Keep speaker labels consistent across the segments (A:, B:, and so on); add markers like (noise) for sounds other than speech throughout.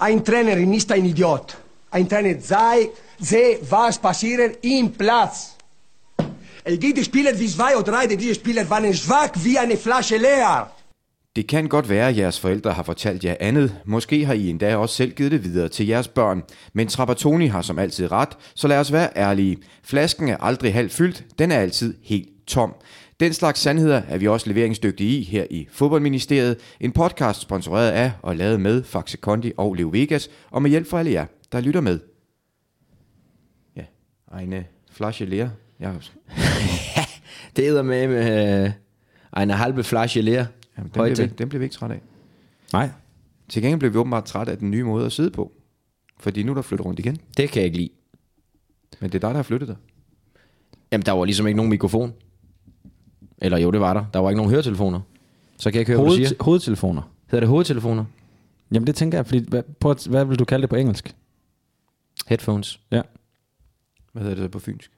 A: Ein Trainer ist ein Idiot. Ein Trainer sei, sehe, was passiert im Platz. Es gibt Spieler wie zwei oder drei, diese Spieler waren schwach wie eine Flasche leer.
B: Det kan godt være, at jeres forældre har fortalt jer andet. Måske har I endda også selv givet det videre til jeres børn. Men Trapattoni har som altid ret, så lad os være ærlige. Flasken er aldrig halvt fyldt, den er altid helt tom. Den slags sandheder er vi også leveringsdygtige i her i Fodboldministeriet. En podcast sponsoreret af og lavet med Faxe Kondi og Leo Vegas, og med hjælp fra alle jer, der lytter med. Ja, eine Flasche leer, Jacobsen.
C: Det æder med med øh, en halve flasche lær.
B: Jamen, den, blev vi, den blev vi ikke træt af.
C: Nej.
B: Til gengæld blev vi åbenbart træt af den nye måde at sidde på. Fordi nu er der flyttet rundt igen.
C: Det kan jeg ikke lide.
B: Men det er dig, der har flyttet dig.
C: Jamen, der var ligesom ikke nogen mikrofon. Eller jo, det var der. Der var ikke nogen høretelefoner. Så kan jeg ikke høre, hvad du
D: Hoved,
C: siger.
D: hovedtelefoner.
C: Hedder det hovedtelefoner?
D: Jamen det tænker jeg, fordi hvad, prøv at, hvad vil du kalde det på engelsk?
C: Headphones.
D: Ja.
B: Hvad hedder det så på fynsk?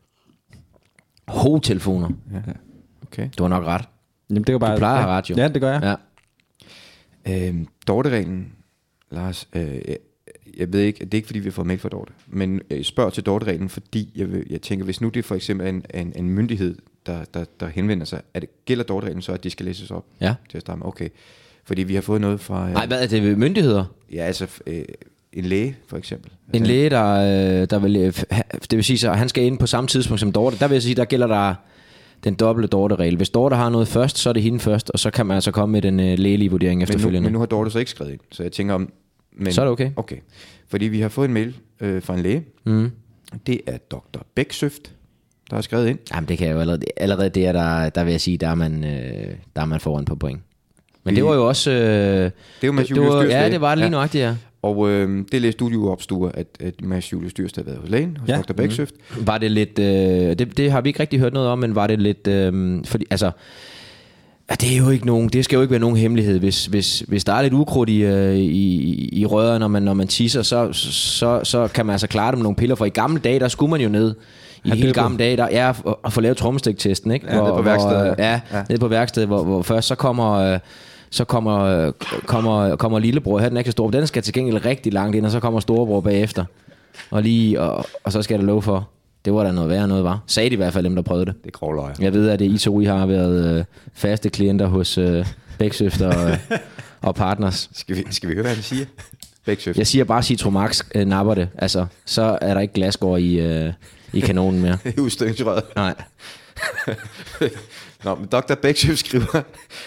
C: Hovedtelefoner.
B: Okay.
C: Du har nok ret.
D: Jamen det er jo bare...
C: plejer at
D: ja.
C: have ret, jo.
D: Ja, det gør jeg. Ja.
C: Ja.
B: Øhm, Dorte-reglen, Lars, øh, jeg- jeg ved ikke, det er ikke fordi, vi har fået mail fra Dorte, men jeg spørger til Dorte-reglen, fordi jeg, vil, jeg tænker, hvis nu det for eksempel er en, en, en myndighed, der, der, der henvender sig, er det, gælder Dorte-reglen så, at de skal læses op
C: Ja.
B: til at starte med? Okay. Fordi vi har fået noget fra... Øh,
C: Nej, hvad er det ved myndigheder?
B: Ja, altså øh, en læge, for eksempel. Altså,
C: En læge, der, øh, der vil, øh, ha- det vil sige, så han skal ind på samme tidspunkt som Dorte. Der vil jeg sige, der gælder der den dobbelte Dorte-regel. Hvis Dorte har noget først, så er det hende først, og så kan man altså komme med den øh, lægelige vurdering
B: Men nu,
C: efterfølgende.
B: men nu har Dorte så ikke skrevet ind, så jeg tænker om... Men,
C: Så er det okay.
B: Okay. Fordi vi har fået en mail øh, fra en læge. Mm. Det er Dr. Bæksøft, der har skrevet ind.
C: Jamen, det kan jeg jo allerede, allerede det er der, der vil jeg sige, der er man, øh, der er man foran på point. Men det var jo også... Øh, det
B: er jo Mads Julius
C: var,
B: Dyrs
C: Ja,
B: læge.
C: det var det lige
B: Ja.
C: nøjagtigt, ja.
B: Og øh, det læste du jo opstuer, at, at Mads Julius Dyrst havde været hos lægen, hos ja.
D: Ja.
B: Dr. Bæksøft. Mm.
C: Var det lidt... Øh, det, det har vi ikke rigtig hørt noget om, men var det lidt... Øh, fordi, altså, ja, det, er jo ikke nogen, det skal jo ikke være nogen hemmelighed. Hvis, hvis, hvis der er lidt ukrudt i, øh, i, i røret, når man, når man tisser, så, så, så kan man altså klare det med nogle piller. For i gamle dage, der skulle man jo ned. I de helt
D: det på-
C: gamle dage, der er at få lavet trommestiktesten, ikke?
B: Ja, nede på værkstedet,
C: Hvor, øh, ja,
B: ja.
C: ja, nede på værkstedet, hvor, hvor først så kommer... Øh, så kommer, øh, kommer, kommer lillebror, her den er ikke så stor, men den skal til gengæld rigtig langt ind, og så kommer storebror bagefter. Og, lige, og, og så skal jeg da love for, det var da noget værre noget, var. Sagde de i hvert fald dem, der prøvede det.
B: Det er grovløg.
C: Jeg ved, at I to I har været øh, faste klienter hos øh, Bæksøft og, øh,
B: (laughs)
C: og Partners.
B: Skal vi, skal vi høre, hvad han
C: (laughs)
B: siger? Bæksøft.
C: Jeg
B: Yes.
C: siger bare, at Citromax øh, napper det. Altså, så er der ikke glasgård i, øh, i kanonen
B: (laughs)
C: mere.
B: Det er udstødningsrøret.
C: Nej.
B: Nå, men Dr. Bæksøft skriver,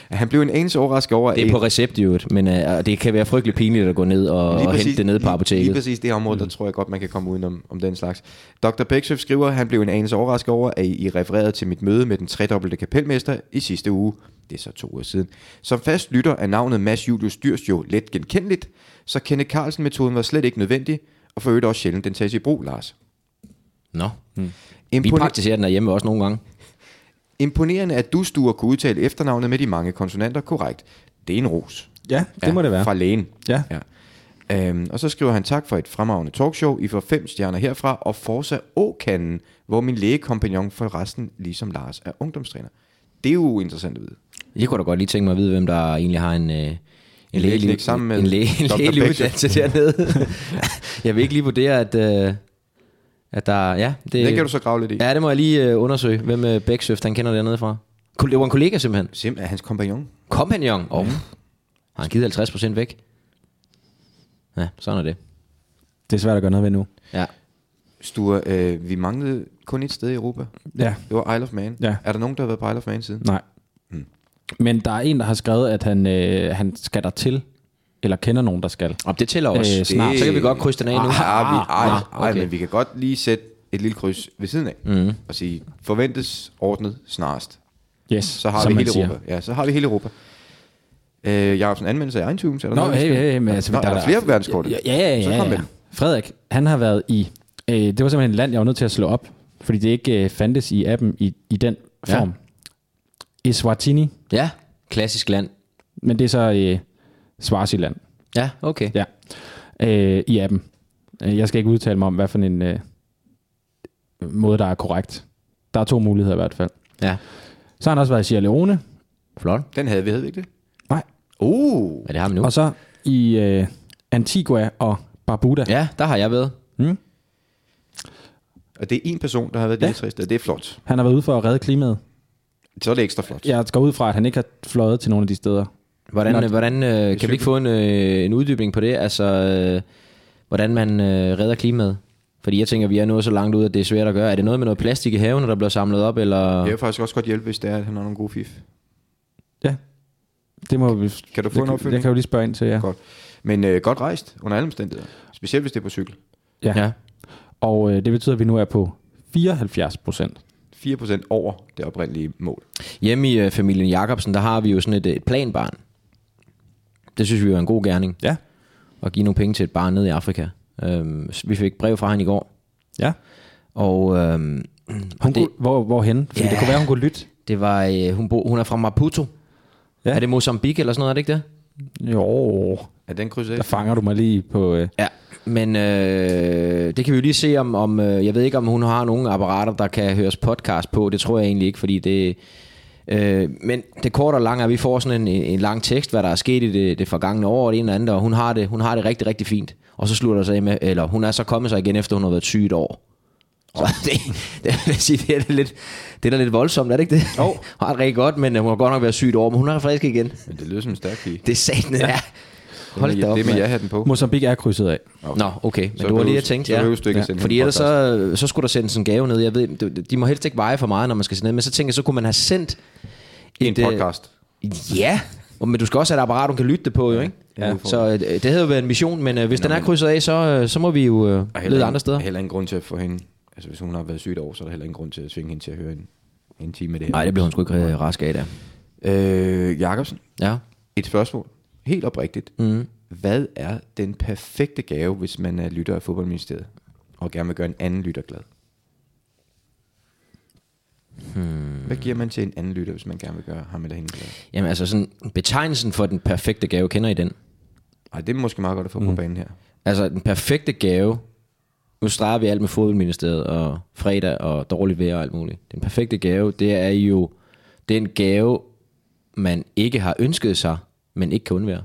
B: at han blev en anelse overrasket over...
C: Det
B: at-
C: er på recept jo, men øh, og det kan være frygtelig pinligt at gå ned og, og hente det
B: lige-
C: ned på
B: Lige
C: apoteket. Mm.
B: præcis det her område, der tror jeg godt, man kan komme udenom om den slags. Dr. Bæksøf skriver, han blev en anelse overrasket over, at I refererede til mit møde med den tredobbelte kapelmester i sidste uge. Det er så to uger siden. Som fast lytter er navnet Mads Julius Dyrs jo let genkendeligt, så Kenneth Carlsen-metoden var slet ikke nødvendig, og for øvrigt også sjældent den tages i brug, Lars.
C: Nå. Mm. Vi
B: Impone-
C: praktiserer den derhjemme også nogle gange.
B: imponerende, at du, Sture, kunne udtale efternavnet med de mange konsonanter korrekt. Det er en ros.
D: ja, det må det være.
B: Fra lægen.
D: Ja.
B: ja. Øhm, og så skriver han tak for et fremragende talkshow. I får fem stjerner herfra og Forza Åkanden, hvor min lægekompagnon for resten, ligesom Lars, er ungdomstræner. Det er jo interessant at vide.
C: Jeg kunne da godt lige tænke mig at vide, hvem der egentlig har en, øh, en, en
B: lægeklinik sammen med
C: en, læge, en
B: Dr.
C: lægelig
B: Bechtel.
C: uddannelse dernede. (laughs) jeg vil ikke lige vurdere, at, øh, at der... Ja, det,
B: Det kan du så grave lidt i.
C: Ja, det må jeg lige øh, undersøge, hvem øh, Bæksøft, han kender dernede fra. Kol- Det var en kollega simpelthen.
B: Sim er hans kompagnon.
C: Kompagnon.
B: Mhm.
C: Oh. Har han givet 50% væk? Ja, sådan er det.
D: Det er svært at gøre noget ved nu.
C: Ja.
B: Sture, øh, vi manglede kun et sted i Europa.
D: Ja.
B: Det var Isle of Man.
D: Ja.
B: Er der nogen, der har været på Isle of Man siden?
D: Nej. Men der er en, der har skrevet, at han, øh, han skal der til, eller kender nogen, der skal.
C: Og det tæller også.
D: Øh, snart.
C: Så kan vi godt krydse den af nu.
B: Ah, ah, vi, ej,
C: ah,
B: ej,
C: okay. Mhm.
B: men vi kan godt lige sætte et lille kryds ved siden af mm. og sige, forventes ordnet snarest.
D: Yes,
B: Så har
D: som
B: vi
D: man
B: hele
D: siger.
B: Europa. Ja, så har vi hele Europa. Øh, Jacobsen, anmeldelse af iTunes? Er der
D: Nå,
B: noget, vi
D: hey,
B: skal-
D: hey, hey, men altså,
B: Nå, er der flere på verdenskortet?
D: Ja, ja, ja.
B: Så
D: ja,
B: kom
D: ja.
B: med den.
D: Frederik, han har været i... Øh, det var simpelthen et land, jeg var nødt til at slå op, fordi det ikke øh, fandtes i appen i, i den
C: Ja.
D: form. Ja. Eswatini,
C: Ja, klassisk land.
D: men det er så øh, Swaziland
C: Ja, okay.
D: ja, øh, i appen. Øh, Jeg skal ikke udtale mig om, hvad for en øh, måde, der er korrekt. Der er to muligheder i hvert fald.
C: Ja.
D: Så har han også været i Sierra Leone,
C: Flot.
B: Den havde vi, havde vi ikke det?
D: Nej.
B: Uh,
C: Er det ham nu?
D: og så i øh, Antigua og Barbuda.
C: Ja, der har jeg været.
B: Og det er en person, der har været ja. guitarist, og det er flot.
D: Han har været ude for at redde klimaet.
B: Så er det ekstra flot.
D: Jeg går ud fra, at han ikke har fløjet til nogle af de steder.
C: Hvordan,
D: Nå,
C: hvordan øh, kan vi ikke få en, øh, en uddybning på det? Altså, øh, hvordan man øh, redder klimaet? Fordi jeg tænker, vi er nået så langt ud, at det er svært at gøre. Er det noget med noget plastik i haven, der bliver samlet op? Eller?
B: Jeg vil faktisk også godt hjælpe, hvis det er, at han har nogle gode fif.
D: Ja. Det må vi...
B: Kan du få en opfølgning?
D: Jeg kan jo lige spørge ind til jer.
B: Godt. Men øh, godt rejst, under alle omstændigheder. Specielt hvis det er på cykel.
C: Ja.
D: Og øh, det betyder, at vi nu er på 74 procent.
B: 4% over det oprindelige mål.
C: Hjemme i øh, familien Jacobsen, der har vi jo sådan et, øh, et planbarn. Det synes vi jo er en god gerning.
D: Ja.
C: At give nogle penge til et barn nede i Afrika. Øhm, s- vi fik brev fra hende i går.
D: Ja.
C: Og øhm,
D: Hun det...
C: det-
D: kunne, hvor, hvorhen? Fordi
C: Ja.
D: det kunne være, hun kunne lytte.
C: det var, øh, hun, bo, hun er fra Maputo.
D: Ja.
C: Ja. Er det Mozambique eller sådan noget, er det ikke det?
D: Jo,
B: Er den krydset
D: der
B: af?
D: fanger du mig lige på... Øh...
C: Ja, men øh, det kan vi jo lige se om, om øh, jeg ved ikke om hun har nogle apparater, der kan høres podcast på, det tror jeg egentlig ikke, fordi det, øh, men det korte og lange er, at vi får sådan en, en, en lang tekst, hvad der er sket i det, det forgangne år, og det ene og det andet, og hun har det, hun har det rigtig, rigtig fint, og så slutter det sig af med, eller hun er så kommet sig igen, efter hun har været syg et år. Så (laughs) det, det, vil jeg sige, det, er da lidt, det er da lidt voldsomt, er det ikke det? Jo. (laughs) Hun har det rigtig godt, men øh, hun har godt nok været syg et år, men hun er frisk igen.
B: Men det lyder som en stærk pige.
C: Det er satan, ja. ja. Hold
B: det
C: da
B: er
C: op,
B: med, det er
C: mand.
B: med jeg hatten på.
D: Mozambique er krydset af.
C: Nå, okay. Men
B: Så
C: så det var lige,
B: behøves-
C: jeg tænkte,
B: så
C: ja.
B: behøves du ikke at
C: ja.
B: sende
C: Fordi
B: en
C: ellers så, så skulle der sendes en gave ned. Jeg ved, du- de må helst ikke veje for meget, når man skal sende ned. Men så tænker jeg, så kunne man have sendt...
B: En
C: øh,
B: podcast.
C: Ja, Og- men du skal også have et apparat, du kan lytte det på, jo, ikke?
B: Ja.
C: Så øh, det havde jo været en mission, men øh, hvis den er krydset af, så, øh, så må vi jo øh,
B: Og
C: lede
B: ingen-
C: andre steder.
B: Heller ingen grund til at få hende. Altså, hvis hun har været syg et år, så er der heller ingen grund til at svinge hende til at høre en, en time med det her.
C: Nej, det blev hun sgu ikke øh, rask af, der.
B: Øh, Jacobsen,
C: Ja.
B: et spørgsmål. Helt oprigtigt. Mm. Hvad er den perfekte gave, hvis man er lytter af fodboldministeriet, og gerne vil gøre en anden lytter glad? Hmm. Hvad giver man til en anden lytter, hvis man gerne vil gøre ham eller hende glad?
C: Jamen altså sådan, betegnelsen for den perfekte gave, kender I den?
B: Ej, det er måske meget godt at få mm. på banen her.
C: Altså den perfekte gave, nu streger vi alt med fodboldministeriet og fredag og dårligt vejr og alt muligt. Den perfekte gave, det er jo den gave, man ikke har ønsket sig, men ikke kan undvære.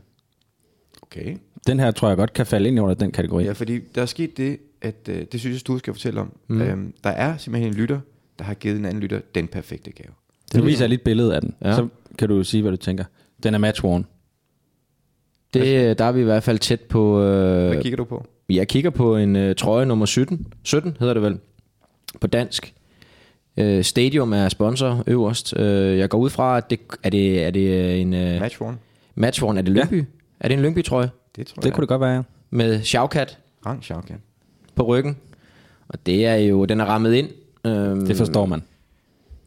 B: Okay.
D: Den her tror jeg godt kan falde ind under den kategori.
B: Ja, fordi der er sket det, at øh, det synes jeg, du skal fortælle om. Mm. Øhm, der er simpelthen en lytter, der har givet en anden lytter den perfekte gave.
D: Nu viser jeg lige et billede af den. Ja.
C: Ja.
D: Så kan du jo sige, hvad du tænker. Den er match worn.
C: Det, øh, der er vi i hvert fald tæt på... Øh,
B: Hvad kigger du på?
C: Jeg kigger på en øh, trøje nummer 17. 17 hedder det vel. På dansk. Øh, Stadium er sponsor øverst. Øh, jeg går ud fra, at det er det, er det en øh,
B: Match one.
C: match one. Er det Lyngby? Ja. Er det en Lyngby trøje
B: Det tror
D: Det
B: jeg.
D: kunne det godt være, ja.
C: med Shaukat
B: Rang Sharkan.
C: på ryggen. Og det er jo, den er rammet ind. Øhm,
D: Det forstår man.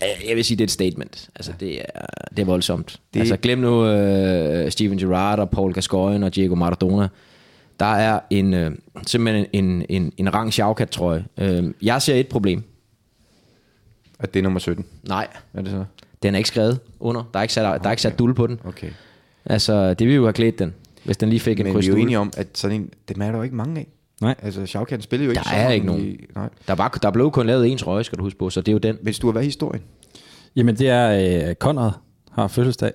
C: øh, Jeg vil sige, det er et statement. Altså, det er, det er voldsomt.
B: Det-
C: Det... Altså, glem nu øh, Steven Gerrard og Paul Gascoigne og Diego Maradona. Der er en, øh, simpelthen en, en, en rang sjavkat, tror jeg. Øh, jeg ser et problem.
B: Og det er nummer 17.
C: Nej,
B: Er det så?
C: den er ikke skrevet under. Der er ikke sat, der er ikke sat dul på den.
B: Okay.
C: Altså, det ville jo have klædt den, hvis den lige fik en
B: Men vi
C: kryds
B: er jo enige
C: dul.
B: om, at sådan en, dem er der jo ikke mange af.
D: Nej.
B: Altså, Sharkan spillede jo ikke
C: Der
B: så
C: er
B: mange
C: ikke nogen.
B: I, nej.
C: Der, var, der blev kun lavet en trøje, skal du huske på, så det er jo den.
B: Hvis du har været i historien.
D: Jamen, det er øh, Conrad har fødselsdag.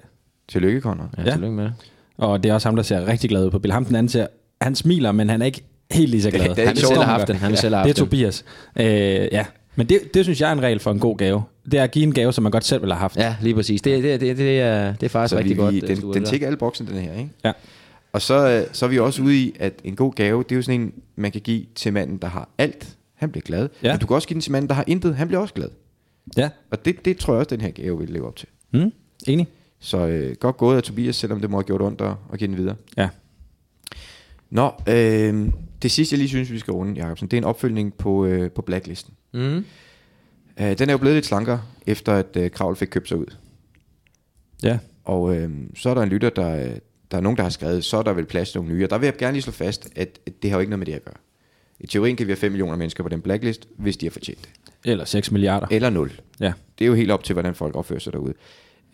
B: Tillykke, Conrad.
C: Ja,
D: Ja.
C: ja. tillykke med det.
D: Og det er også ham, der ser rigtig glad ud på billedet. Ham den anden ser, han smiler, men han er ikke helt lige så glad.
B: det er ikke
D: Han
B: sjovt,
D: står
B: at
D: han
C: have
D: gør.
C: den. Han selv
D: ja,
C: har
D: det er
C: haft den.
D: Tobias. Øh, ja. Men det, det, synes jeg er en regel for en god gave. Det er at give en gave, som man godt selv ville have haft.
C: Ja, lige præcis. Det, det, det, det, er, det er faktisk
B: Så
C: så rigtig
B: vi,
C: godt.
B: vi,
C: at du
B: den,
C: er
B: den
C: der.
B: tækker alle boksen, den her, ikke?
D: ja.
B: Og så, øh, så er vi også ude i, at en god gave, det er jo sådan en, man kan give til manden, der har alt. Han bliver glad.
D: Ja.
B: Men du kan også give den til manden, der har intet. Han bliver også glad.
D: ja.
B: Og det, det tror jeg også, den her gave vil leve op til.
D: Mm. Enig?
B: Så øh, godt gået af Tobias, selvom det må have gjort ondt at, at give den videre.
D: Ja.
B: Nå, øh, det sidste, jeg lige synes, vi skal runde, Jacobsen, det er en opfølgning på, øh, på Blacklisten.
C: Mm.
B: Øh, den er jo blevet lidt slankere, efter at øh, Kravl fik købt sig ud.
D: Ja.
B: Og øh, så er der en lytter, der, øh, der er nogen, der har skrevet, så er der vel plads til nogle nye. Og der vil jeg gerne lige slå fast, at at det har jo ikke noget med det at gøre. I teorien kan vi have 5 millioner mennesker på den blacklist, hvis de har fortjent det.
D: Eller 6 milliarder.
B: Eller 0.
D: Ja.
B: Det er jo helt op til, hvordan folk opfører sig derude.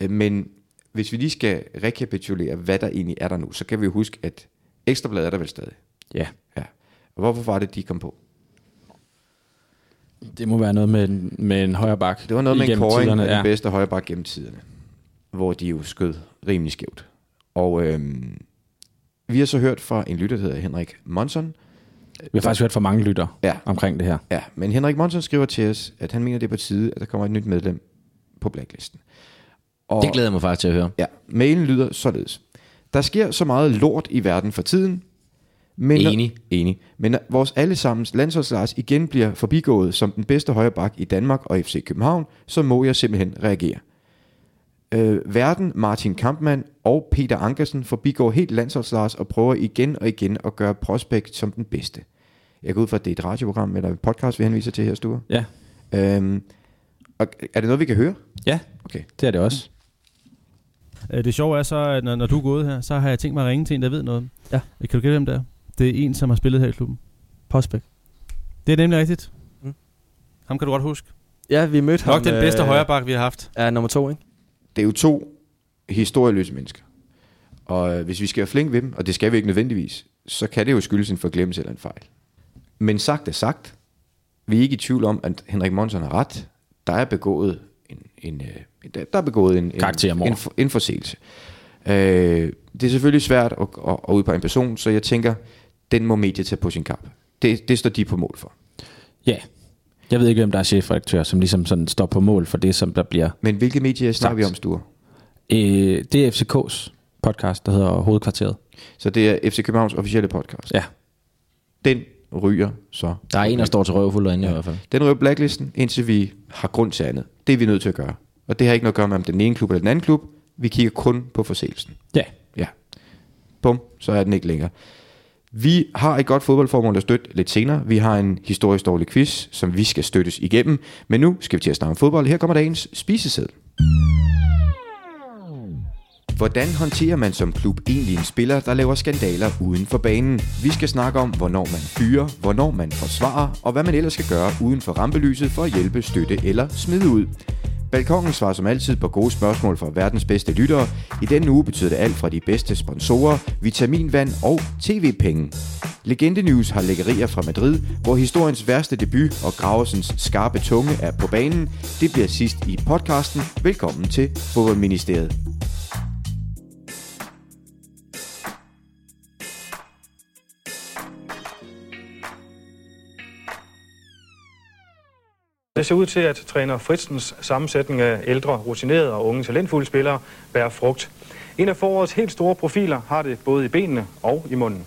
B: Øh, Men hvis vi lige skal rekapitulere, hvad der egentlig er der nu, så kan vi jo huske, at ekstrabladet er der vel stadig.
D: Ja.
B: Ja. Og hvorfor var det, de kom på?
D: Det må være noget med en, med en højre bak.
B: Det var noget med en
D: Igennem
B: kåring
D: tiderne,
B: af den
D: ja.
B: bedste højreback gennem tiderne, hvor de jo skød rimelig skævt. Og øhm, Vi har så hørt fra en lytter, der hedder Henrik Monson.
D: Vi har faktisk hørt fra mange lytter
B: Ja.
D: ja. omkring det her.
B: Ja, men Henrik Monson skriver til os, at han mener, det er på tide, at der kommer et nyt medlem på blacklisten. Og
C: Det glæder jeg mig faktisk til at høre.
B: Ja, mailen lyder således. Der sker så meget lort i verden for tiden. Men når-
C: Enig.
B: enig. Men når vores allesammens landsholdslars igen bliver forbigået som den bedste højreback i Danmark og FC København, så må jeg simpelthen reagere. Øh, verden, Martin Kampmann og Peter Ankersen forbigår helt landsholdslars og prøver igen og igen at gøre Prospect som den bedste. Jeg går ud fra, at det er et radioprogram eller en podcast, vi henviser til her, Sture.
D: Ja.
B: Øhm, og er det noget, vi kan høre?
D: Ja,
B: Okay.
D: det er det også.
E: Øh, Det sjove er så, at når, når du er gået her, så har jeg tænkt mig at ringe til en, der ved noget.
F: Ja.
E: Øh, Kan du gætte, hvem det er? Det er en, som har spillet her i klubben.
F: Postbæk.
E: Det er nemlig rigtigt.
F: Mm.
E: Ham kan du godt huske.
F: Ja, vi mødte ham.
E: Nok den bedste
F: øh,
E: højreback, vi har haft.
F: Ja, nummer to, ikke?
B: det er jo to historieløse mennesker. Og øh, hvis vi skal være flinke ved dem, og det skal vi ikke nødvendigvis, så kan det jo skyldes en forglemmelse eller en fejl. Men sagt er sagt, vi er ikke i tvivl om, at Henrik Monsen har ret. Der er begået en, en, øh, en der er begået en, en,
D: Karaktermord.
B: en, for- en forseelse. Øh, det er selvfølgelig svært at, at, at udpege en person, så jeg tænker, den må mediet tage på sin kamp. Det, det står de på mål for.
D: Ja. Jeg ved ikke, hvem der er chefredaktør, som ligesom sådan står på mål for det, som der bliver.
B: Men hvilke medier snakker vi
D: Sagt.
B: om, Sture?
D: Øh, det er FCK's podcast, der hedder Hovedkvarteret.
B: Så det er FC Københavns officielle podcast.
D: Ja.
B: Den ryger så
C: Der er en, der står til røvfuld derinde ja. i hvert fald.
B: Den ryger på blacklisten, indtil vi har grund til andet. Det er vi nødt til at gøre. Og det har ikke noget at gøre med, om det er den ene klub eller den anden klub. Vi kigger kun på forseelsen.
D: Ja.
B: Ja. Bum, så er den ikke længere. Vi har et godt fodboldformål at støtte lidt senere. Vi har en historisk dårlig quiz, som vi skal støttes igennem. Men nu skal vi til at snakke om fodbold. Her kommer dagens spiseseddel. Hvordan håndterer man som klub egentlig en spiller, der laver skandaler uden for banen? Vi skal snakke om, hvornår man fyrer, hvornår man forsvarer, og hvad man ellers skal gøre uden for rampelyset for at hjælpe, støtte eller smide ud. Balkongen svarer som altid på gode spørgsmål fra verdens bedste lyttere. I denne uge betyder det alt fra de bedste sponsorer, vitaminvand og tv-penge. Legende News har lækkerier fra Madrid, hvor historiens værste debut og Gravesens skarpe tunge er på banen. Det bliver sidst i podcasten. Velkommen til Fodboldministeriet.
G: Det ser ud til, at træner Fritzens sammensætning af ældre, rutinerede og unge talentfulde spillere bærer frugt. En af forårets helt store profiler har det både i benene og i munden.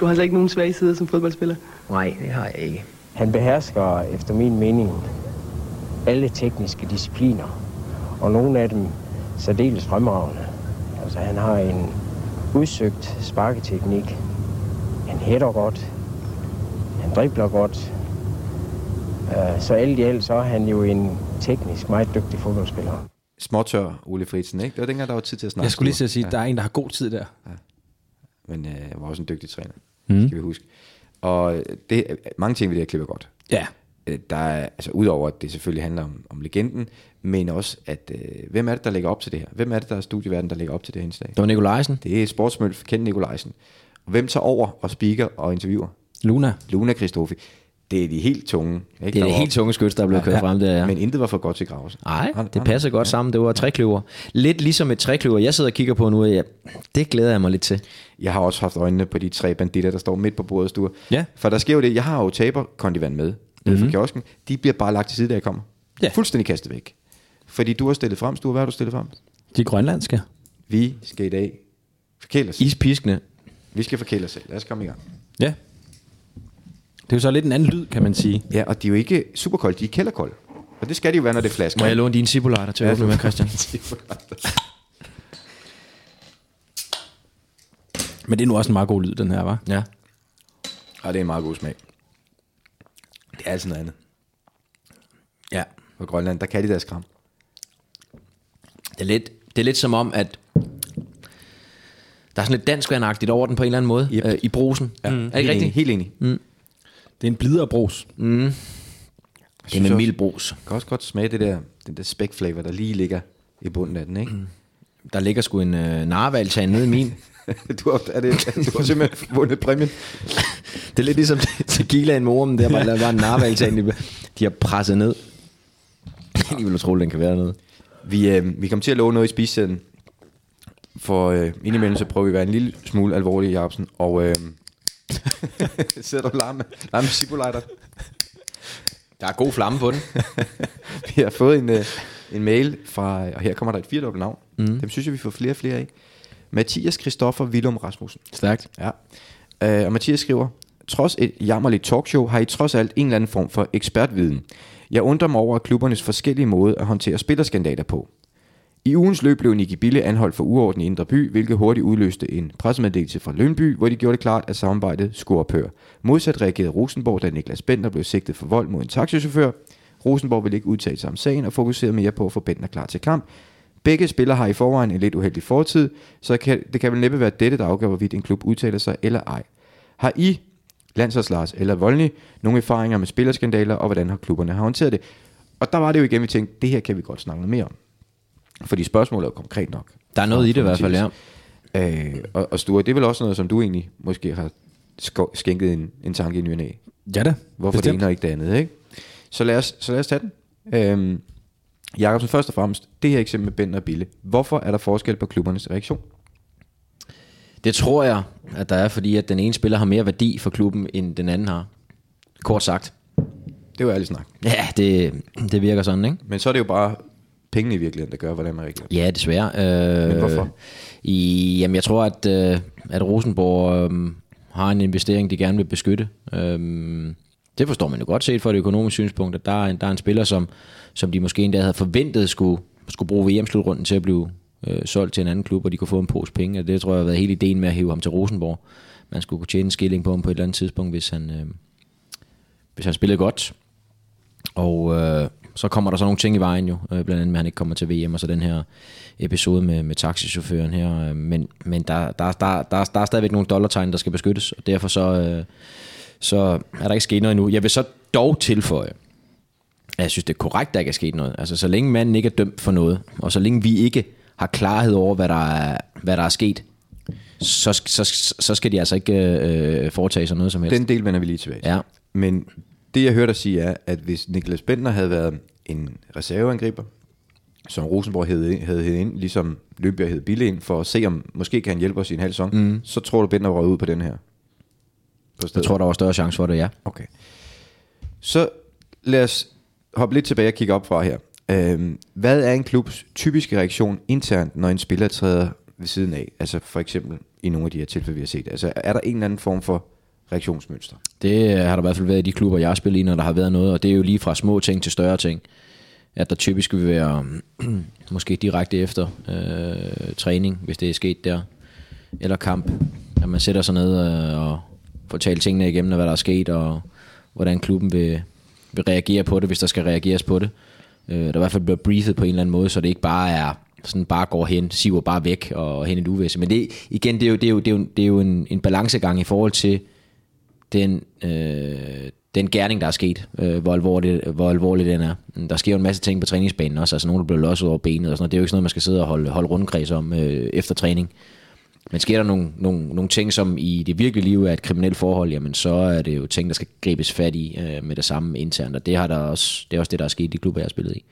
H: Du har slet ikke nogen svage sider som fodboldspiller.
I: Nej, det har jeg ikke.
J: Han behersker efter min mening alle tekniske discipliner, og nogle af dem særdeles fremragende. Altså, han har en udsøgt sparketeknik. Han hætter godt. Han dribler godt. Øh, Så alt i alt, så er han jo en teknisk meget dygtig fodboldspiller.
B: småtør Ole Fritsen, ikke? Det var dengang, der var tid til at snakke.
D: Jeg skulle lige til at sige, at der er en, der har god tid der.
B: Men øh, jeg var også en dygtig træner,
C: Mm.
B: skal vi huske. Og øh, det, øh, mange ting ved det her klip er godt.
D: Ja.
B: Øh, Der er, altså udover at det selvfølgelig handler om, om legenden, men også at, øh, hvem er det, der lægger op til det her? Hvem er det, der er studieverden, der lægger op til det her indslag?
C: Det var Nikolajsen.
B: Det er sportsmøl Kent Nikolajsen. Hvem tager over og speaker og interviewer?
D: Luna.
B: Luna Kristofi. Det er de helt tunge. Ikke,
C: Det er det
B: deroppe.
C: helt tunge skyts, der er blevet kørt frem der, ja.
B: Men intet var for godt til Graves.
C: Nej,
B: Han-
C: det
B: han-
C: passer godt sammen. Det var trækløver. Lidt ligesom et trækløver, jeg sidder og kigger på nu. Ja, det glæder jeg mig lidt til.
B: Jeg har også haft øjnene på de tre banditter, der står midt på bordet, Sture.
D: Ja.
B: For der sker jo det, jeg har jo taber kondivand med, nede
C: Mhm.
B: mm-hmm. fra kiosken. De bliver bare lagt til side, da jeg kommer.
D: Ja.
B: Fuldstændig kastet væk. Fordi du har stillet frem, Sture. Hvad har du stillet frem?
D: De grønlandske.
B: Vi skal i dag forkæle os.
C: Ispiskende.
B: Vi skal forkæle os selv. Lad os komme i gang.
D: Ja. Det er jo så lidt en anden lyd, kan man sige.
B: Ja, og de er jo ikke superkolde, de er kælderkolde. Og det skal de jo være, når det flasker.
C: Må jeg låne dine cibolater til at åbne med, (laughs) Christian?
D: Men det er nu også en meget god lyd, den her, var.
C: Ja.
B: Og det er en meget god smag. Det er altså noget andet.
C: ja.
B: På Grønland, der kan de deres
C: Mm.
B: kram.
C: Det er lidt, det er lidt som om, at der er sådan lidt danskvandagtigt over den på en eller anden måde.
B: Yep.
C: Øh, I brosen. Ja. Mm. Er det
B: Helt
C: ikke
B: enig,
C: rigtigt? Mm.
B: Helt enig. Mm.
D: Det er en blidere brus.
C: Det er med mild brus.
B: kan også godt smage det der, den der spækflavor, der lige ligger i bunden af den, ikke? Mm.
C: Der ligger sgu en øh, narvaltan nede i min.
B: (laughs) Du har, er det, du har simpelthen vundet præmien.
C: (laughs) Det er lidt ligesom (laughs) tequilaen med ormen, der bare, der var en narvaltan, de, de har presset ned. (laughs) Det er alligevel utroligt, den kan være dernede.
B: Vi, øh, vi kom til at love noget i spisesæden For øh, indimellem så prøver vi at være en lille smule alvorlige, Jacobsen. Og øh, (laughs) sidder du larme, larme Sibulejder?
C: Der er god flamme på den.
B: (laughs) Vi har fået en, øh, en mail fra, og her kommer der et firedobbelt navn. Mm. Dem synes jeg, vi får flere og flere af. Mathias Christoffer Willum Rasmussen.
C: (laughs) Stærkt.
B: Ja. Øh, og Mathias skriver, trods et jammerligt talkshow har I trods alt en eller anden form for ekspertviden. Jeg undrer mig over klubbernes forskellige måde at håndtere spillerskandaler på. I ugens løb blev Nicky Bille anholdt for uorden i Indre By, hvilket hurtigt udløste en pressemeddelelse fra Lønby, hvor de gjorde det klart, at samarbejdet skulle ophøre. Modsat reagerede Rosenborg, da Niklas Bender blev sigtet for vold mod en taxichauffør. Rosenborg ville ikke udtale sig om sagen og fokuserede mere på at få Bender klar til kamp. Begge spillere har i forvejen en lidt uheldig fortid, så kan, det kan vel næppe være dette, der afgør, hvorvidt en klub udtaler sig eller ej. Har I, Landsholds Lars eller Volny, nogle erfaringer med spillerskandaler, og hvordan har klubberne har håndteret det? Og der var det jo igen, vi tænkte, det her kan vi godt snakke noget mere om. Fordi spørgsmålet er jo konkret nok.
C: Der er noget i det i hvert fald, ja.
B: Øh, og, og Sture, det er vel også noget, som du egentlig måske har sko- skænket en, en tanke i ny og næ.
D: Ja da.
B: Hvorfor Bestemt. det ene og ikke det andet, ikke? Så lad os, så lad os tage den. Øhm, Jakobsen, først og fremmest, det her eksempel med Bender og Bille. Hvorfor er der forskel på klubbernes reaktion?
C: Det tror jeg, at der er, fordi at den ene spiller har mere værdi for klubben, end den anden har. Kort sagt.
B: Det var ærlig snak.
C: Ja, det, det virker sådan, ikke?
B: Men så er det jo bare pengene i virkeligheden, der gør, hvordan man reagerer.
C: Ja, desværre. Øh,
B: Men hvorfor?
C: I, jamen, jeg tror, at, øh, at Rosenborg øh, har en investering, de gerne vil beskytte. Øh, det forstår man jo godt set fra et økonomisk synspunkt, at der er en, der er en spiller, som, som de måske endda havde forventet skulle, skulle bruge VM-slutrunden til at blive øh, solgt til en anden klub, og de kunne få en pose penge. Og det tror jeg har været hele ideen med at hive ham til Rosenborg. Man skulle kunne tjene en skilling på ham på et eller andet tidspunkt, hvis han, øh, hvis han spillede godt. Og øh, så kommer der så nogle ting i vejen jo, øh, blandt andet med, at han ikke kommer til VM, og så den her episode med, med taxichaufføren her. Øh, men men der, der, der, der, der er stadigvæk nogle dollartegn, der skal beskyttes, og derfor så, øh, så er der ikke sket noget endnu. Jeg vil så dog tilføje, at jeg synes, det er korrekt, at der ikke er sket noget. Altså, så længe manden ikke er dømt for noget, og så længe vi ikke har klarhed over, hvad der er, hvad der er sket, så, så, så skal de altså ikke øh, foretage sig noget som helst.
B: Den del vender vi lige tilbage til.
C: Ja.
B: Men det jeg hørte dig sige er, at hvis Niklas Bender havde været en reserveangriber, som Rosenborg havde, havde hævet ind, ligesom Løbjerg hed Bille ind, for at se om, måske kan han hjælpe os i en halv sæson, mm. så tror du, Bender var røget ud på den her? På
C: Jeg
B: stedet.
C: tror, der var større chance for det, ja.
B: Okay. Så lad os hoppe lidt tilbage og kigge op fra her. Øhm, hvad er en klubs typiske reaktion internt, når en spiller træder ved siden af? Altså for eksempel i nogle af de her tilfælde, vi har set. Altså er der en eller anden form for reaktionsmønster?
C: Det øh, har der i hvert fald været i de klubber, jeg har spillet i, når der har været noget, og det er jo lige fra små ting til større ting. At der typisk vil være (clears throat) måske direkte efter øh, træning, hvis det er sket der, eller kamp. At man sætter sig ned øh, og får talt tingene igennem, og hvad der er sket, og hvordan klubben vil, vil reagere på det, hvis der skal reageres på det. Øh, der i hvert fald bliver briefet på en eller anden måde, så det ikke bare er sådan bare går hen, siver bare væk og hen i et uvæsen. Men det, igen, det er jo, det er jo, det er jo, det er jo en, en balancegang i forhold til, den, øh, den gerning, der er sket, øh, hvor, alvorlig, hvor alvorlig den er. Der sker jo en masse ting på træningsbanen også, altså nogen, der bliver losset over benet og sådan noget. Det er jo ikke sådan noget, man skal sidde og holde, holde rundkreds om øh, efter træning. Men sker der nogle, nogle, nogle ting, som i det virkelige liv er et kriminelt forhold, jamen så er det jo ting, der skal gribes fat i øh, med det samme internt, og det, har der også, det er også det, der er sket i de klubber, jeg har spillet i.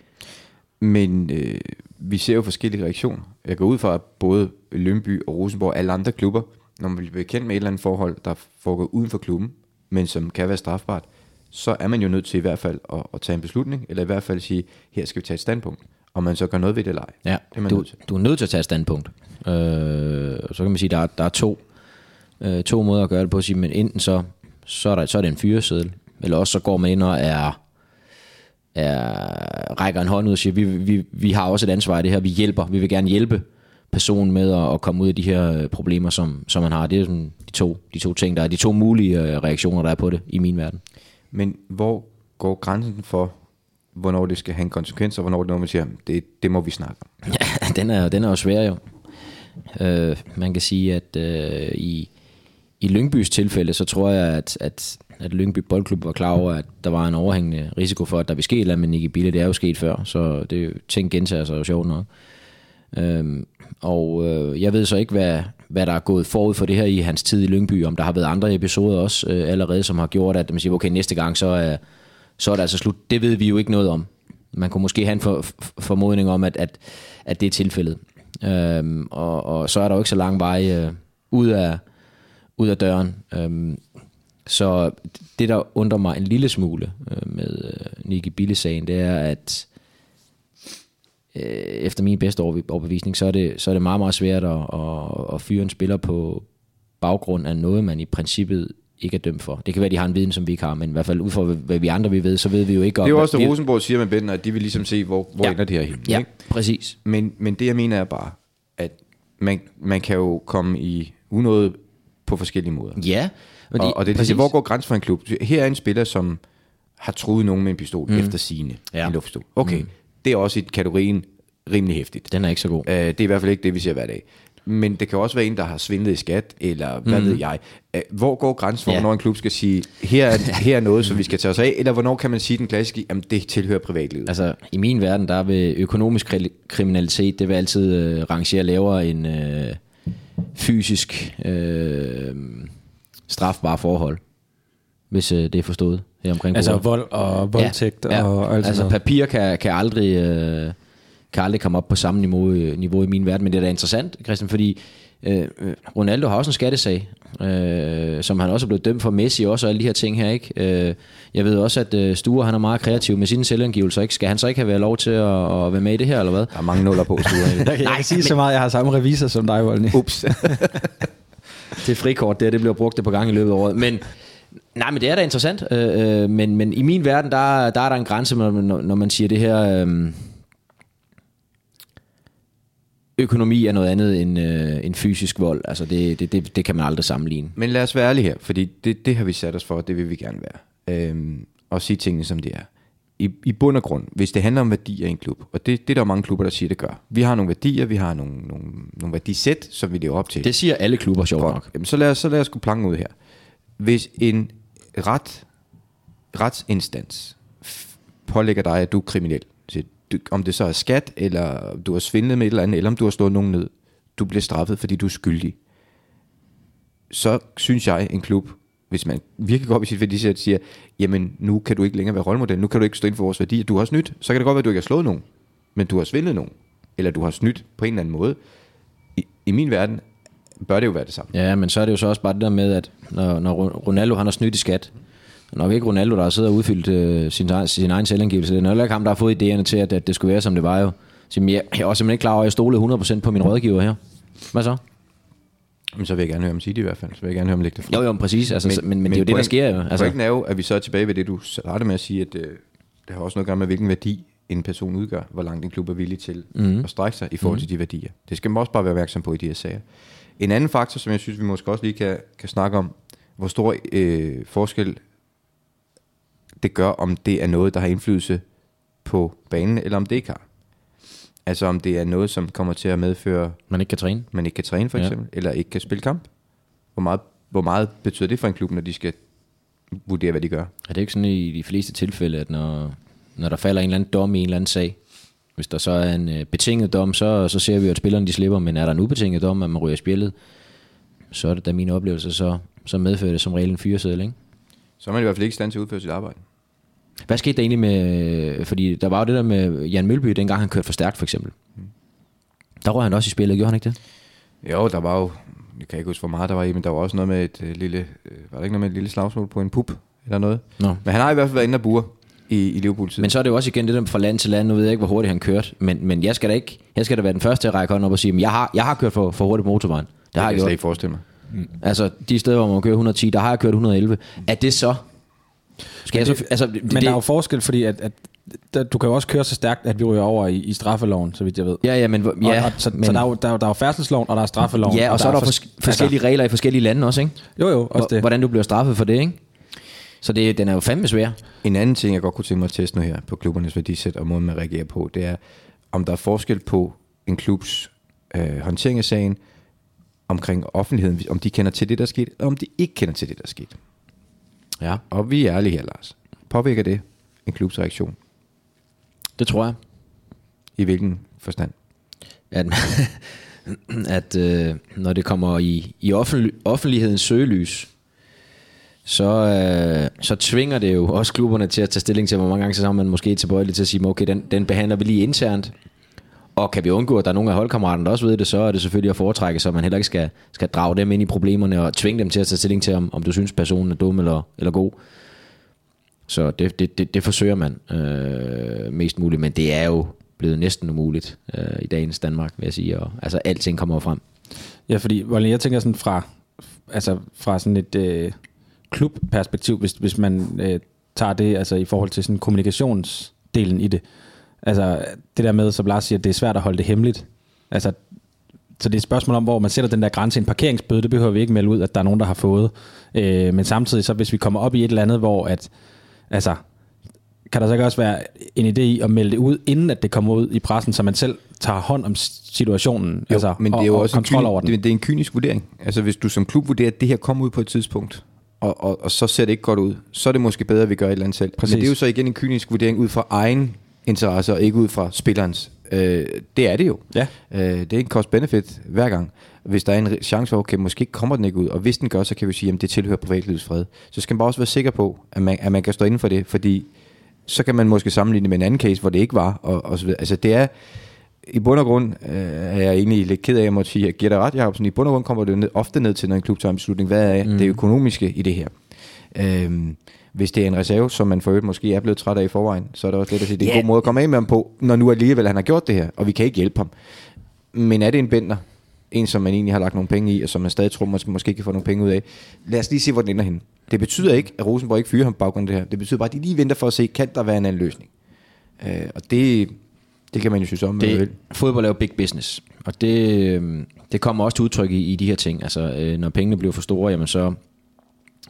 B: Men øh, vi ser jo forskellige reaktioner. Jeg går ud fra, at både Lønby og Rosenborg og alle andre klubber, når man bliver bekendt med et eller andet forhold, der foregår uden for klubben, men som kan være strafbart, så er man jo nødt til i hvert fald at, at tage en beslutning, eller i hvert fald sige, her skal vi tage et standpunkt, om man så gør noget ved det eller ej.
C: Ja,
B: det er man
C: du,
B: nødt til.
C: du er nødt til at tage et standpunkt. Øh, og så kan man sige, at der, er- der er to, øh, to måder at gøre det på. At sige, men enten så, så, er der, så er det en fyreseddel, eller også så går man ind og er, er, rækker en hånd ud og siger, vi, vi, vi har også et ansvar i det her, vi hjælper, vi vil gerne hjælpe personen med at, at komme ud af de her øh, problemer, som, som man har. Det er sådan de to, de to ting, der er de to mulige øh, reaktioner, der er på det i min verden.
B: Men hvor går grænsen for, hvornår det skal have en konsekvens, og hvornår det er noget, man siger, det, det må vi snakke om.
C: Ja, (laughs) den er, den er jo svær jo. Øh, man kan sige, at øh, i, i Lyngbys tilfælde, så tror jeg, at, at, at Lyngby Boldklub var klar over, at der var en overhængende risiko for, at der ville ske et eller andet med Nicky Bille. Det er jo sket før, så det er jo- ting gentager sig jo sjovt nok. Øhm, og øh, jeg ved så ikke, hvad, hvad der er gået forud for det her i hans tid i Lyngby, om der har været andre episoder også øh, allerede, som har gjort, at man siger, okay, næste gang, så, øh, så er det altså slut. Det ved vi jo ikke noget om. Man kunne måske have en for, for, formodning om, at, at, at det er tilfældet. Øhm, og, og så er der jo ikke så lang vej øh, ud, af, ud af døren. Øhm, så det, der undrer mig en lille smule øh, med øh, Nicky Bille-sagen, det er, at øh, efter min bedste overbe- overbevisning, så er det, så er det meget, meget svært at, at, at fyre en spiller på baggrund af noget, man i princippet ikke er dømt for. Det kan være, de har en viden, som vi ikke har, men i hvert fald ud fra, hvad- hvad vi andre vi ved, så ved vi jo ikke om...
B: Det er jo også
C: vi-
B: det, Rosenborg siger med Bender, at de vil ligesom se, hvor, hvor
C: Ja.
B: ja. ender det her henne.
C: Ja,
B: ikke?
C: præcis.
B: Men, men det jeg mener er bare, at man, man kan jo komme i unåde på forskellige måder.
C: Ja, men
B: og, og det, er det,
C: præcis.
B: det, hvor går grænsen for en klub? Her er en spiller, som har truet nogen med en pistol mm. efter sine
C: Ja.
B: ja. en luftstol. Okay, mm. det er også i kategorien rimelig hæftigt.
C: Den er ikke så god.
B: Øh, det er i hvert fald ikke det, vi ser hver dag. Men det kan også være en, der har svindlet i skat, eller hvad mm. ved jeg. Øh, Hvor går grænsen for,
C: Ja.
B: ja. hvornår en klub skal sige, her (laughs) er, her er noget, som vi skal tage os af, eller hvornår kan man sige den klassiske, jamen det tilhører privatlivet. Altså,
C: Altså, i min verden, der vil økonomisk kri- kriminalitet, det vil altid øh, rangere lavere end øh, fysisk øh, strafbare forhold, hvis øh, det er forstået her omkring
I: Altså
C: bordet.
I: vold og voldtægt ja, ja. og alt
C: altså
I: sådan noget.
C: papir kan, kan aldrig øh, kan aldrig komme op på samme niveau, øh, niveau i min verden, men det er da interessant, Christian, fordi øh, øh, Ronaldo har også en skattesag, øh, som han også er blevet dømt for Messi også, og alle de her ting her, ikke? Øh, jeg ved også, at øh, Sture, han er meget kreativ med sine selvangivelser, ikke? Skal han så ikke have været lov til at, at være med i det her, eller hvad?
B: der er mange nuller på, (laughs) Sture.
C: (laughs)
I: Jeg kan Nej, ikke sige men... så meget, jeg har samme revisor som dig, Volny.
B: Ups.
C: det frikort der, det bliver brugt et par gange i løbet af året. Men, nej, men det er da interessant. Øh, øh, men, men i min verden, der, der er der en grænse, når, når, når man siger det her... Øh, økonomi er noget andet end, øh, end fysisk vold. Altså det, det, det, det kan man aldrig sammenligne.
B: Mm. Men lad os være ærlige her, fordi det, det har vi sat os for, og det vil vi gerne være. Øhm, og sige tingene, som de er. I, I bund og grund, hvis det handler om værdier i en klub, og det, det er der jo mange klubber, der siger, det gør. Vi har nogle værdier, vi har nogle, nogle, nogle værdisæt, som vi lever op til.
C: Det siger alle klubber sjovt
B: Godt.
C: nok.
B: Jamen, så lad os, så lad os gå planken ud her. Hvis en ret, retsinstans f- pålægger dig, at du er kriminel, så du, om det så er skat, eller du har svindlet med et eller andet, eller om du har slået nogen ned, du bliver straffet, fordi du er skyldig. Så synes jeg, en klub, hvis man virkelig går op i sit værdisæt, siger, jamen nu kan du ikke længere være rollemodel, nu kan du ikke stå ind for vores værdier, du har snydt, så kan det godt være, at du ikke har slået nogen, men du har svindlet nogen, eller du har snydt på en eller anden måde. I, i min verden bør det jo være det samme.
C: Ja, men så er det jo så også bare det der med, at når, når Ronaldo han har snydt i skat, det er nok ikke Ronaldo, der har siddet og udfyldt øh, sin, egen- sin egen selvangivelse. Det er nok heller ikke ham, der har fået idéerne til, at, at det skulle være, som det var jo. Så jeg, jeg er også simpelthen ikke klar over, at jeg stolede 100% på min rådgiver her. Hvad så?
B: Men så vil jeg gerne høre om City i hvert fald. Så vil jeg gerne høre om Lægte
C: Jo, jo, men præcis. Altså, men, men, men, det er jo det, der sker jo.
B: Altså.
C: Altså,
B: Pointen er jo, at vi så er tilbage ved det, du startede med at sige, at øh, det har også noget at gøre med, hvilken værdi en person udgør, hvor langt en klub er villig til
C: Mhm.
B: mm. at strække sig i forhold mm. til de værdier. Det skal man også bare være opmærksom på i de her sager. En anden faktor, som jeg synes, vi måske også lige kan, kan snakke om, hvor stor øh, forskel det gør, om det er noget, der har indflydelse på banen, eller om det ikke har. Altså om det er noget, som kommer til at medføre
C: man ikke kan træne.
B: man ikke kan træne for
C: Ja.
B: eksempel, ja. eller ikke kan spille kamp. Hvor meget, hvor meget betyder det for en klub, når de skal vurdere, hvad de gør?
C: Er det ikke sådan i de fleste tilfælde, at når, når der falder en eller anden dom i en eller anden sag, hvis der så er en øh, betinget dom, så, så ser vi jo, at spillerne de slipper, men er der en ubetinget dom, at man ryger i spjældet, så er det da min oplevelse, så, så medfører det som regel en fyreseddel, ikke?
B: Så er man i hvert fald ikke i stand til at udføre sit arbejde.
C: Hvad skete der egentlig med, øh, fordi der var jo det der med Jan Mølby, dengang han kørte for stærkt for eksempel. Der røg han også i spillet, gjorde han ikke det?
B: Jo, der var jo, jeg kan ikke huske, hvor meget der var i, men der var også noget med et øh, lille, øh, var der ikke noget med et lille slagsmål på en pub eller noget?
C: Nå.
B: Men han har i hvert fald været inde og bure i, i Liverpool-tiden.
C: Men så er det jo også igen det der fra land til land, nu ved jeg ikke, hvor hurtigt han kørte, men, men jeg skal da ikke, jeg skal da være den første til at række hånden op og sige, at jeg har, jeg har kørt for, for hurtigt på motorvejen. Det,
B: det
C: har
B: kan jeg
C: jeg
B: slet
C: gjort.
B: ikke forestille mig.
C: Altså, de steder, hvor man kører 110, der har jeg kørt 111. Er det så? Skal jeg så... Altså, det,
I: Men det, der er jo forskel, fordi at, at der, du kan jo også køre så stærkt, at vi ryger over i, i straffeloven, så vidt jeg ved.
C: Ja, ja, men... hvor-
I: Og,
C: Ja,
I: og, så,
C: men,
I: så der er jo, der, er jo- der er jo færdselsloven, og der er straffeloven.
C: ja og, så er der jo
I: fors-
C: fors- forskellige regler i forskellige lande også, ikke?
I: Altså, jo, jo, også
C: Hvor-
I: det.
C: Hvordan du bliver straffet for det, ikke? Så det, den er jo fandme svær.
B: En anden ting, jeg godt kunne tænke mig at teste nu her på klubbernes værdisæt og måden, man reagerer på, det er, om der er forskel på en klubs øh, håndtering af sagen omkring offentligheden, om de kender til det, der er sket, og om de ikke kender til det, der er sket.
C: Ja.
B: Og vi er ærlige her, Lars. Påvirker det en klubs reaktion?
C: Det tror jeg.
B: I hvilken forstand?
C: At, (laughs) at øh, når det kommer i, i offentlig, offentlighedens søgelys, så, øh, så tvinger det jo også klubberne til at tage stilling til, hvor mange gange så er man måske tilbøjelig til at sige, "Men okay, den, den behandler vi lige internt, Og kan vi undgå, at der er nogle af holdkammeraterne, der også ved det, så er det selvfølgelig at foretrække, så man heller ikke skal, skal drage dem ind i problemerne og tvinge dem til at tage stilling til, om, om du synes, personen er dum eller, eller god. Så det, det, det, det forsøger man øh, mest muligt, men det er jo blevet næsten umuligt øh, i dagens Danmark, vil jeg sige. Og, altså alting kommer jo frem.
I: Ja, fordi Volden, jeg tænker sådan fra, altså fra sådan et øh, klubperspektiv, hvis, hvis man øh, tager det altså i forhold til sådan kommunikationsdelen i det. Altså det der med, som Lars siger, det er svært at holde det hemmeligt. Altså, så det er et spørgsmål om, hvor man sætter den der grænse. En parkeringsbøde, det behøver vi ikke melde ud, at der er nogen, der har fået. Øh, men samtidig så, hvis vi kommer op i et eller andet, hvor at, altså, kan der så ikke også være en idé i at melde det ud, inden at det kommer ud i pressen, så man selv tager hånd om situationen
B: Jo,
I: altså,
B: men det
I: og,
B: er jo
I: og
B: også en,
I: kontrol
B: kyni-
I: over den?
B: det, det er en kynisk vurdering. Altså hvis du som klub vurderer, at det her kommer ud på et tidspunkt, og, og, og så ser det ikke godt ud, så er det måske bedre, at vi gør et eller andet selv.
I: Præcis.
B: Men det er jo så igen en kynisk vurdering ud fra egen interesse, og ikke ud fra spillerens. Øh, det er det jo.
I: Ja.
B: Øh, det er en cost-benefit hver gang. Hvis der er en ri- chance for, okay, måske kommer den ikke ud, og hvis den gør, så kan vi sige, at det tilhører privatlivets fred. Så skal man bare også være sikker på, at man, at man kan stå inden for det, fordi så kan man måske sammenligne med en anden case, hvor det ikke var, og, og så videre. Altså det er, i bund og grund øh, er jeg egentlig lidt ked af, at jeg må sige, at jeg giver dig ret, Jacobsen. I bund og grund kommer det ned, ofte ned til, når en klub tager en beslutning, hvad er mm. det økonomiske i det her? Øhm, hvis det er en reserve, som man for øvrigt måske er blevet træt af i forvejen, så er det også lidt at sige, det er en god måde at komme af med ham på, når nu alligevel han har gjort det her, og vi kan ikke hjælpe ham. Men er det en bender? En, som man egentlig har lagt nogle penge i, og som man stadig tror, man måske kan få nogle penge ud af. Lad os lige se, hvor den ender henne. Det betyder ikke, at Rosenborg ikke fyrer ham på baggrund af det her. Det betyder bare, at de lige venter for at se, kan der være en anden løsning? Øh, og det, det kan man jo synes om. hvad man
C: det,
B: vil.
C: fodbold er jo big business, og det, øhm, det kommer også til udtryk i, i de her ting. Altså, øh, når pengene bliver for store, jamen så,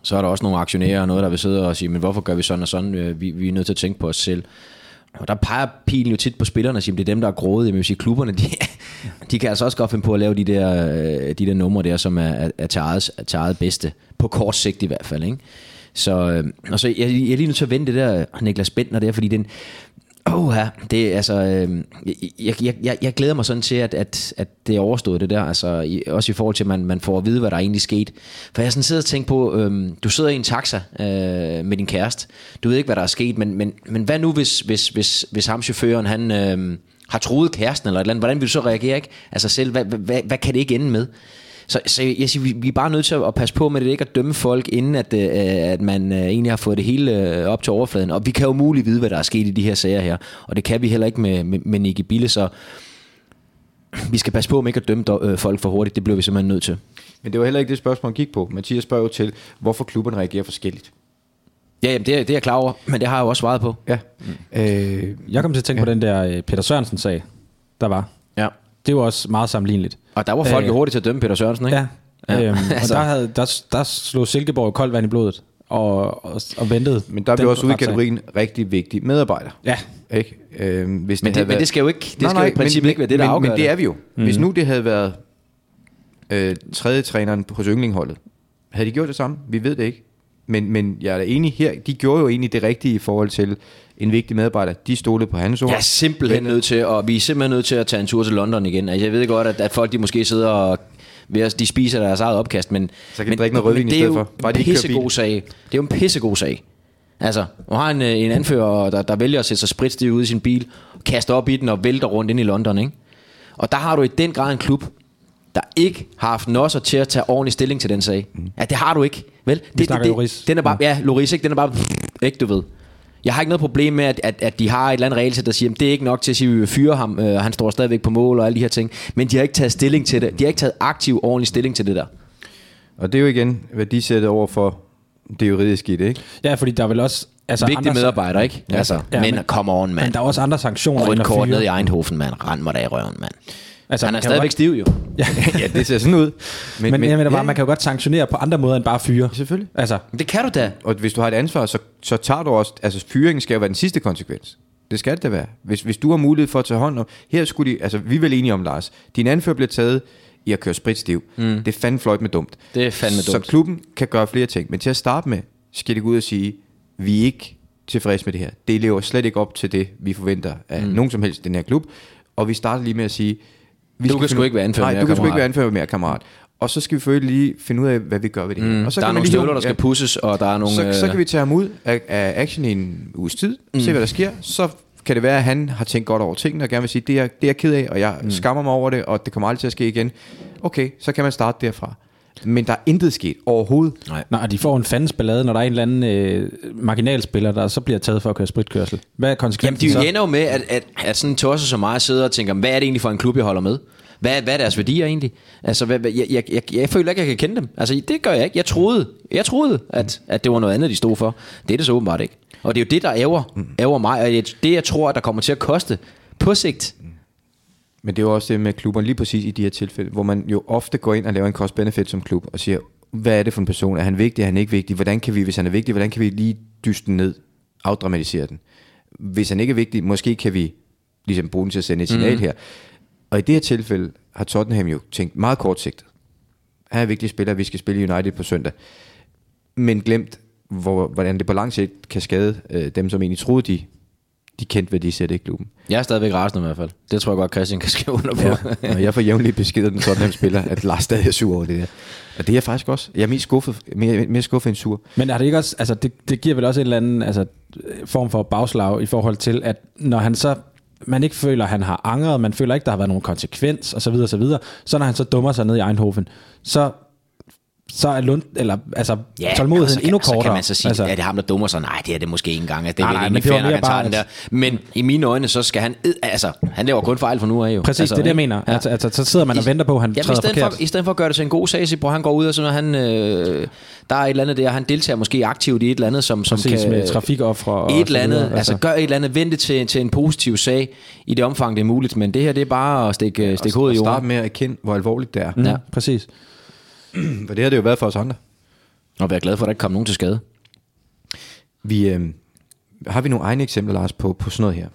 C: så er der også nogle aktionærer og noget, der vil sidde og sige, men hvorfor gør vi sådan og sådan? Øh, Vi, vi er nødt til at tænke på os selv. Og der peger pilen jo tit på spillerne og siger, at det er dem, der er grådige. Men jeg vil sige, klubberne, de, (laughs) de kan altså også godt finde på at lave de der, øh, de der numre der, som er, er, er til, eget, er til eget bedste. På kort sigt i hvert fald, ikke? Så, øh, og så jeg, jeg er lige nødt til at vente det der øh, Niklas Bentner der, fordi den, Åh ja, det er altså, øh, jeg, jeg, jeg, jeg glæder mig sådan til, at, at, at det er overstået det der, altså i, også i forhold til, at man, man får at vide, hvad der egentlig skete. For jeg sådan sidder og tænker på, øh, du sidder i en taxa øh, med din kæreste, du ved ikke, hvad der er sket, men, men, men hvad nu, hvis, hvis, hvis, hvis ham chaufføren, han øh, har troet kæresten eller et eller andet, hvordan vil du så reagere, ikke? Altså selv, hvad, hvad, hvad, hvad kan det ikke ende med? Så, så jeg siger, vi, vi er bare nødt til at passe på med det, ikke at dømme folk, inden at, øh, at man øh, egentlig har fået det hele øh, op til overfladen. Og vi kan jo muligt vide, hvad der er sket i de her sager her. Og det kan vi heller ikke med, med, med Nicky Bille, så vi skal passe på med ikke at dømme øh, folk for hurtigt. Det bliver vi simpelthen nødt til.
B: Men det var heller ikke det spørgsmål, han gik på. Mathias spørger jo til, hvorfor klubberne reagerer forskelligt.
C: Ja, jamen, det, er, det er jeg klar over, men det har jeg jo også svaret på.
B: Ja. Mm. Øh,
I: Jeg kom til at tænke ja. på den der øh, Peter Sørensen-sag, der var.
C: Ja.
I: Det var også meget sammenligneligt.
C: Og der var folk
I: Øh.
C: jo hurtigt til at dømme Peter Sørensen, ikke?
I: Ja. ja. Øhm,
C: Altså.
I: altså. Og der, havde, der, der slog Silkeborg jo koldt vand i blodet og, og, og ventede.
B: Men der
I: den
B: blev også ude i
I: retssag.
B: kategorien rigtig vigtig medarbejder.
I: Ja.
B: Ikke? Øhm, hvis
C: Men det-
B: havde
C: men det skal jo ikke- det skal jo i
B: men-
C: princippet
B: men-
C: ikke være det, der
B: men,
C: afgør
B: Men det
C: det.
B: er vi jo. Mm. Hvis nu det havde været øh, tredje træneren hos yndlingholdet, havde de gjort det samme? Vi ved det ikke. Men, men jeg er da enig her, de gjorde jo egentlig det rigtige i forhold til en vigtig medarbejder. De stolede på hans ord.
C: Jeg er simpelthen nødt til, og vi er simpelthen nødt til at tage en tur til London igen. Altså, Jeg ved godt, at, at folk de måske sidder og ved at- de spiser deres eget opkast, men,
B: Så kan de
C: men,
B: drikke noget rødvin i
C: det er
B: stedet
C: jo
B: for. Bare
C: en
B: de ikke kører bil.
C: pissegod sag. Det er jo en pissegod sag. Altså, nu har en, øh, en anfører, der, der vælger at sætte sig spritstiv ud i sin bil, kaster op i den og vælter rundt ind i London, ikke? Og der har du i den grad en klub, der ikke har haft nosser til at tage ordentlig stilling til den sag. Ja, det har du ikke. Vel, det,
I: Mm. snakker Loris. Mm.
C: Den er bare, ja, Loris, ikke? Den er bare, ikke du ved. Jeg har ikke noget problem med, at, at, at de har et eller andet regelsæt, der siger, at det er ikke nok til at sige, at vi vil fyre ham, øh, og han står stadigvæk på mål og alle de her ting. Men de har ikke taget stilling til det. De har ikke taget aktiv, ordentlig stilling til det der.
B: Og det er jo igen værdisættet over for det juridiske i det,
C: (laughs)
B: ikke?
I: Ja, fordi der er vel også... Altså,
C: Vigtige
I: andre-
C: medarbejdere, ikke?
I: Ja,
C: Altså,
I: ja,
C: men,
I: men-
C: come on,
I: Men
C: mand.
I: der er også andre sanktioner.
C: Rødt
I: end at
C: kort
I: fyre.
C: ned i Eindhofen, mand. Rend mig da i røven, mand. Altså, han er
I: man kan
C: stadigvæk
I: jo
C: stiv, jo.
B: ja, det ser sådan ud.
I: Men, men, jeg mener bare,
B: ja,
I: man kan jo godt sanktionere på andre måder end bare fyre.
B: Selvfølgelig.
I: Altså,
C: Det kan du da.
B: Og hvis du har et ansvar, så, så tager du også... Altså, fyringen skal jo være den sidste konsekvens. Det skal det da være. Hvis, hvis du har mulighed for at tage hånd om... Her skulle de... Altså, vi er vel enige om, Lars. Din anfører bliver taget i at køre spritstiv. Mm. Det er fandme fløjt med dumt.
C: Det er fandme
B: Så
C: dumt.
B: klubben kan gøre flere ting. Men til at starte med, skal de gå ud og sige, vi er ikke tilfredse med det her. Det lever slet ikke op til det, vi forventer af mm. nogen som helst i den her klub. Og vi starter lige med at sige... Vi
C: Du
B: skal
C: kan sgu
B: finde-
C: ikke være anfører
B: Nej,
C: mere,
B: du kan sgu ikke
C: kammerat.
B: være anfører mere, kammerat. Og så skal vi selvfølgelig lige finde ud af, hvad vi gør ved det her. Og så
C: Mm. der
B: kan
C: er
B: man
C: nogle
B: lige hive-
C: støvler, der skal
B: ja.
C: pusses, og der er nogle...
B: Så, så
C: øh,
B: kan vi tage ham ud af, af action i en uges tid, mm. se hvad der sker, så kan det være, at han har tænkt godt over tingene, og gerne vil sige, det er, det er jeg ked af, og jeg mm. skammer mig over det, og det kommer aldrig til at ske igen. Okay, så kan man starte derfra. Men der er intet sket overhovedet.
I: Nej. Nej, og de får en fandens ballade, når der er en eller anden øh, marginalspiller, der så bliver taget for at køre spritkørsel. Hvad er
C: Jamen,
I: konsekvensen
C: de
I: så?
C: jo ender jo med, at, at, at sådan en tosser som mig sidder og tænker, hvad er det egentlig for en klub, jeg holder med? Hvad, hvad er deres værdier egentlig? Altså, hvad, hvad, jeg, jeg, jeg, jeg føler ikke, at jeg kan kende dem. Altså, det gør jeg ikke. Jeg troede, jeg troede at, at det var noget andet, de stod for. Det er det så åbenbart ikke. Og det er jo det, der ærger, ærger mig, og det, det, jeg tror, at der kommer til at koste på sigt.
B: Men det er jo også det med klubberne lige præcis i de her tilfælde, hvor man jo ofte går ind og laver en cost-benefit som klub og siger, hvad er det for en person? Er han vigtig? Er han ikke vigtig? Hvordan kan vi, hvis han er vigtig, hvordan kan vi lige dyste den ned? Afdramatisere den. Hvis han ikke er vigtig, måske kan vi ligesom bruge den til at sende et signal
C: Mhm.
B: her. Og i det her tilfælde har Tottenham jo tænkt meget kortsigtet. Han er en vigtig spiller, vi skal spille i United på søndag. Men glemt, hvor, hvordan det på lang sigt kan skade øh, dem, som egentlig troede, de, de kendte, hvad de sætte i klubben.
C: Jeg er stadigvæk rasende i hvert fald. Det tror jeg godt, Christian kan skrive under på. (laughs)
B: Ja, og jeg får jævnligt beskeder af den Tottenham spiller, at Lars stadig er sur over det der. Og det er jeg faktisk også. Jeg er mest skuffet, mere, mere skuffet end sur.
I: Men er det ikke også, altså det, det giver vel også en eller anden altså, form for bagslag i forhold til, at når han så, man ikke føler, at han har angret, man føler ikke, der har været nogen konsekvens, og så videre, og så videre, så når han så dummer sig ned i Eindhoven, så, så er lund, eller, altså, ja, tålmodigheden
C: så kan,
I: endnu
C: Så kan
I: kortere.
C: man så sige,
I: altså,
C: altså. er det ham, der dummer sig? Nej, det er det måske ikke engang. Altså, det er
I: Nej,
C: nej,
I: nej,
C: nej,
I: men
C: egentlig
I: det var
C: fair, nok,
I: mere
C: han tager
I: bare,
C: den der. Men i mine øjne, så skal han... ed- Altså, han laver kun fejl for nu af jo.
I: Præcis,
C: altså,
I: det er det, jeg
C: ikke?
I: mener. Ja. Altså, altså, så sidder man og venter på, at han
C: Jamen, i
I: træder
C: stedet,
I: forkert.
C: for, i stedet for at gøre det til en god sag, så han går ud og sådan noget, han, øh, der er et eller andet der, han deltager måske aktivt i et eller andet, som, som
I: Præcis,
C: kan...
I: med trafikoffre og
C: et
I: så
C: eller andet,
I: videre,
C: altså.
I: altså.
C: altså gør et eller andet, vente til, til en positiv sag i det omfang, det er muligt, men det her, det er bare at stikke, ja, stikke hovedet i
B: og
C: jorden.
B: starte med at erkende, hvor alvorligt det er.
C: Ja.
I: mm, Præcis.
C: Mm.
B: For det har det jo været for os andre.
C: Og være glad for, at der ikke kom nogen til skade.
B: Vi, øh, har vi nogle egne eksempler, Lars, på, på sådan noget her?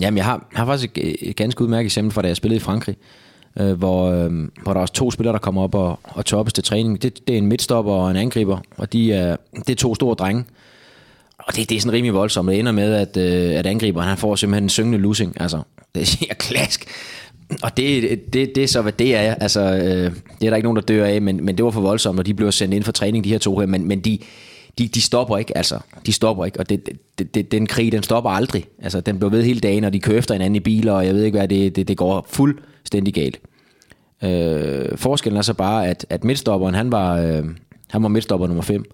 C: Jamen, jeg har, har faktisk et, et ganske udmærket eksempel fra, da jeg spillede i Frankrig, øh, hvor, øh, hvor der er også to spillere, der kommer op og, og toppes til træning. Det, det er en midtstopper og en angriber, og de er, det er to store drenge. Og det, det er sådan rimelig voldsomt. Det ender med, at, øh, at angriberen han får simpelthen en syngende lussing. Altså, (laughs) det siger klask. Og det, det, det er så, hvad det er. Altså, øh, det er der ikke nogen, der dør af, men, men det var for voldsomt, og de blev sendt ind for træning, de her to her. Men, men de, de, de stopper ikke, altså. De stopper ikke, og det, det, det, den krig, den stopper aldrig. Altså, den bliver ved hele dagen, og de kører efter hinanden i biler, og jeg ved ikke hvad, det, det, det går fuldstændig galt. Øh, forskellen er så bare, at, at midtstopperen, han var, øh, han var midtstopper nummer 5,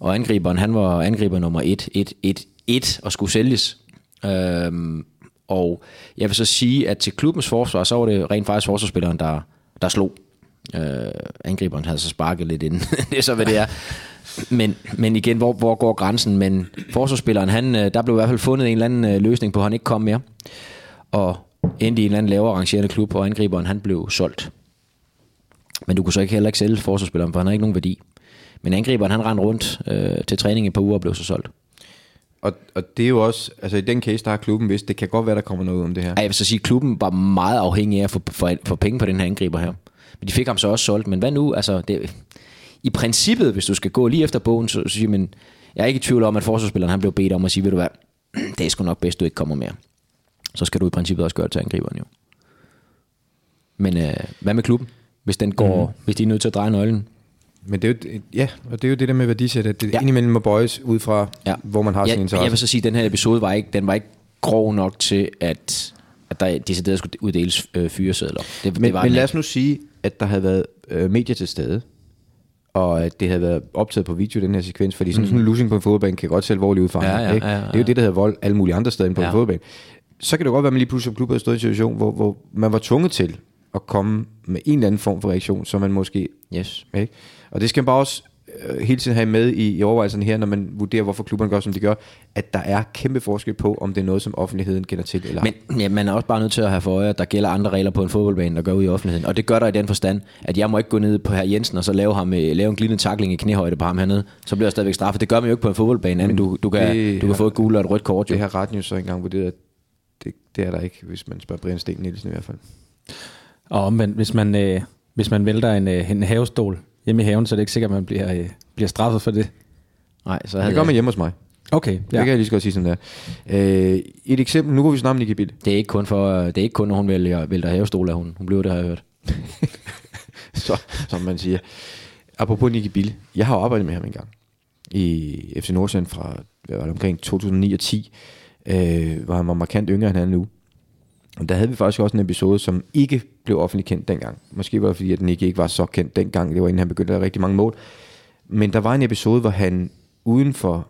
C: og angriberen, han var angriber nummer 1, 1, 1, 1 og skulle sælges. Øh, og jeg vil så sige, at til klubbens forsvar, så var det rent faktisk forsvarsspilleren, der, der slog. Øh, angriberen havde så sparket lidt inden. (laughs) det er så, hvad det er. Men, men igen, hvor, hvor går grænsen? Men forsvarsspilleren, han, øh, der blev i hvert fald fundet en eller anden øh, løsning på, at han ikke kom mere. Og endte i en eller anden lavere arrangerende klub, og angriberen, han blev solgt. Men du kunne så ikke heller ikke sælge forsvarsspilleren, for han har ikke nogen værdi. Men angriberen, han rendte rundt øh, til træning i et par uger og blev så solgt.
B: Og, og det er jo også, altså i den case, der har klubben vist, det kan godt være, der kommer noget ud om det her.
C: Ja. Jeg vil så sige, at klubben var meget afhængig af at få, for, for penge på den her angriber her. Men de fik ham så også solgt. Men hvad nu? Altså, det, I princippet, hvis du skal gå lige efter bogen, så, så siger man, jeg er ikke i tvivl om, at forsvarsspilleren han blev bedt om at sige, ved du hvad, (clears throat) det er sgu nok bedst, du ikke kommer mere. Så skal du i princippet også gøre det til angriberen jo. Men øh, hvad med klubben? Hvis, den går, mm. hvis de er nødt til at dreje nøglen,
B: Men det er jo, ja, og det er jo det der med værdisæt, at det ja. indimellem må bøjes ud fra, ja. hvor man har sin
C: jeg,
B: interesse.
C: jeg vil så sige, at den her episode var ikke, den var ikke grov nok til, at, at der decideret skulle uddeles øh, fyresedler. Det,
B: Men,
C: det var
B: men
C: den
B: lad
C: ikke.
B: os nu sige, at der havde været øh, medier til stede, og at det havde været optaget på video, den her sekvens, fordi sådan, mm. sådan en losing på en fodboldbane kan godt se alvorligt ud for
C: Ja,
B: andre,
C: ja,
B: ikke?
C: ja, ja,
B: Det er jo det, der hedder vold alle mulige andre steder end på ja.
C: Ja.
B: en fodboldbane. Så kan det godt være, at man lige pludselig som klub havde stået i en situation, hvor, hvor man var tvunget til at komme med en eller anden form for reaktion, som man måske...
C: Yes.
B: Ikke? Og det skal man bare også øh, hele tiden have med i, i overvejelserne her, når man vurderer, hvorfor klubberne gør, som de gør, at der er kæmpe forskel på, om det er noget, som offentligheden kender til eller ej.
C: Men ja, man er også bare nødt til at have for øje, at der gælder andre regler på en fodboldbane, der gør ud i offentligheden. Og det gør der i den forstand, at jeg må ikke gå ned på herr Jensen og så lave, ham, øh, lave en glidende takling i knæhøjde på ham hernede. Så bliver jeg stadigvæk straffet. Det gør man jo ikke på en fodboldbane, anden du, du, kan,
B: det
C: du kan
B: har-
C: få et gult og et rødt kort. Jo.
B: Det har retten jo så engang vurderet, at det, det er der ikke, hvis man spørger Brian Sten Nielsen i hvert fald.
I: Og omvendt, hvis man, øh, hvis man vælter en, øh, en havestol hjemme i haven, så er det ikke sikkert, at man bliver, øh, bliver straffet for det.
C: Nej, så
B: Det
C: havde
B: gør man hjemme hos mig.
I: Okay,
B: Ja. Det kan jeg lige så godt sige, som det er. Øh, et eksempel, nu går vi snakke om Nicky Bill.
C: Det er ikke kun, for, øh, det er ikke kun når hun vælger, vælter havestol af hun. Hun bliver det, har jeg hørt.
B: (laughs) så, som man siger. Apropos Nicky Bill, jeg har jo arbejdet med ham engang i FC Nordsjælland fra hvad var det, omkring 2009 og 10. øh, hvor han var markant yngre end han er nu. Og der havde vi faktisk også en episode, som ikke blev offentligt kendt dengang. Måske var det fordi, at den ikke, ikke var så kendt dengang. Det var inden han begyndte at lave rigtig mange mål. Men der var en episode, hvor han uden for,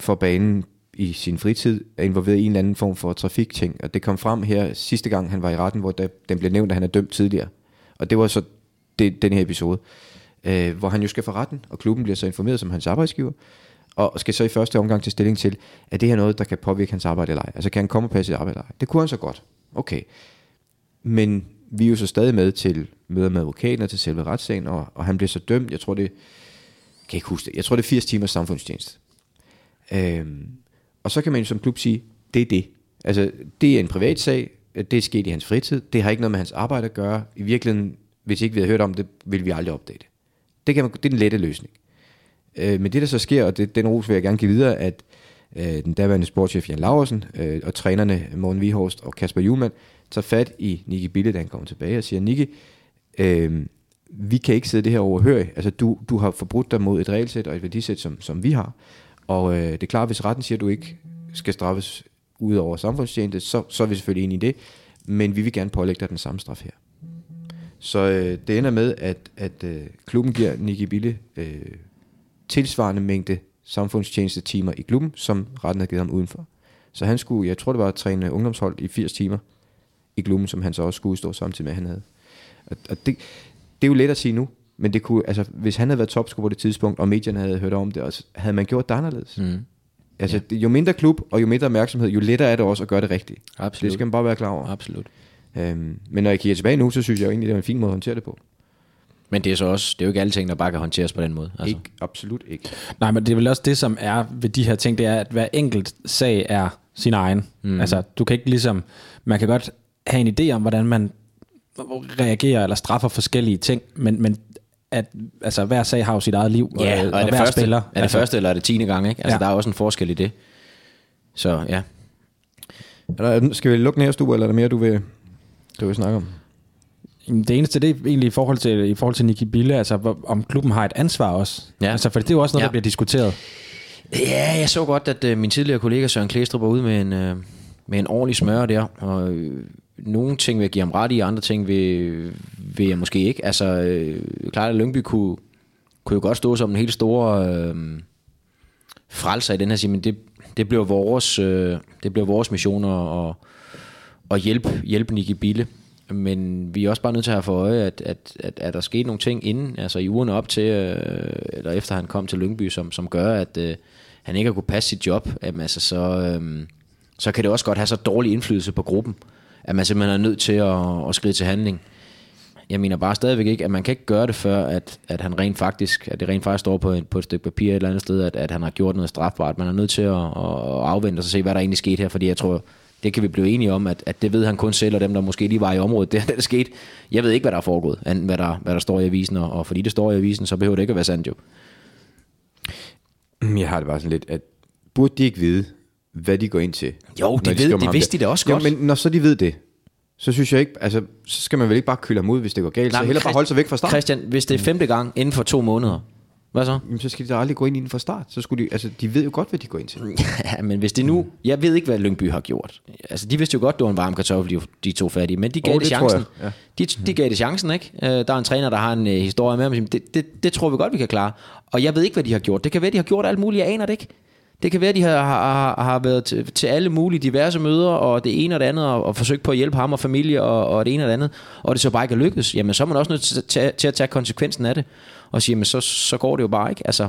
B: for banen i sin fritid er involveret i en eller anden form for trafikting. Og det kom frem her sidste gang, han var i retten, hvor der, den blev nævnt, at han er dømt tidligere. Og det var så det, den her episode, øh, hvor han jo skal for retten, og klubben bliver så informeret som hans arbejdsgiver, og skal så i første omgang til stilling til, at det her noget, der kan påvirke hans arbejde eller ej. Altså kan han komme og passe sit arbejde eller ej. Det kunne han så godt. Okay. Men vi er jo så stadig med til møder med advokaten og til selve retssagen, og, og han blev så dømt, jeg tror det, jeg kan ikke huske det, jeg tror det er 80 timers samfundstjeneste. Øhm, og så kan man jo som klub sige, det er det. Altså, det er en privat sag, det er sket i hans fritid, det har ikke noget med hans arbejde at gøre. I virkeligheden, hvis ikke vi havde hørt om det, ville vi aldrig opdage det. Det, kan man, det er den lette løsning. Øh, men det, der så sker, og det, den ros vil jeg gerne give videre, at øh, den daværende sportschef Jan Laursen øh, og trænerne Morten Vihorst og Kasper Juhlmann tager fat i Nicky Bille, da han kommer tilbage og siger, Nicky, øh, vi kan ikke sidde det her overhørig. Altså, du, du har forbrudt dig mod et regelsæt og et værdisæt, som, som vi har. Og øh, det er klart, hvis retten siger, at du ikke skal straffes ud over samfundstjeneste, så, så er vi selvfølgelig enige i det. Men vi vil gerne pålægge dig den samme straf her. Så øh, det ender med, at, at øh, klubben giver Nicky Bille øh, tilsvarende mængde samfundstjenestetimer i klubben, som retten havde givet ham udenfor. Så han skulle, jeg tror det var at træne ungdomshold i 80 timer i klubben, som han så også skulle stå samtidig med, at han havde. Og, og det, det er jo let at sige nu, men det kunne, altså, hvis han havde været topscorer på det tidspunkt, og medierne havde hørt om det, altså, havde man gjort det anderledes? Mm. Altså, ja. jo mindre klub og jo mindre opmærksomhed, jo lettere er det også at gøre det rigtigt.
C: Absolut.
B: Det skal man bare være klar over.
C: Absolut.
B: Øhm, men når jeg kigger tilbage nu, så synes jeg jo egentlig, det var en fin måde at håndtere det på.
C: Men det er så også, det er jo ikke alle ting, der bare kan håndteres på den måde. Altså.
B: Ikke, absolut ikke.
I: Nej, men det er vel også det, som er ved de her ting, det er, at hver enkelt sag er sin egen. Mm. Altså, du kan ikke ligesom, man kan godt have en idé om, hvordan man reagerer eller straffer forskellige ting, men, men at altså, hver sag har jo sit eget liv,
C: Ja, og,
I: og,
C: og er, det
I: hver
C: første,
I: spiller.
C: er det
I: altså,
C: første eller er det tiende gang, ikke? Altså,
I: Ja.
C: ja. der er også en forskel i det. Så ja.
B: Er der, skal vi lukke den her stue, eller er der mere, du vil, du vil snakke om?
I: Jamen, Det eneste, det er egentlig i forhold til, i forhold til Nicky Bille, altså hvor- om klubben har et ansvar også.
C: Ja.
I: Altså, for det er jo også noget,
C: Ja.
I: ja. der bliver diskuteret.
C: Ja, jeg så godt, at øh, min tidligere kollega Søren Klæstrup var ude med en, øh, med en ordentlig smør der, og øh, nogle ting vil jeg give ham ret i, andre ting vil, vil jeg måske ikke. Altså, øh, klart at Lyngby kunne, kunne jo godt stå som en helt stor øh, frelser i den her sige, men det, det blev vores, øh, det blev vores mission at, at, at hjælpe, hjælpe Nicky Bille. Men vi er også bare nødt til at have for øje, at, at, at, at der skete nogle ting inden, altså i ugerne op til, øh, eller efter han kom til Lyngby, som, som gør, at øh, han ikke har kunne passe sit job, jamen, altså, så, øh, så kan det også godt have så dårlig indflydelse på gruppen, at man simpelthen er nødt til at, at skride til handling. Jeg mener bare stadigvæk ikke, at man kan ikke gøre det før, at, at han rent faktisk, at det rent faktisk står på, en, på et stykke papir et eller andet sted, at, at han har gjort noget strafbart. Man er nødt til at, at at afvente og så se, hvad der egentlig skete her, fordi jeg tror, det kan vi blive enige om, at, at det ved han kun selv, og dem, der måske lige var i området, det, det er sket. Jeg ved ikke, hvad der er foregået, andet end hvad der, hvad der står i avisen, og, og fordi det står i avisen, så behøver det ikke at være sandt jo.
B: Jeg har det bare sådan lidt, at burde de ikke vide, hvad de går ind til?
C: Jo,
B: når
C: de ved-
B: skriver om
C: det
B: ham
C: vidste
B: der?
C: de da også
B: jo,
C: godt.
B: men når så de ved det, så synes jeg ikke, altså, så skal man vel ikke bare køle ham ud, hvis det går galt. Nej, så
C: men
B: heller bare
C: Christ-
B: holde sig væk fra start.
C: Christian, hvis det er femte gang inden for to måneder, hvad så?
B: Jamen, så skal de da aldrig gå ind i den fra start. Så skulle de, altså, de ved jo godt, hvad de går ind til.
C: (laughs) Ja, men hvis det
B: Mm.
C: nu... Jeg ved ikke, hvad Lyngby har gjort. Altså, de vidste jo godt, det var en varm kartoffel, de, de to fattige, men de gav
B: Jo,
C: oh, det,
B: det tror
C: chancen.
B: jeg,
C: Ja. De, de gav det chancen, ikke? Øh, der er en træner, der har en øh, historie med ham. og siger, Det, det, det tror vi godt, vi kan klare. Og jeg ved ikke, hvad de har gjort. Det kan være, de har gjort alt muligt. Jeg aner det ikke. Det kan være, de har, har, har været til, til alle mulige diverse møder, og det ene og det andet, og, og forsøgt på at hjælpe ham og familie, og, og det ene og det andet, og det så bare ikke er lykkedes. Jamen, så er man også nødt til, at tage- til at tage konsekvensen af det, og sige, jamen, så, så går det jo bare ikke. Altså,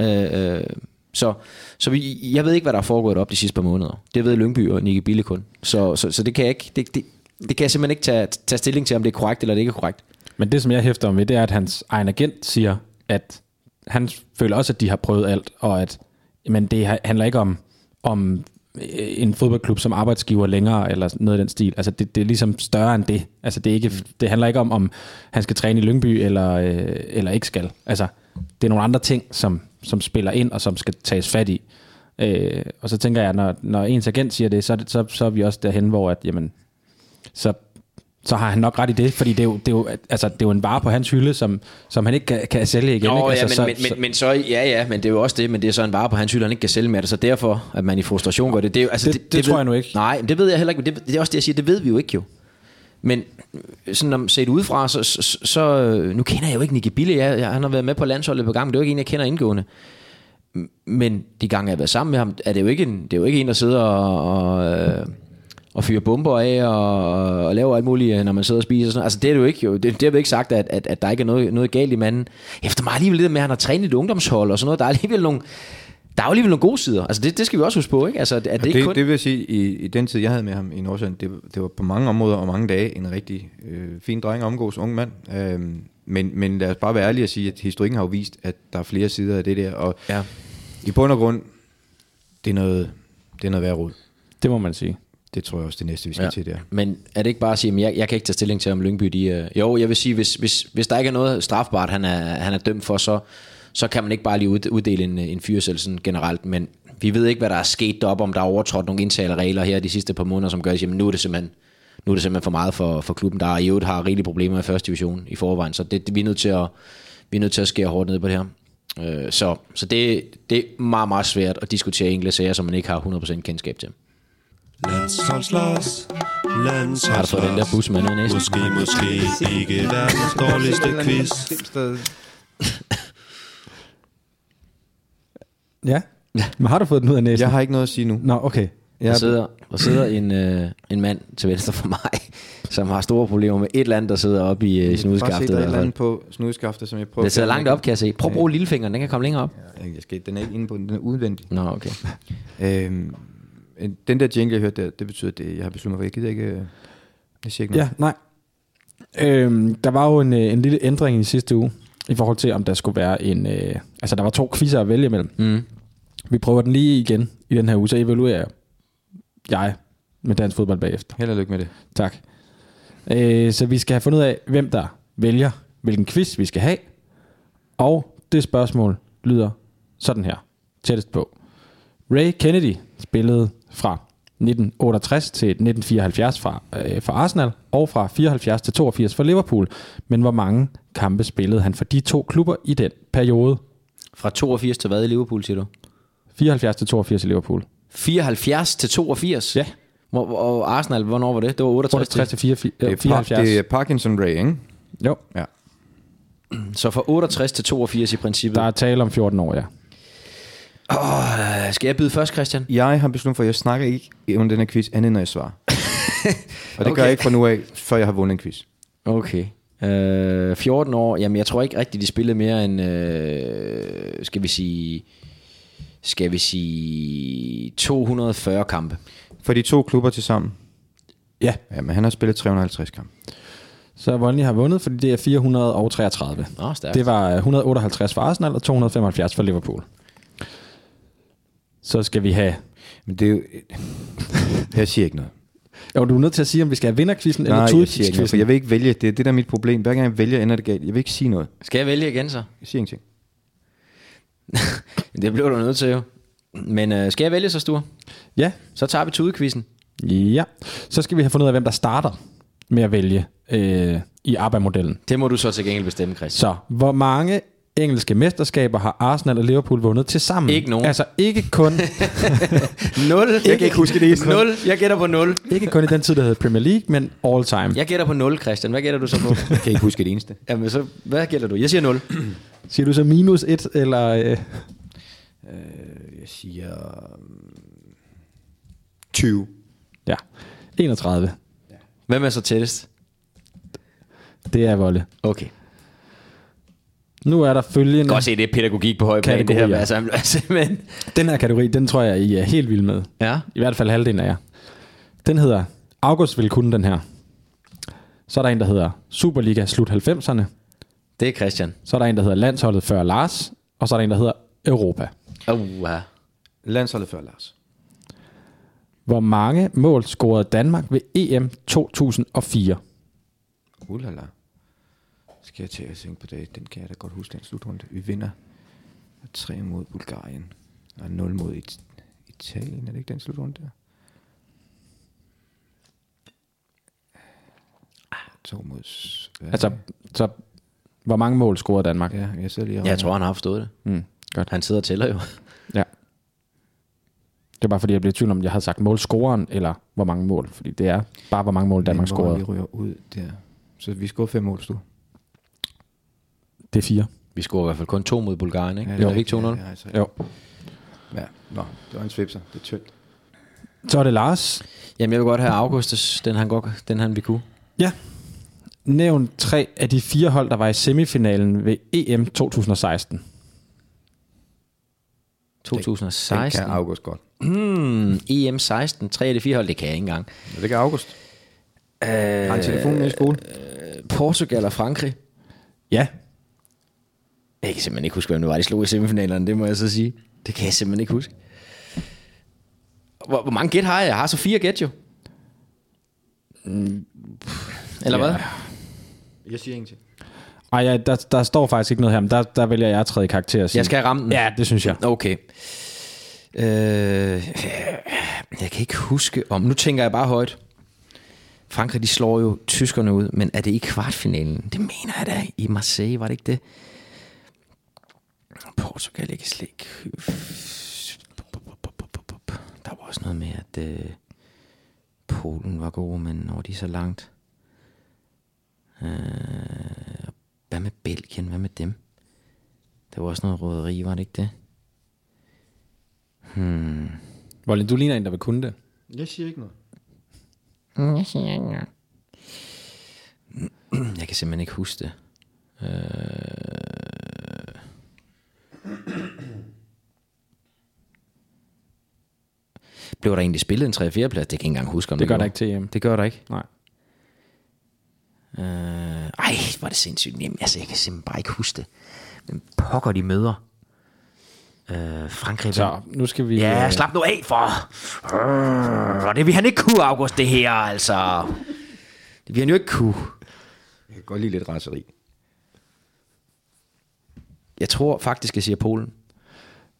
C: øh, øh, så, så vi, jeg ved ikke, hvad der er foregået op de sidste par måneder. Det ved Lyngby og Nicky Bille kun. Så, så, så det kan jeg ikke... Det, det, det kan jeg simpelthen ikke tage, tage stilling til, om det er korrekt eller det ikke er korrekt.
I: Men det, som jeg hæfter om ved, det er, at hans egen agent siger, at han føler også, at de har prøvet alt, og at men det ha- handler ikke om, om øh, en fodboldklub som arbejdsgiver længere, eller noget i den stil. Altså, det, det er ligesom større end det. Altså, det, er ikke, det handler ikke om, om han skal træne i Lyngby, eller, øh, eller ikke skal. Altså, det er nogle andre ting, som, som spiller ind, og som skal tages fat i. Øh, og så tænker jeg, når, når ens agent siger det, så, er det- så, så er vi også derhen, hvor at, jamen, så så har han nok ret i det, fordi det er jo, det er jo, altså, det er jo en vare på hans hylde, som, som han ikke kan, kan sælge igen.
C: Nå,
I: ikke?
C: ja,
I: Altså,
C: men, så, men, men, men så, ja, ja, men det er jo også det, men det er så en vare på hans hylde, han ikke kan sælge med det, så derfor, at man i frustration gør det. Det, er jo- altså,
I: Det- det tror
C: ved,
I: jeg nu ikke.
C: Nej, men det ved jeg heller ikke, men det, det er også det, jeg siger, det ved vi jo ikke jo. Men øh, sådan om set udefra, så, så, så øh, nu kender jeg jo ikke Nicky Bille, jeg, jeg, han har været med på landsholdet på gang, men det er jo ikke en, jeg kender indgående. M- Men de gange, jeg har været sammen med ham, er det jo ikke en, det er jo ikke en der sidder og, og, øh, og fyrer bomber af og, og laver alt muligt, øh, når man sidder og spiser. og Sådan. noget. Altså det er det jo ikke jo. Det, det har vi ikke sagt, at, at, at der ikke er noget, noget galt i manden. Efter mig alligevel lidt med, at han har trænet et ungdomshold og sådan noget. Der er alligevel nogle, der er jo alligevel nogle gode sider. Altså det, det skal vi også huske på, ikke? Altså, at det,
B: det,
C: ikke kun...
B: det vil jeg sige, i, i den tid, jeg havde med ham i Nordsjælland, det, det var på mange områder og mange dage en rigtig øh, fin dreng at omgås, ung mand. Øhm, men, men lad os bare være ærlige og sige, at historikken har jo vist, at der er flere sider af det der. Og
C: Ja.
B: i bund og grund, det er noget, det er noget værd råd.
I: Det må man sige.
B: Det tror jeg også, det næste, vi skal ja. til der.
C: Men er det ikke bare at sige, at jeg, jeg kan ikke tage stilling til, om Lyngby de... Øh, jo, jeg vil sige, hvis, hvis, hvis der ikke er noget strafbart, han er, han er dømt for, så, så kan man ikke bare lige ud, uddele en, øh, en fyresæl sådan generelt. Men vi ved ikke, hvad der er sket deroppe, om der er overtrådt nogle interne regler her de sidste par måneder, som gør, at jamen, nu er det simpelthen nu er det simpelthen for meget for, for klubben, der i øvrigt har rigelige problemer i første division i forvejen, så det, vi, er nødt til at, vi er nødt til at skære hårdt ned på det her. Øh, så så det, det er meget, meget svært at diskutere enkelte sager, som man ikke har 100% kendskab til.
K: Landsholdslars, landsholdslars.
C: Har du fået den der bus med ned i næsen?
K: Måske, måske ikke verdens dårligste quiz.
I: Ja. Men har Altså- du fået den ud af næsen?
B: Jeg har ikke noget at sige nu.
I: Nå, okay.
C: Der sidder, der sidder en, øh, en mand til venstre for mig, som har store problemer med et eller andet, der sidder oppe i øh,
B: Bare se,
C: snudskaftet.
B: der er et
C: i hvert
B: eller
C: fald.
B: andet på snudskaftet, som jeg prøver...
C: Det sidder
B: at fjerne.
C: langt op, kan jeg se. Prøv at bruge lillefingeren, den kan komme længere op.
B: Ja, Jeg skal, den er ikke inde på den, den er udvendig.
C: Nå, okay.
B: øhm, en- den der jingle, jeg hørte der, det betyder, at det, jeg har besluttet mig for, jeg gider ikke... øh, Jeg siger ikke noget.
I: Ja, nej. Øhm, der var jo en, øh, en lille ændring i sidste uge, i forhold til, om der skulle være en... Øh, altså, der var to quizzer at vælge imellem.
C: Mm.
I: Vi prøver den lige igen i den her uge, så evaluerer jeg med dansk fodbold bagefter.
B: Held og lykke med det.
I: Tak. Øh, så vi skal have fundet ud af, hvem der vælger, hvilken quiz vi skal have. Og det spørgsmål lyder sådan her, tættest på. Ray Kennedy spillede fra 1968 til 1974 fra, øh, for Arsenal, og fra 74 til 82 for Liverpool. Men hvor mange kampe spillede han for de to klubber i den periode?
C: Fra 82 til hvad i Liverpool, siger du?
I: 74 til 82 i Liverpool.
C: 74 til 82?
I: Ja.
C: Hvor, og Arsenal, hvornår var det? Det var 68,
I: 68 til 84,
B: Det er,
I: øh,
B: par,
I: 74.
B: det er Parkinson Ray, ikke?
I: Jo,
B: Ja.
C: Så fra 68 til 82 i princippet.
I: der er tale om 14 år, ja.
C: Øh, Skal jeg byde først, Christian?
B: Jeg har besluttet for, at jeg snakker ikke om den her quiz, andet når jeg (laughs) svarer. Og det okay. gør
C: Okay.
B: jeg ikke fra nu af, før jeg har vundet en quiz.
C: Okay. Øh, 14 år, jamen jeg tror ikke rigtigt, de spillede mere end, øh, skal vi sige, skal vi sige 240 kampe.
B: For de to klubber til sammen.
I: Ja.
B: Jamen, han har spillet 350 kampe.
I: Så Volny har vundet, fordi det er 433.
C: Nå, stærkt.
I: Det var øh, 158 for Arsenal og 275 for Liverpool. Så skal vi have...
B: Men det er jo... (laughs) Jeg siger ikke noget.
I: Jo, du er nødt til at sige, om vi skal have vinderkvisten
B: Nej,
I: eller
B: jeg siger ikke noget, for
I: tudkvisten.
B: jeg vil ikke vælge. Det er det, der er mit problem. Hver gang jeg vælger, ender det galt. Jeg vil ikke sige noget.
C: Skal jeg vælge igen så?
B: Jeg siger ingenting.
C: Det blev du nødt til jo. Men øh, skal jeg vælge så, Stur?
I: Ja,
C: Så tager vi tudekvisten.
I: ja. Så skal vi have fundet ud af, hvem der starter med at vælge øh, i ABBA-modellen.
C: Det må du så til gengæld bestemme,
B: (laughs)
C: Christian.
I: Så hvor mange engelske mesterskaber har Arsenal og Liverpool vundet til sammen?
C: Ikke nogen.
I: Altså ikke
B: (laughs)
I: kun,
C: 0. Jeg kan ikke huske det. 0. Jeg gætter på 0.
I: ikke kun i den tid, der hed Premier League, men all time.
C: Jeg gætter på 0, Christian. Hvad gætter du så på?
B: (laughs) Jeg kan ikke huske det eneste.
C: Jamen, så, hvad gætter du? Jeg siger 0.
I: Siger du så minus et, eller... Øh,
B: Jeg siger... øh, 20.
I: ja, 31.
C: Hvem er så tættest?
I: Det er volde.
C: Okay.
I: Nu er der følgende...
C: Godt se, det er pædagogik på høj plan, det her.
I: Kategorier.
C: med, Altså, (laughs) simpelthen.
I: Den her kategori, den tror jeg, I er helt vilde med.
C: Ja.
I: I hvert fald halvdelen af jer. Den hedder, August vil kunne den her. Så er der en, der hedder Superliga slut 90'erne.
C: Det er Christian.
I: Så er der en, der hedder Landsholdet før Lars. Og så er der en, der hedder Europa.
C: Uh, ja.
B: Landsholdet før, Lars.
I: Hvor mange mål scorede Danmark ved E EM 2004?
B: Ulala. Skal jeg til at tænke på det? Den kan jeg da godt huske, den slutrunde. Vi vinder 3 mod Bulgarien. Og 0 mod It- Italien. Er det ikke den slutrunde der? Ah, to mod... s- hvad?
I: Altså, så hvor mange mål scorede Danmark?
B: Ja, jeg sidder lige og
C: Jeg tror, han har forstået det.
I: Mm, godt.
C: Han sidder og tæller jo.
I: Ja. Det var bare fordi, jeg blev i tvivl om, jeg havde sagt målscoren, eller hvor mange mål. Fordi det er bare, hvor mange mål Danmark
B: Men hvor
I: scorede.
B: Vi ryger ud der. Så vi scorede fem mål, stod.
I: Det er fire.
C: Vi scorer i hvert fald kun to mod Bulgarien, ikke?
B: Ja,
C: Ja, jo.
B: jo.
C: ikke 2-0?
B: Ja, det er altså-
I: Jo.
B: Ja, nå, det var en svipser. Det er tyndt.
I: Så er det Lars.
C: Jamen, jeg vil godt have Augustus, den han, godt, den han vi kunne.
I: Ja. Nævn tre af de fire hold, der var i semifinalen ved E EM 2016.
C: 2016.
B: Den kan August godt.
C: Hmm, EM 16, 3 af de 4 hold, det kan jeg ikke engang.
B: Ja, det kan August.
C: Øh,
B: Har han telefonen med i skole?
C: Portugal og Frankrig.
I: Ja.
C: Jeg kan simpelthen ikke huske, hvem det var, de slog i semifinalerne, det må jeg så sige. Det kan jeg simpelthen ikke huske. Hvor, hvor mange gæt har jeg? Jeg har så fire gæt jo. Eller hvad?
B: Jeg siger ingenting.
I: Ej, ja, der, der står faktisk ikke noget her, men der, der vælger jeg tredje karakter. at sige-
C: Jeg skal ramme den.
I: Ja, det synes jeg.
C: Okay. Øh, jeg kan ikke huske om... Nu tænker jeg bare højt. Frankrig, de slår jo tyskerne ud, men er det i kvartfinalen? Det mener jeg da. I Marseille, var det ikke det? Portugal, jeg kan slet ikke... Der var også noget med, at øh, Polen var god, men når de er så langt... Øh, hvad med Belgien? Hvad med dem? Der var også noget råderi, var det ikke det? Hmm.
I: Volden, du ligner en, der vil kunne det.
B: Jeg siger ikke noget.
C: Jeg kan simpelthen ikke huske det. Øh... Blev der egentlig spillet en 3. 4. plads? Det kan jeg ikke engang huske, om
I: Det gør der
C: gjorde.
I: ikke til EM.
C: Det gør der ikke.
I: Nej.
C: Øh... Ej, var det sindssygt. Jamen, altså, jeg kan simpelthen bare ikke huske det. Hvem pokker de møder? Øh, Frankrig.
I: Så nu skal vi...
C: Ja,
I: øh,
C: slap nu af for. Øh, og det vil han ikke kunne, August, det her, altså. Det vil han jo ikke kunne.
B: Jeg kan godt lide lidt raseri.
C: Jeg tror faktisk, jeg siger Polen.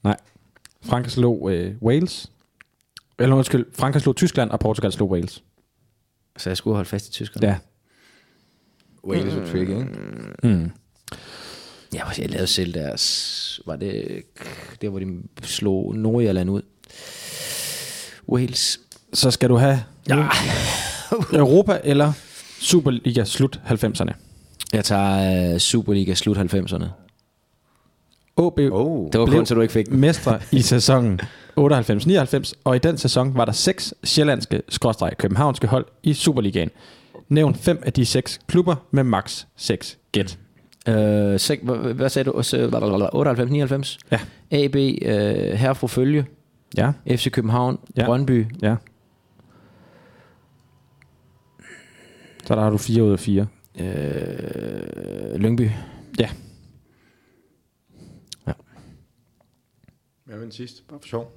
I: Nej. Frankrig slog øh, Wales. Eller undskyld, Frankrig slog Tyskland, og Portugal slog Wales.
C: Så jeg skulle holde fast i Tyskland.
I: Ja.
B: Wales og Trick, ikke?
I: Mm.
C: Ja, jeg lavede selv deres... Var det der, hvor de slog Nordirland ud? Wales.
I: Så skal du have
C: Ja.
I: Europa eller Superliga slut 90'erne.
C: Jeg tager øh, Superliga slut 90'erne.
I: OB
B: Oh.
C: Det var
I: Blev-
C: kun, så du ikke fik den.
I: mestre i sæsonen 98-99, og i den sæson var der seks sjællandske skråstreg københavnske hold i Superligaen. Nævn fem af de seks klubber med maks 6 gæt.
C: Øh, sek, hvad, hvad sagde du? Så- 98, 99?
I: Ja.
C: AB, øh, Herfru Følge,
I: Ja,
C: FC København,
I: Ja.
C: ja. Brøndby.
I: ja. Så der har du 4 ud af 4.
C: Øh, Lyngby.
I: Ja.
B: Hvad var den sidste? Bare for sjov.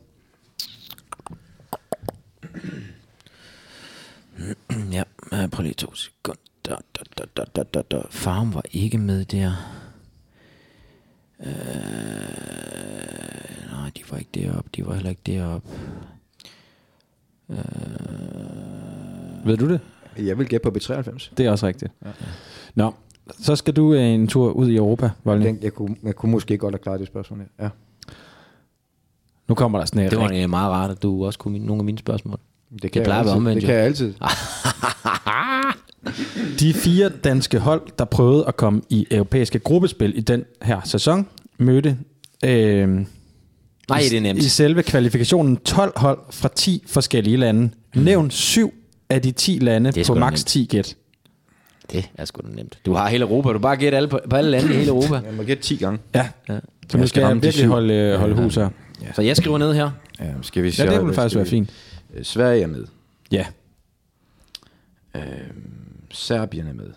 C: Ja, øh, prøv lige to sekunder. Da, da, da, da, da, da, da. Farm var ikke med der. Øh, nej, de var ikke deroppe. De var heller ikke deroppe. Øh,
I: Ved du det?
B: Jeg vil gætte på B93.
I: Det er også rigtigt. Ja. Nå, så skal du øh, en tur ud i Europa, Volden.
B: Den, jeg, kunne, jeg kunne måske godt have klaret det spørgsmål her. Ja.
I: Nu kommer der sådan
C: det var
I: en
C: egentlig meget rart, at du også kunne min- nogle af mine spørgsmål.
B: Det
C: plejer
B: jeg
C: at være
B: altid.
C: omvendt,
B: Det
C: jo.
B: kan jeg altid.
I: De fire danske hold, der prøvede at komme i europæiske gruppespil i den her sæson, mødte øh,
C: Nej, det er nemt.
I: i selve kvalifikationen 12 hold fra 10 forskellige lande. Mm. Nævn 7 af de 10
C: Det er
I: lande på
C: sgu da
I: maks
C: nemt.
I: 10 gæt.
C: Det er sgu da nemt. Du har hele Europa. Du bare gætter alle på, på alle lande i hele Europa.
B: Jeg må gætte 10 gange.
I: Ja,
C: Ja.
I: så nu
B: Jeg skal
I: skal
B: ramme
I: jeg
B: de
I: virkelig
B: syv.
I: holde, øh, holde
B: Ja,
I: hus her.
C: Så jeg skriver ned her.
B: Ja, skal vi
I: Ja, det ville faktisk være fint.
B: Øh, Sverige er med. Øh,
I: Ja.
B: Serbien er med.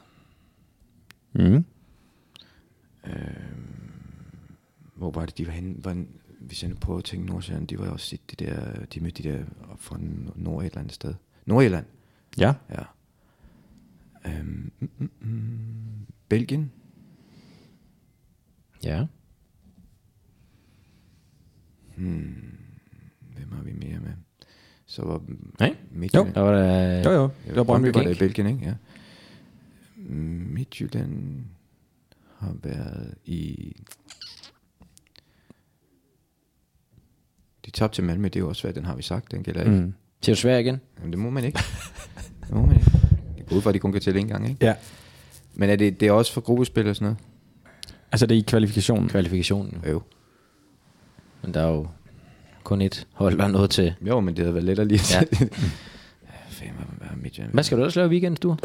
I: Mm.
B: Øh, Hvor var det, de var henne? Hvordan, hvis jeg nu prøver at tænke Nordsjælland, de var jo også de der, de mødte de der op fra Nord- Nord et eller andet sted. Nordjylland,
I: Ja.
B: ja. Øhm, mm, mm, mm. Belgien,
C: Ja.
B: hvem har vi mere med? Så var
C: Nej.
B: Midtjylland.
C: Der var der...
I: Jo, jo. Det var Brøndby.
B: var der i Belgien, ikke? Ja. Midtjylland, har været i... De tabte til Malmø, det er jo også svært, den har vi sagt, den gælder ikke.
C: Mm. Til Sverige igen?
B: Jamen, det må man
C: (laughs)
B: ikke. det må man ikke. Jeg går ud fra, at de kun kan tælle en gang, ikke?
I: Ja.
B: Men er det, det er også for gruppespil og sådan noget?
I: Altså det er i kvalifikationen?
C: Kvalifikationen.
B: Jo.
C: Men der er jo kun et hold, der er noget til.
B: Jo, men det havde været let at lige
C: Ja.
B: (laughs) Fanden, hvad- hvad er Midtjylland?
C: Hvad skal du ellers lave i weekenden, du?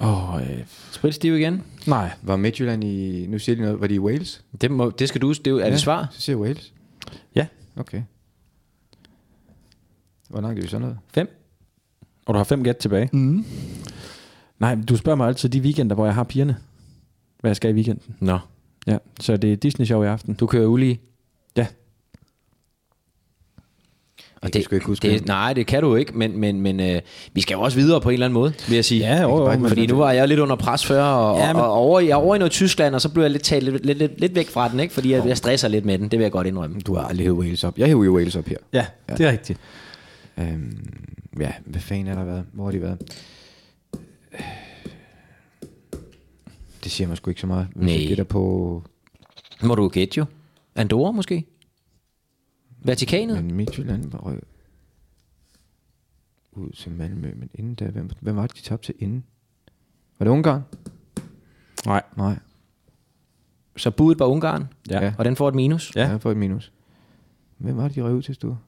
I: Åh, oh, øh.
C: Spritstiv igen?
I: Nej.
B: Var Midtjylland i... Nu siger de noget. Var de i Wales?
C: Det, må, det skal du... Det er, jo- er det
B: Ja.
C: svar?
B: Så siger jeg Wales.
I: Ja.
B: Okay. Hvor langt er vi så nået?
I: Fem. Og du har fem gæt tilbage.
C: Mm.
I: Nej, men du spørger mig altid de weekender, hvor jeg har pigerne. Hvad jeg skal i weekenden.
C: Nå.
I: Ja, så det er Disney-show i aften.
C: Du kører ulige.
I: Ja.
C: Og
B: kan sgu ikke huske
C: det,
B: det.
C: Nej, det kan du ikke, men, men, men øh, vi skal jo også videre på en eller anden måde, vil jeg sige.
I: Ja, jo, jo, men-
C: Fordi nu var jeg lidt under pres før, og,
I: Ja,
C: ja,
I: men-
C: men... og over, jeg er over i noget Tyskland, og så blev jeg lidt talt lidt, lidt, lidt, lidt væk fra den, ikke? fordi jeg, jeg stresser lidt med den. Det vil jeg godt indrømme.
B: Du har aldrig hævet Wales op. Jeg hæver jo Wales op her.
I: Ja,
B: Ja.
I: det er rigtigt.
B: Øhm, ja, hvad fanden er der været? Hvor har de været? Det siger man sgu ikke så meget. Hvis
C: Nej.
B: jeg gætter på...
C: Må du gætte jo. Andorra måske? Vatikanet?
B: Men Midtjylland var røg ud til Malmø, men inden da, hvem, hvem var det, de tabte til inden? Var det Ungarn?
I: Nej.
B: Nej.
C: Så budet var Ungarn,
I: Ja.
B: Ja.
C: og den får et minus.
I: Ja.
B: Ja. Jeg får et minus. Hvem var det, de røg ud til, Sture?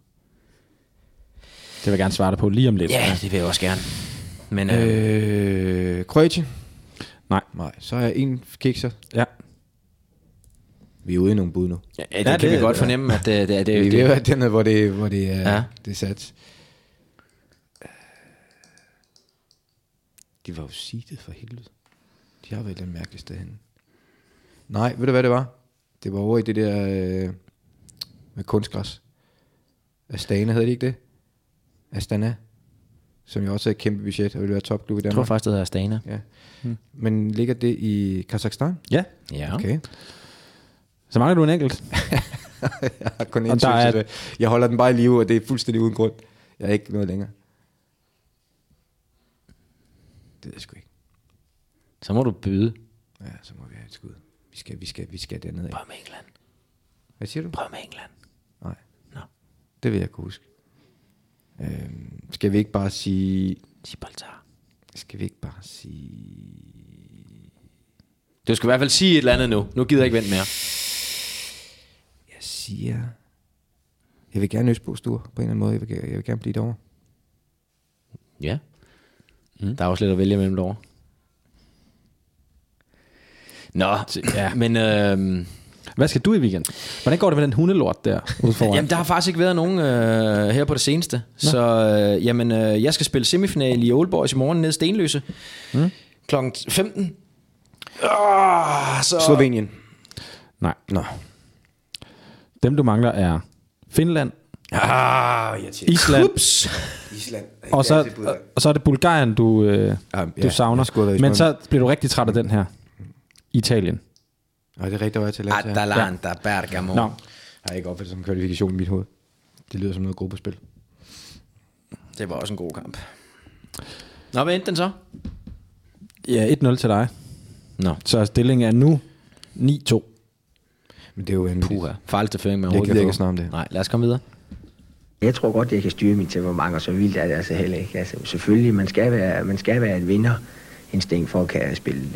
I: Det vil jeg gerne svare dig på lige om lidt.
C: Ja, det vil jeg også gerne. Men øh,
B: Øh, Kroatien?
I: Nej.
B: Nej, så er jeg en kikser.
I: Ja.
B: Vi er ude i nogle bud nu.
C: ja, det, ja, kan det, vi godt fornemme, at øh, det,
B: Det,
C: det, det, det,
B: vi er
C: det,
B: ved
C: det
B: at den hvor det, hvor det, er,
C: Ja.
B: ja. det er sat. Øh, De var jo seedet for helvede. De har været den mærkeligste henne. Nej, ved du hvad det var? Det var over i det der øh, med kunstgræs. Astana hedder det ikke det? Astana. Som jo også er et kæmpe budget og vil være topklub i
C: jeg tror
B: Danmark.
C: faktisk, det hedder Astana.
B: Ja. Men ligger det i Kazakhstan?
I: ja.
C: Ja.
B: Okay. (laughs)
I: Så mangler du en enkelt.
B: Jeg har kun en
I: Og der
B: synes,
I: er-
B: at det- Jeg holder den bare i live, og det er fuldstændig uden grund. Jeg er ikke noget længere. Det ved jeg sgu ikke.
C: Så må du byde.
B: Ja, så må vi have et skud. Vi skal, vi skal, vi skal dernede. af.
C: Prøv med England.
B: Hvad siger du?
C: Prøv med England.
B: Nej.
C: Nå.
B: Det vil jeg kunne huske. Øhm, skal vi ikke bare sige...
C: Gibraltar.
B: Skal vi ikke bare sige...
C: Du skal i hvert fald sige et eller andet nu. Nu gider jeg ikke vente mere.
B: Jeg siger... Jeg vil gerne østbo stor på en eller anden måde. Jeg vil, jeg vil gerne blive derovre.
C: Ja. Mm. Der er også lidt at vælge mellem derovre. Nå, ja. (clears throat) men øhm,
I: Hvad skal du i weekenden? Hvordan går det med den hundelort der ude foran?
C: jamen, der har faktisk ikke været nogen øh, her på det seneste. Så øh, jamen, øh, jeg skal spille semifinal i Old Boys i morgen nede i Stenløse. Mm. Klokken 15. Oh, så...
B: Slovenien.
I: Nej.
B: Nå.
I: Dem du mangler er Finland,
B: Ah, jeg tænker.
I: Island,
C: Ups.
B: Island.
I: og så, og så er det Bulgarien, du, øh,
B: Ja,
I: du savner.
B: jeg skulle have været i
I: Men
B: Spanien.
I: så bliver du rigtig træt af den her. Italien.
B: Og det er rigtigt, Ah, der var til at
C: Atalanta, Bergamo.
I: Nå,
B: har ikke opfattet som kvalifikation i mit hoved. Det lyder som noget gruppespil.
C: Det var også en god kamp. Nå, hvad endte den så?
I: ja, 1-0 til dig.
C: Nå.
I: Så stillingen er nu 9-2.
B: Men det er jo en
C: Puha. Farlig til føring,
B: Jeg
C: man overhovedet
B: gider
C: kan
B: ikke
C: få.
B: snakke om det.
C: Nej, lad os komme videre.
J: Jeg tror godt, jeg kan styre mit temperament, og så vildt er det altså heller ikke. Altså, selvfølgelig, man skal være, man skal være et vinderinstinkt for at kan spille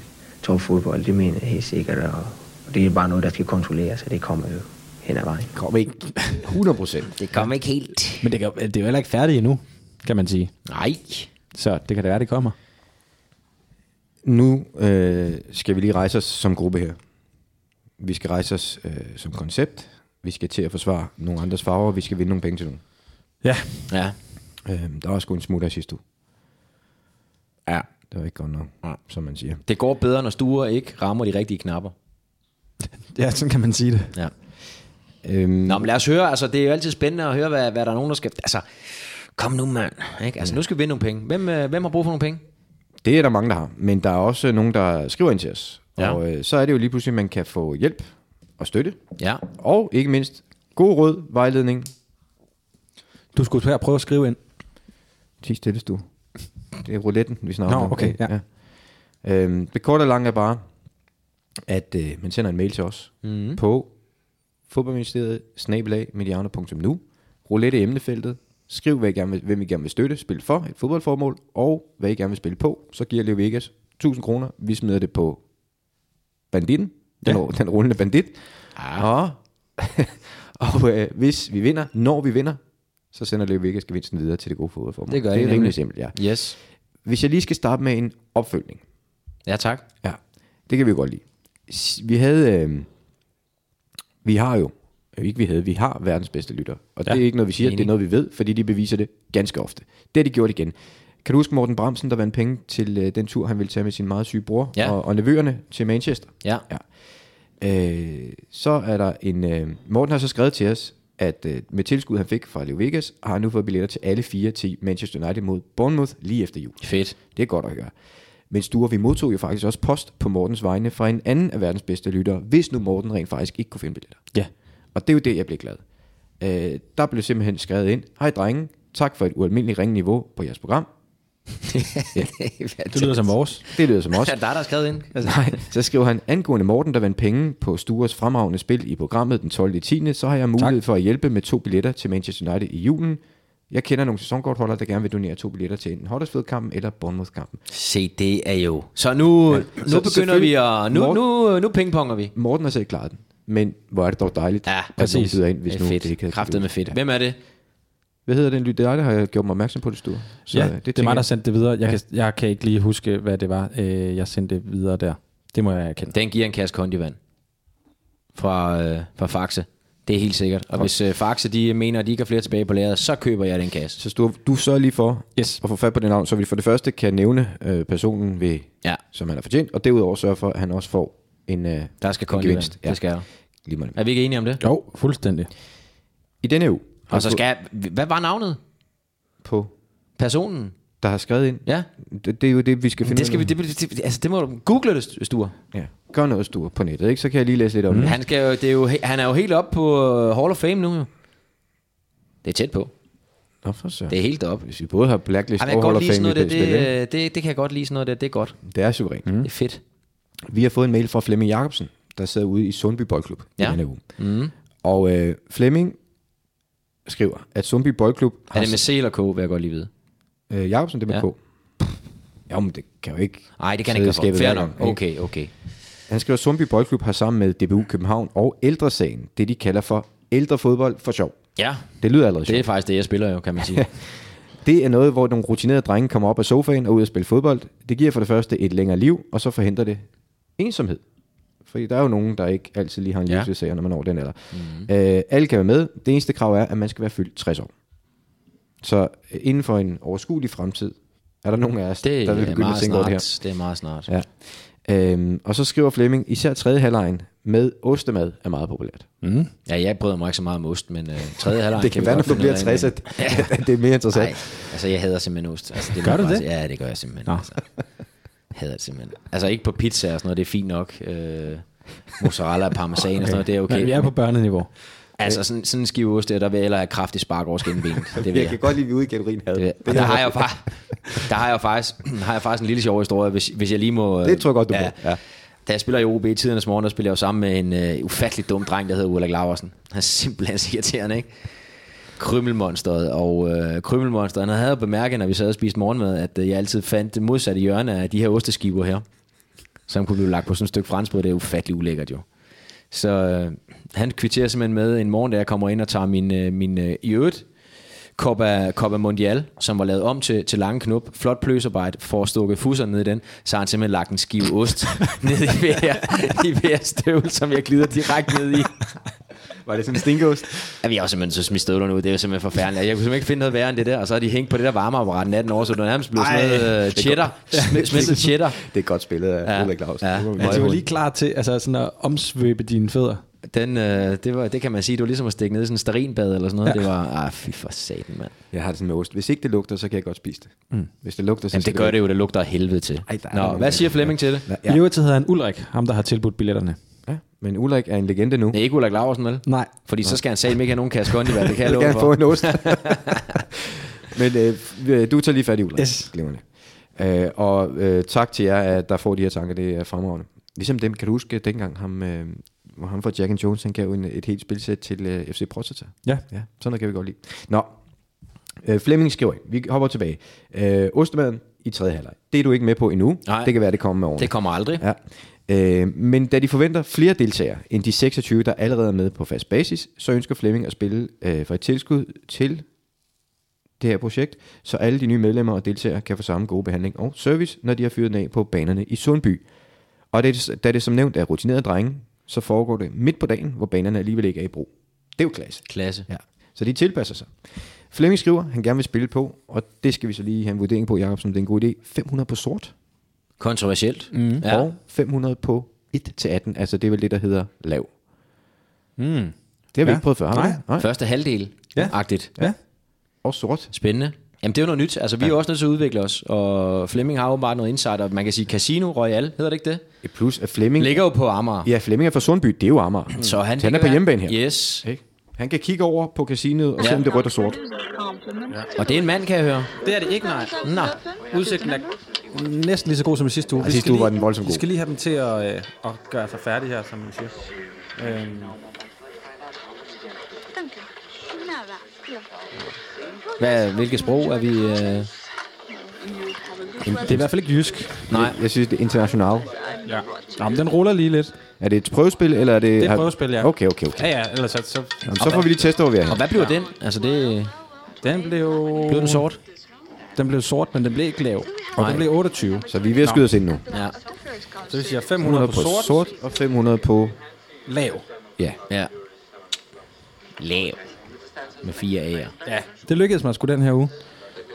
J: topfodbold. Det mener jeg helt sikkert, og, og det er bare noget, der skal kontrolleres, og det kommer jo hen ad vejen.
B: Kom ikke. 100 procent.
C: Det kom ikke helt.
I: Men det, kan, det er jo heller ikke færdigt endnu, kan man sige.
C: Nej.
I: Så det kan da være, det kommer.
B: Nu øh, skal vi lige rejse os som gruppe her. Vi skal rejse os øh, som koncept. Vi skal til at forsvare nogle andres farver. Vi skal vinde nogle penge til nogen.
I: Ja.
C: Ja.
B: Øh, der var sgu en smutter sidste uge. Ja. Det var ikke godt nok, som man siger.
C: Det går bedre, når stuer ikke rammer de rigtige knapper.
I: Ja, sådan kan man sige det.
C: Ja.
B: Øhm,
C: Nå, men lad os høre. Altså, det er jo altid spændende at høre, hvad, hvad der er nogen, der skal... Altså, kom nu, mand. Ikke? Altså, nu skal vi vinde nogle penge. Hvem, øh, hvem har brug for nogle penge?
B: Det er der mange, der har, men der er også nogen, der skriver ind til os.
C: Ja.
B: Ja. Og øh, så er det jo lige pludselig, at man kan få hjælp og støtte,
C: Ja.
B: og ikke mindst god råd, vejledning.
I: Du skulle her prøve at skrive ind.
B: Tis stille, du. Det er rouletten, vi snakker
I: Nå,
B: om.
I: okay, ja.
B: Øhm, det korte og lange er bare, at øh, man sender en mail til os
C: Mhm.
B: mm. på fodboldministeriet snabelagmediano.nu Roulette i emnefeltet. Skriv, hvad I gerne vil, hvem I gerne vil støtte, spil for et fodboldformål, og hvad I gerne vil spille på. Så giver Leo Vegas 1000 kroner. Vi smider det på banditten, den, ja. den rullende bandit. Ah. Og, (laughs) og øh, hvis vi vinder, når vi vinder, så sender Leo Vegas gevinsten videre til det gode fodboldformål.
C: Det gør
B: det
C: I
B: er
C: nemlig.
B: rimelig simpelt, ja.
C: Yes.
B: Hvis jeg lige skal starte med en opfølgning.
C: Ja, tak.
B: Ja, det kan vi godt lide. S- Vi havde... Øh, vi har jo... øh, Ikke vi havde, vi har verdens bedste lytter. Og ja, det er ikke noget, vi siger,
C: enig.
B: det er noget, vi ved, fordi de beviser det ganske ofte. Det har de gjort igen. Kan du huske Morten Bramsen, der vandt penge til øh, den tur, han ville tage med sin meget syge bror
C: Ja.
B: og, og nevøerne til Manchester?
C: Ja.
B: ja. Øh, så er der en... Øh, Morten har så skrevet til os, at øh, med tilskud, han fik fra Leo Vegas, har han nu fået billetter til alle fire til Manchester United mod Bournemouth lige efter jul.
C: Fedt.
B: Det er godt at høre. Men Sture, vi modtog jo faktisk også post på Mortens vegne fra en anden af verdens bedste lyttere, hvis nu Morten rent faktisk ikke kunne finde billetter.
I: Ja.
B: Og det er jo det, jeg blev glad. Øh, der blev simpelthen skrevet ind, hej drenge, tak for et ualmindeligt ringe niveau på jeres program. ja.
C: Det lyder som
I: vores.
B: Det lyder som
C: Er (laughs)
B: os.
C: det dig, der har skrevet ind?
B: Nej, så skriver han, angående Morten, der vandt penge på Stures fremragende spil i programmet den 12. 10. Så har jeg mulighed tak. for at hjælpe med to billetter til Manchester United i julen. Jeg kender nogle sæsonkortholdere, der gerne vil donere to billetter til enten Huddersfield-kampen eller Bournemouth-kampen.
C: Se, det er jo... Så nu, ja. nu
B: Så
C: begynder vi at... Nu,
B: Morten-
C: nu, nu pingponger vi.
B: Morten har selv klaret den. Men hvor er det dog dejligt, ja, at nogen
C: præcis.
B: sidder ind, hvis
C: Det er
B: nu
C: fedt.
B: det ikke havde
C: Kraftedeme
B: kunnet.
C: fedt. Hvem er det?
B: Hvad hedder den lyd? Det er dig, der har gjort mig opmærksom på det, Sture.
I: Så, ja,
B: øh,
I: det, det er
B: tænker
I: mig, der
B: jeg-
I: sendte det videre. Jeg, ja. kan, jeg kan ikke lige huske, hvad det var, øh, jeg sendte videre der. Det må jeg erkende.
C: Den giver en kasse kondivand fra, øh, fra Faxe. Det er helt sikkert. Og hvis øh, Faxe de mener, at de ikke har flere tilbage på lageret, så køber jeg den kasse.
B: Så Sture, du sørger lige for yes. at få fat på det navn, så vi for det første kan nævne øh, personen, ved,
C: ja.
B: som han har fortjent, og derudover sørge for, at han også får en, øh,
C: Der skal
B: en
C: kondi
B: gevinst.
C: Det skal jeg.
B: Lige med det.
C: Er vi ikke enige om det?
I: Jo, fuldstændig.
B: I denne uge,
C: Og så skal Hvad var navnet?
B: På?
C: Personen?
B: der har skrevet ind,
C: Ja.
B: det, det er jo det, vi skal finde
C: Det skal
B: ud
C: vi...
B: af.
C: Det, det, det, altså, det må du... Google det, Sture.
B: Ja. Gør noget, Sture, på nettet, ikke? så kan jeg lige læse lidt om mm. det.
C: Han, skal jo, det er jo, he- han er jo helt op på øh, Hall of Fame nu. jo. Det er tæt på.
B: Nå, for søren.
C: Det er helt op.
B: Hvis vi både har Blacklist
C: Ej,
B: og
C: men jeg kan
B: Hall of
C: godt lide
B: Fame,
C: sådan noget
B: vi kan
C: der.
B: spille ind.
C: Det, øh, det, det kan jeg godt lide sådan noget der. Det er godt.
B: Det er suverænt. Mm.
C: Det er fedt.
B: Vi har fået en mail fra Flemming Jacobsen, der sidder ude i Sundby Boldklub
C: Ja.
B: ja. denne uge.
C: Mm.
B: Og øh, Flemming skriver, at Sundby Boldklub
C: Er
B: har...
C: det med C eller K, vil jeg godt lige vide.
B: Øh, Jacobsen, det er med
C: Ja. Ah.
B: ja. K. Jo, men det kan jo ikke...
C: Nej, det kan
B: sidde i
C: jeg ikke godt.
B: skabet
C: Fair
B: hver
C: nok.
B: gang, ikke?
C: Okay, okay.
B: Han skriver, at Sundby Boldklub har sammen med DBU København og Ældresagen, det de kalder for ældrefodbold for sjov.
C: Ja,
B: Det lyder allerede
C: det
B: sjovt.
C: er faktisk det, jeg spiller jo, (laughs) kan man sige.
B: Det er noget, hvor nogle rutinerede drenge kommer op af sofaen og ud og spille fodbold. Det giver for det første et længere liv, og så forhindrer det ensomhed. Fordi der er jo nogen, der ikke altid lige har en
C: Ja. Mhm.
B: livsvisager, når man når den alder. Mm. Øh, alle kan være med. Det eneste krav er, at man skal være fyldt 60 år. Så øh, inden for en overskuelig fremtid, er der nogen af os,
C: Det
B: der vil
C: er
B: begynde at
C: meget
B: tænke over det
C: snart.
B: her.
C: Det er meget snart.
B: Ja. Øhm, og så skriver Flemming, især tredje halvlejen med ostemad er meget populært.
I: Mm.
C: Ja, jeg bryder mig ikke så meget om ost, men øh, tredje (laughs) halvleg...
B: det kan være, når du bliver 60, at, at (laughs) det er mere interessant.
C: Nej, altså jeg hader simpelthen ost. Altså, det
I: Gør
C: må
I: du
C: jeg bare
I: det?
C: sige. Ja, det gør jeg simpelthen. Altså. Jeg hader det simpelthen. Altså ikke på pizza og sådan noget, det er fint nok. Øh, mozzarella, parmesan og sådan noget, (laughs) det er okay.
I: Men vi er på børneniveau.
C: Altså sådan, sådan en skive ost der, der vil jeg hellere have kraftig spark
B: (laughs)
C: over skinnebenet. Det vil
B: jeg
C: jeg.
B: kan godt lide, at vi er ude i kategorien had.
C: Det, og der har jeg jo bare, der har jeg jo faktisk, har jeg faktisk en lille sjov historie, hvis, hvis jeg lige må... øh,
B: Det tror jeg godt, du må. Ja.
C: Da jeg spiller i OB i tidernes morgen, der spiller jeg jo sammen med en øh, ufattelig dum dreng, der hedder Ulrik Laversen. Han er simpelthen så irriterende, ikke? Krymmelmonsteret, og øh, krymmelmonsteret, han havde jo bemærket, når vi sad og spiste morgenmad, at øh, jeg altid fandt det modsatte hjørne af de her osteskiver her, som kunne blive lagt på sådan et stykke franskbrød. Det er ufattelig ulækkert jo. Så øh, han kvitterer simpelthen med en morgen, da jeg kommer ind og tager min, øh, min øh, i øvrigt, Copa, Copa Mondial, som var lavet om til, til lange knop, flot pløsarbejde, for at stukke fusser ned i den, så har han simpelthen lagt en skive ost (laughs) ned i hver, i hver støvle, som jeg glider direkte ned i.
B: Var det sådan en stinkost?
C: Ja, vi har jo simpelthen så smidt støvlerne ud, det er jo simpelthen forfærdeligt. Jeg kunne simpelthen ikke finde noget værre end det der, og så har de hængt på det der varmeapparat natten over, så det var nærmest blevet sådan
B: Ej,
C: noget øh,
B: det er
C: cheddar, sm- (laughs) smeltet cheddar.
B: (laughs) Det er godt spillet af
C: Ja.
B: Ulrik Claus.
C: Ja.
B: Det var
I: Men
B: meget
I: de var
B: hurtigt.
I: lige klar til altså, sådan at omsvøbe dine fødder.
C: Den, øh, det, var, det kan man sige, det var ligesom at stikke ned i sådan en starinbad eller sådan noget. Ja. Det var, ah, fy for satan, mand.
B: Jeg har det sådan med ost. Hvis ikke det lugter, så kan jeg godt spise det. Mm. Hvis det lugter, så
C: Jamen,
B: skal
C: det gør det jo, det lugter af helvede til.
B: Ej, der er
C: Nå,
B: nogle-
C: hvad siger Flemming til det?
I: Ja. I øvrigt så hedder han Ulrik, ham der har tilbudt billetterne.
B: Ja. Men Ulrik er en legende nu.
C: Det er ikke Ulrik Laversen, vel?
I: Nej.
C: Fordi så skal han selv ikke have nogen kasse kondi, hvad det kan jeg
B: (laughs) Jeg vil
C: love (laughs)
B: gerne
C: for.
B: få en ost. Men øh, f- øh, du tager lige fat i Ulrik.
I: Yes.
B: Glimrende. Øh, og øh, tak til jer, at der får de her tanker, det er fremragende. Ligesom dem, kan du huske dengang, ham, øh, hvor ham fra Jack and Jones, han gav en, et helt spilsæt til øh, FC Prostata.
I: Ja.
B: ja. Sådan noget kan vi godt lide. Nå, øh, Flemming skriver, ind. vi hopper tilbage. Øh, Ostemaden i tredje halvleg. Det er du ikke med på endnu.
C: Nej.
B: Det kan være, det kommer med årene.
C: Det kommer aldrig.
B: Ja. Øh, men da de forventer flere deltagere end de 26, der allerede er med på fast basis, så ønsker Flemming at spille øh, for et tilskud til det her projekt, så alle de nye medlemmer og deltagere kan få samme gode behandling og service, når de har fyret den af på banerne i Sundby. Og da det, da det som nævnt er rutinerede drenge, så foregår det midt på dagen, hvor banerne alligevel ikke er i brug. Det er jo klasse.
C: Klasse.
B: Ja. Så de tilpasser sig. Flemming skriver, han gerne vil spille på, og det skal vi så lige have en vurdering på, Jacobsen. Det er en god idé. 500 på sort.
C: Kontroversielt.
B: Mm.
C: Ja.
B: Ja. Og 500 på 1-18, altså det er vel det, der hedder lav.
C: Mm. Det
B: vi ikke prøvet før, har vi
C: Nej.
B: det? Nej.
C: Første halvdel.
B: Ja.
C: Agtigt.
B: Ja. Og sort.
C: Spændende. Jamen, det er jo noget nyt. Altså, vi ja. er jo også nødt til at udvikle os, og Flemming har jo bare noget insight, og man kan sige Casino Royal, hedder det ikke det?
B: Plus at Flemming...
C: Ligger jo på Amager.
B: Mm. Ja, Flemming er fra Sundby, det er jo Amager.
C: (clears throat) Så han,
B: han er
C: ligger-
B: på hjemmebane her.
C: Yes.
B: Ikke? Han kan kigge over på casinoet og ja.
C: Ja.
B: se, om det er rødt og sort.
C: Og det er en mand, kan jeg høre.
I: Det er det ikke, nej. Nå. Udsigten er næsten lige så god som i sidste uge.
B: Ja, sidste uge var den voldsomt
I: Vi
B: god.
I: skal lige have dem til at, øh, at gøre sig færdige her, som vi siger. Øhm,
C: Hvad, hvilket sprog er vi... Øh...
I: det er i hvert fald ikke jysk.
C: Nej.
B: Jeg synes, det er international.
I: Ja. Nå, men den ruller lige lidt.
B: Er det et prøvespil, eller er det...
I: Det er et
B: har-
I: prøvespil, ja.
B: Okay, okay, okay.
I: Ja, ja, ellers så... så,
B: Jamen, så får vi lige testet, hvor vi er.
C: Og hvad bliver den? Altså, det...
I: Den blev...
C: Blev den sort?
I: Den blev sort, men den blev ikke lav. Og
C: Nej.
I: den blev 28.
B: Så vi er ved at
I: Nå.
B: skyde os ind nu.
C: Ja.
I: Så vi siger 500 på sort,
B: sort og 500 på...
I: lav.
B: Ja.
C: Ja. Lav. Med fire A'er.
I: Ja. Det lykkedes mig sgu den her uge.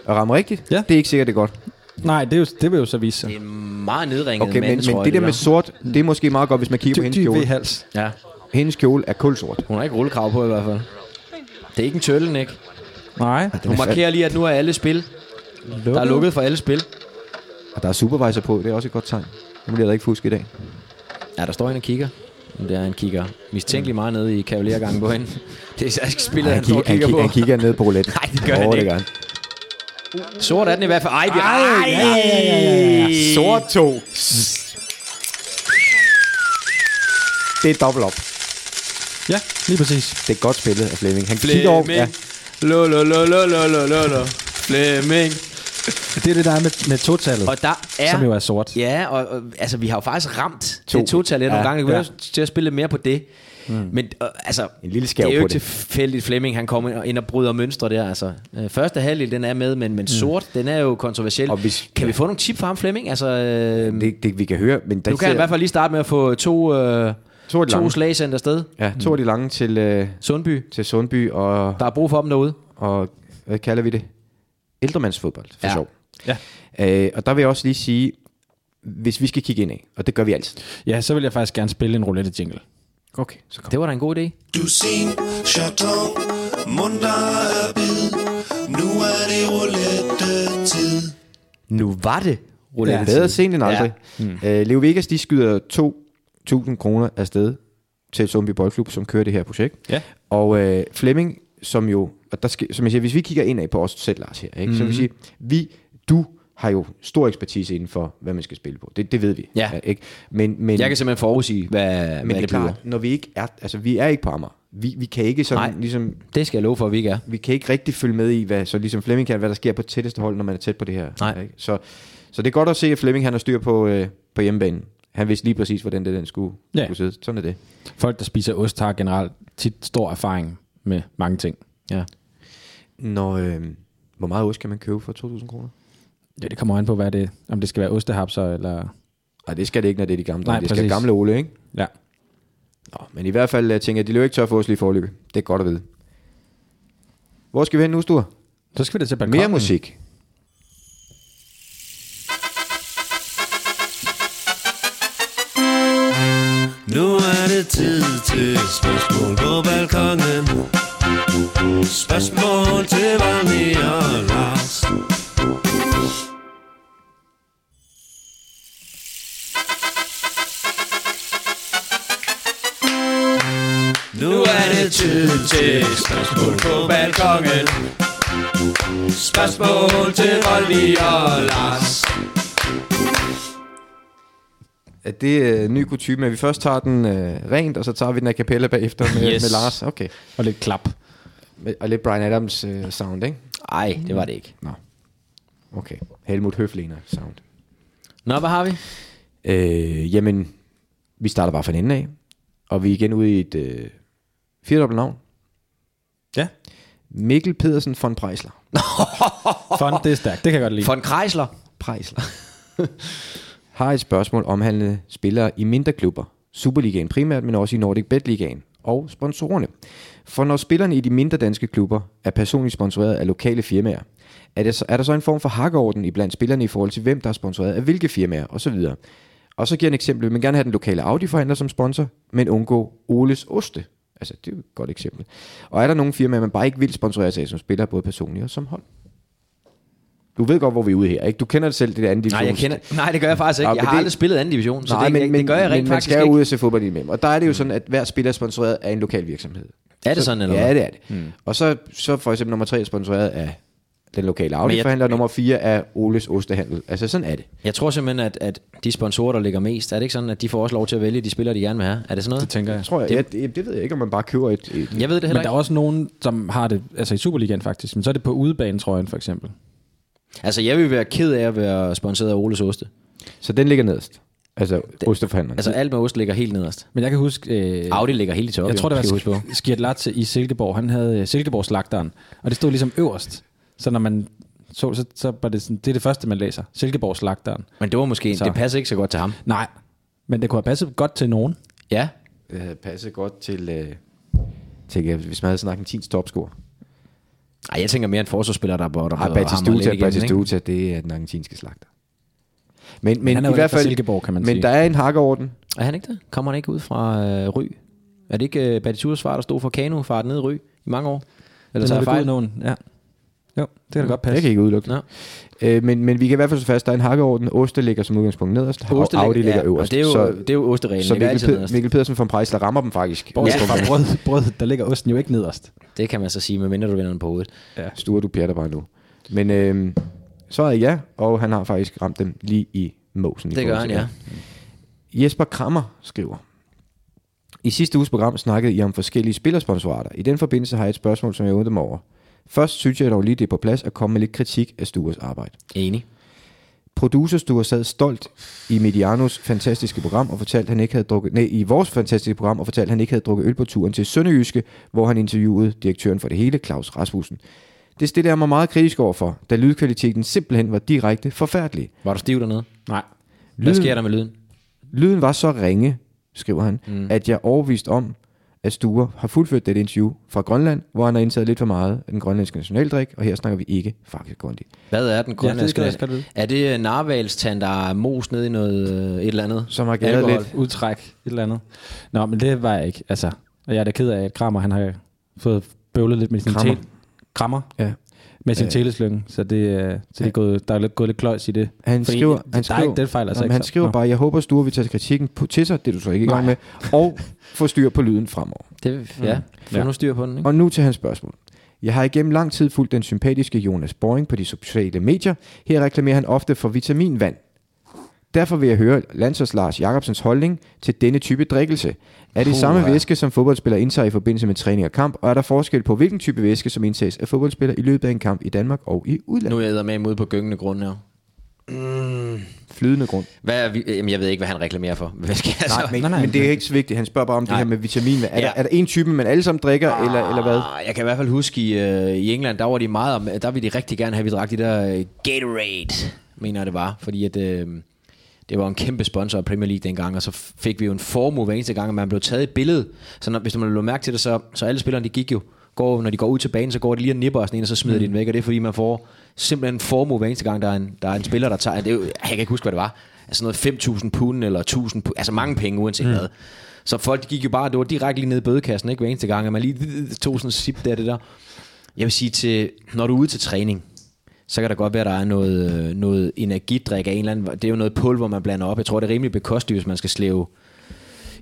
B: Og ramme rigtigt? Ja. Det er ikke sikkert, det er godt.
I: Nej, det, er jo, det vil jo så vise sig.
C: Meget nedringet
B: Okay, men,
C: mand,
B: men det der med sort,
C: Mm.
B: det er måske meget godt, hvis man kigger på
I: Dyb,
B: hendes
I: dyb ved
B: kjole.
I: hals.
C: Ja.
B: Hendes kjole er kulsort.
C: Hun har ikke rullekrav på i hvert fald. Det er ikke en tøllen, ikke?
I: Nej.
C: Hun markerer lige, at nu er alle spil. Der er lukket for alle spil.
B: Og der er supervisor på, det er også et godt tegn. Nu bliver der ikke fusk i dag.
C: Ja, der står en og kigger. Men Der er en kigger mistænkelig meget nede i kavalergangen på hende. Det er særligt spillet, han,
B: han,
C: står
B: kigger,
C: og
B: han, kigger, han
C: kigger, på.
B: kigger ned på rouletten.
C: (laughs) Nej, det gør han ikke.
B: han.
C: Sort er den i hvert fald. Ej, det er... Ej,
B: Sort to. Det er dobbelt op.
I: Ja, lige præcis.
B: Det er godt spillet af Flemming. Han kigger over. Ja.
C: Lo, lo, lo, lo, lo, lo, lo, lo. Flemming.
I: Det er det, der er med, med totallet,
C: Og der er...
I: som jo er sort.
C: Ja, og, og altså, vi har jo faktisk ramt
B: To.
C: to. det total lidt ja,
B: Ja,
C: nogle gange. Vi er
B: ja.
C: ja. til at spille lidt mere på det. Mm. Men øh, altså,
B: En lille skærv
C: det er jo
B: på
C: ikke
B: det.
C: tilfældigt, Flemming han kommer ind og- ind og bryder mønstre der. Altså. Øh, første halvdel, den er med, men, men sort, den er jo kontroversiel.
B: Og hvis-
C: kan vi få nogle tip fra ham, Flemming? Altså, øh,
B: Det, det, vi kan høre. Men der
C: du kan i hvert fald lige starte med at få to, øh,
B: to, af de
C: to
B: lange,
C: slag sendt afsted.
B: ja, to af de lange til, øh,
C: Sundby,
B: til Sundby og,
C: der er brug for dem derude.
B: og hvad kalder vi det? Ældremandsfodbold, for
C: Ja.
B: sjov. Ja. Øh, og der vil jeg også lige sige, hvis vi skal kigge ind af, og det gør vi altid.
I: Ja, så vil jeg faktisk gerne spille en roulette jingle.
B: Okay, så kom.
C: Det var da en god idé.
K: Du sin chaton, munter er bid. Nu er det roulette tid.
C: Nu var det
B: Ja,
C: roulette
B: bedre sent end aldrig. Ja. Mm. Øh, Leo Vegas, de skyder 2.000 kroner afsted til Sundby Boldklub, som kører det her projekt.
I: Ja.
B: Og øh, Flemming, som jo, og der skal, som jeg siger, hvis vi kigger indad på os selv, Lars, her, ikke, mm-hmm. så vil jeg
C: Mhm.
B: sige, vi, du har jo stor ekspertise inden for, hvad man skal spille på. Det, det ved vi.
C: Ja.
B: Ikke? Men, men,
C: Jeg kan simpelthen forudsige,
B: men
C: hvad, hvad
B: det er
C: det bliver.
B: klart, når vi ikke er, altså vi er ikke på Amager. Vi, vi kan ikke sådan,
C: Nej.
B: ligesom,
C: Det skal jeg love for, at vi ikke er.
B: vi kan ikke rigtig følge med i, hvad, så ligesom Flemming kan, hvad der sker på tætteste hold, når man er tæt på det her.
C: Nej.
B: Ikke? Så, så det er godt at se, at Flemming han har styr på, øh, på hjemmebanen. Han vidste lige præcis, hvordan det den skulle,
I: Ja.
B: ja. skulle sidde. Sådan er det.
I: Folk, der spiser ost, har generelt tit stor erfaring med mange ting.
C: Ja.
B: Når, øh, hvor meget ost kan man købe for 2.000 kroner?
I: Ja, det kommer an på, hvad det, om det skal være ostehapser eller...
B: Nej, det skal det ikke, når det er de gamle.
I: Nej,
B: Nej, det skal
I: præcis.
B: gamle Ole, ikke?
I: Ja.
B: Nå, men i hvert fald øh, tænker jeg, de løber ikke tør for os lige i forløbet. Det er godt at vide. Hvor skal vi hen nu, Stur?
I: Så skal vi da til balkonen.
B: Mere musik.
K: Nu er det tid til spørgsmål på balkongen. Spørgsmål til Valmi og Lars. Nu er det tid til spørgsmål på balkongen. Spørgsmål til Valmi og Lars.
B: at det er en ny kutume, at vi først tager den øh, rent, og så tager vi den a cappella bagefter med, yes. med Lars. Okay.
I: Og lidt klap.
B: Med, og lidt Brian Adams øh, sound, ikke?
C: Nej, det var det ikke.
B: Nå. Okay. Helmut Høflener sound.
C: Nå, hvad har vi?
B: Øh, jamen, vi starter bare fra den ende af, og vi er igen ude i et øh, firedobbelt navn.
I: Ja.
B: Mikkel Pedersen von Preisler.
I: Fond, det er stærkt. Det kan jeg godt lide.
C: Von Kreisler.
B: Preisler. har et spørgsmål omhandlende spillere i mindre klubber. Superligaen primært, men også i Nordic Bet Ligaen og sponsorerne. For når spillerne i de mindre danske klubber er personligt sponsoreret af lokale firmaer, er, det så, er der så en form for hakkeorden i blandt spillerne i forhold til, hvem der er sponsoreret af hvilke firmaer osv. Og så giver jeg et eksempel. Vil man gerne have den lokale Audi-forhandler som sponsor, men undgå Oles Oste? Altså, det er jo et godt eksempel. Og er der nogle firmaer, man bare ikke vil sponsorere sig af som spiller, både personligt og som hold? Du ved godt, hvor vi er ude her, ikke? Du kender det selv, det der anden division.
C: Nej, jeg kender, nej, det gør jeg faktisk ikke.
B: Nå,
C: Jeg
B: men
C: har
B: det-
C: aldrig spillet anden division, så det, det, det gør jeg
B: men
C: rent
B: man
C: faktisk
B: skal jo
C: ikke.
B: ud og se fodbold i med. Og der er det jo sådan, at hver spiller er sponsoreret af en lokal virksomhed.
C: Er det
B: Så-
C: sådan, eller
B: Ja,
C: hvad?
B: det er det. Mm. Og så, så for eksempel nummer 3 er sponsoreret af den lokale Audi-forhandler, og nummer 4 er Oles Ostehandel. Altså sådan er det.
C: Jeg tror simpelthen, at, at de sponsorer, der ligger mest, er det ikke sådan, at de får også lov til at vælge de spillere, de gerne vil have? Er det sådan noget?
I: Det tænker jeg.
B: Tror jeg, det, jeg, det ved jeg ikke, om man bare køber et... et
C: Jeg ved det heller
I: Men der
C: ikke.
I: er også nogen, som har det, altså i Superligaen faktisk, men så er det på udebanen, tror jeg, for eksempel.
C: Altså, jeg vil være ked af at være sponsoreret af Oles Oste.
B: Så den ligger nederst. Altså Osteforhandleren.
C: Altså, alt med ost ligger helt nederst.
I: Men jeg kan huske... Øh,
C: Audi ligger helt i toppen.
I: jeg tror, det
C: skal huske
I: var
C: på.
I: Skjertlatse i Silkeborg. Han havde øh, Silkeborg-slagteren, og det stod ligesom øverst. Så når man så, så, så var det sådan, det er det første, man læser. Silkeborg-slagteren.
C: Men det var måske...
I: Så.
C: Det passer ikke så godt til ham.
I: Nej, men det kunne have passet godt til nogen.
C: Ja.
B: det havde Øh, passet godt til... Øh, til øh, hvis man havde snakket en 10 topscore.
C: Ej, jeg tænker mere en forsvarsspiller, der er bordet.
B: Har Batistuta, Batistuta, det er den argentinske slagter. Men, men
I: han
B: i
I: er jo
B: hvert
I: ikke fra
B: fald,
I: Silkeborg, kan man
B: men
I: sige.
B: der er en hakkeorden.
C: Er han ikke der? Kommer han ikke ud fra øh, Ry? Er det ikke øh, Batistutas far, der stod for kanofart nede i Ry i mange år? Eller
I: Det
C: så er
I: er
C: jeg
I: noget
C: fejl?
I: ved nogen. Ja. Jo, det kan da godt passe.
B: Mm. Jeg kan ikke udelukke
C: Nå.
B: det. Øh, men, men vi kan i hvert fald så fast, at der er en hakkeorden. Oste ligger som udgangspunkt nederst, og
C: Oste
B: Audi ligger
C: ja,
B: øverst.
C: Og det er jo,
B: så,
C: det er jo ostereglen.
B: så
C: ligger
B: Mikkel,
C: altid
B: Ped,
C: nederst.
B: Mikkel Pedersen fra Prejsler rammer dem faktisk.
I: Bortset
C: Ja.
I: ja. fra brød, brød, der ligger osten jo ikke nederst.
C: Det kan man så sige, medmindre du vender den på hovedet.
B: Sture, du pjatter bare nu. Men øh, svaret er ja, og han har faktisk ramt dem lige i mosen. i
C: Det gør
B: forhold til
C: han,
B: det. Jesper Krammer skriver. I sidste uges program snakkede I om forskellige spillersponsorater. I den forbindelse har jeg et spørgsmål, som jeg undrer mig over. Først synes jeg dog lige, det er på plads at komme med lidt kritik af Stures arbejde.
C: Enig.
B: Producerstuer sad stolt i Medianos fantastiske program og fortalte, at han ikke havde drukket, nej, i vores fantastiske program og fortalte, at han ikke havde drukket øl på turen til Sønderjyske, hvor han interviewede direktøren for det hele, Claus Rasmussen. Det stiller jeg mig meget kritisk overfor, da lydkvaliteten simpelthen var direkte forfærdelig.
C: Var du stiv dernede?
I: Nej.
C: Hvad sker der med lyden?
B: Lyden var så ringe, skriver han, mm. at jeg er overvist om, at Sture har fuldført dette interview fra Grønland, hvor han har indtaget lidt for meget af den grønlandske nationaldrik, og her snakker vi ikke faktisk grundigt.
C: Hvad er den grønlandske?
I: kan jeg også godt vide.
C: er det øh, narvalstand, der er mos ned i noget, øh, et eller andet?
B: Som har gældet
C: Alkohol.
B: lidt.
I: Udtræk, et eller andet. Nå, men det var jeg ikke. Altså, og jeg er da ked af, at Kramer, han har fået bøvlet lidt med sin
B: Krammer.
I: tele... Krammer?
B: Ja.
I: Med sin
B: Øh.
I: øh. teleslynge, så, det, øh, så det er gået, der er lidt, gået lidt kløjs i det.
B: Han
I: Fordi
B: skriver,
I: der
B: han
I: er
B: skriver,
I: ikke den fejl, altså
B: Nå, men
I: ikke
B: han
I: så-
B: skriver
I: Nå.
B: bare, jeg håber, Sture vil tage kritikken på, til sig, det er du så ikke i gang med,
I: Nej. (laughs)
B: og få styr på lyden fremover. Mm.
C: Det, ja, få
I: Ja.
C: nu styr på den.
I: Mm.
C: Ikke?
B: Og nu til hans spørgsmål. Jeg har igennem lang tid fulgt den sympatiske Jonas Boring på de sociale medier. Her reklamerer han ofte for vitaminvand. Derfor vil jeg høre Lansers Lars Jacobsens holdning til denne type drikkelse. Er det samme væske, som fodboldspillere indtager i forbindelse med træning og kamp, og er der forskel på, hvilken type væske, som indtages af fodboldspillere i løbet af en kamp i Danmark og i udlandet?
C: Nu er jeg med ude på gyngende grund her.
B: Flydende grund.
C: Hvad er vi? Jamen, jeg ved ikke, hvad han reklamerer for. Hvad skal jeg så?
B: Nej, men, nej, nej, men det er ikke så vigtigt. Han spørger bare om nej. det
C: Nej.
B: her med vitamin. Er, ja.
C: Ja.
B: der, er der en type, man alle sammen drikker, ah. eller, eller hvad?
C: Ah, Jeg kan i hvert fald huske, i, øh, i England, der var de meget, om- der ville de rigtig gerne have, at vi drak de der øh, Gatorade, mener jeg det var. Fordi at, øh, det var en kæmpe sponsor af Premier League dengang, og så fik vi jo en formue hver eneste gang, at man blev taget et billede. Så når, hvis man lå mærke til det, så, så alle spillerne, de gik jo, går, når de går ud til banen, så går de lige og nipper sådan en, og så smider mm. de den væk, og det er fordi, man får simpelthen en formue hver eneste gang, der er en, der er en spiller, der tager, det er jo, jeg kan ikke huske, hvad det var, altså noget 5.000 pund eller 1.000 pund, altså mange penge uanset mm. hvad. Så folk de gik jo bare, det var direkte lige ned i bødekassen, ikke hver eneste gang, at man lige tog sådan en sip der, det der. Jeg vil sige til, når du er ude til træning, så kan der godt være, at der er noget, øh, noget energidrik af en eller anden, det er jo noget pulver, man blander op. Jeg tror, det er rimelig bekosteligt, hvis man skal slæve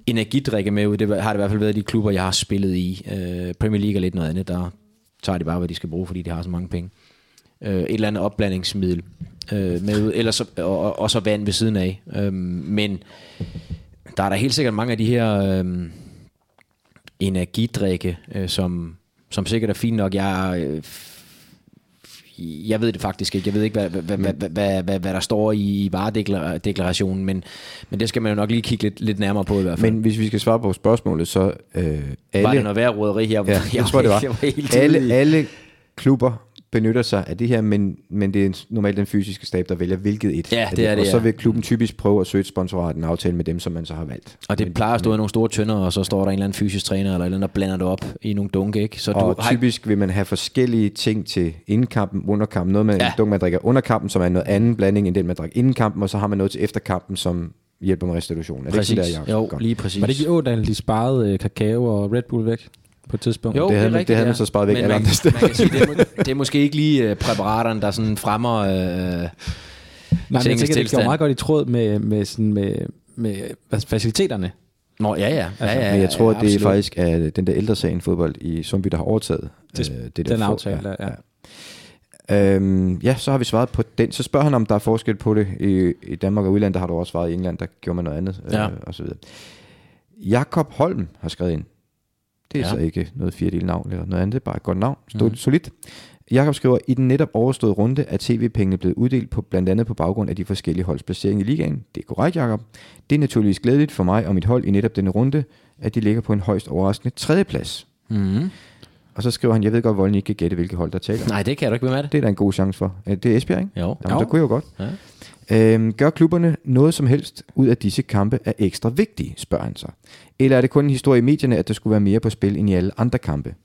C: energidrikke med ud. Det har det i hvert fald været i de klubber, jeg har spillet i. Øh, Premier League er lidt noget andet. Der tager de bare, hvad de skal bruge, fordi de har så mange penge. øh, et eller andet opblandingsmiddel øh, med, ud, eller så, og, og, og så vand ved siden af. Øh, men der er der helt sikkert mange af de her øh, energidrikke, øh, som, som sikkert er fine nok. Jeg, øh, jeg ved det faktisk ikke. Jeg ved ikke, hvad, hvad, hvad, hvad, hvad, hvad, hvad der står i varedeklarationen, men, men det skal man jo nok lige kigge lidt, lidt nærmere på i hvert fald.
B: Men hvis vi skal svare på spørgsmålet, så øh, alle...
C: Ah. Var det noget værre roderi her?
B: Ja, jeg, jeg tror, det var.
C: (laughs) Jeg var helt
B: alle,
C: ude i-
B: alle klubber benytter sig af det her, men, men det er normalt den fysiske stab, der vælger hvilket et.
C: Ja,
B: af
C: det er det,
B: Og så
C: ja.
B: vil klubben typisk prøve at søge et sponsorat, en aftale med dem, som man så har valgt.
C: Og det plejer at stå i nogle store tønder, og så står der en eller anden fysisk træner, eller en eller anden, der blander det op i nogle dunke, ikke? Så
B: Så og
C: du
B: du, typisk vil man have forskellige ting til indkampen, underkampen. Noget med ja. en dunk, man drikker underkampen, som er noget anden blanding, end den, man drikker indenkampen, og så har man noget til efterkampen, som hjælper med restitution. Er det ikke sådan, der, Jacob? Godt.
I: Var det ikke i Ådal, de sparede øh, kakao og Red Bull væk på et tidspunkt?
C: Jo,
B: det havde
C: er
B: man-
C: rigtigt,
B: det havde
C: ja.
B: man så sparet væk
C: Men
B: alle
C: man-
B: andre steder.
C: Man kan sige, det, er, må- det er måske ikke lige øh, præparaterne, der sådan fremmer øh, Nej,
I: Nej, men jeg tænker, det går meget godt i tråd med, med, sådan, med, med hvad-
B: Øh,
I: faciliteterne.
C: Nå, ja, ja. ja, ja
B: Altså, Men jeg tror, at det er
C: absolut.
B: faktisk er den der ældresagen fodbold i Sundby, der har overtaget
I: Det-
B: øh, det der
I: den
B: få-
I: aftale der, ja.
B: ja. Øhm, ja, så har vi svaret på den. Så spørger han, om der er forskel på det i, i Danmark og udlandet. Der har du også svaret i England, der gjorde man noget andet,
C: Ja.
B: øh, og så videre. Jakob Holm har skrevet ind. Det er
C: Ja. Mhm.
B: ja. så ikke noget firedel navn eller noget andet, det er bare et godt navn. Stod mm. solidt. Jakob skriver, i den netop overståede runde er tv-pengene blevet uddelt på blandt andet på baggrund af de forskellige holds placering i ligaen. Det er korrekt, Jakob. Det er naturligvis glædeligt for mig og mit hold i netop denne runde, at de ligger på en højst overraskende tredjeplads.
C: Mhm.
B: Og så skriver han, jeg ved godt, Volden ikke kan gætte, hvilke hold der taler. om."
C: Nej, det kan du ikke være med det.
B: Det er da en god chance for. Øh, Det er Esbjerg, ikke?
C: Jo.
B: Jamen, der kunne jeg jo godt.
C: Ja.
B: Øhm, gør klubberne noget som helst ud af disse kampe er ekstra vigtige, spørger han sig. Eller er det kun en historie i medierne, at der skulle være mere på spil end i alle andre kampe?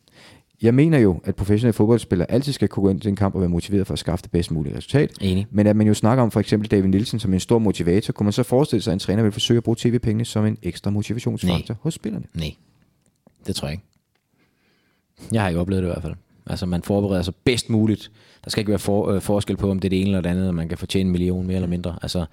B: Jeg mener jo, at professionelle fodboldspillere altid skal kunne gå ind til en kamp og være motiveret for at skaffe det bedst mulige resultat.
C: Enig.
B: Men at man jo snakker om for eksempel David Nielsen som en stor motivator, kunne man så forestille sig, at en træner vil forsøge at bruge tv-pengene som en ekstra motivationsfaktor hos spillerne?
C: Nej, det tror jeg ikke. Jeg har ikke oplevet det i hvert fald. Altså, man forbereder sig bedst muligt. Der skal ikke være for, øh, forskel på, om det er det ene eller det andet, og man kan fortjene en million mere eller mindre. Altså,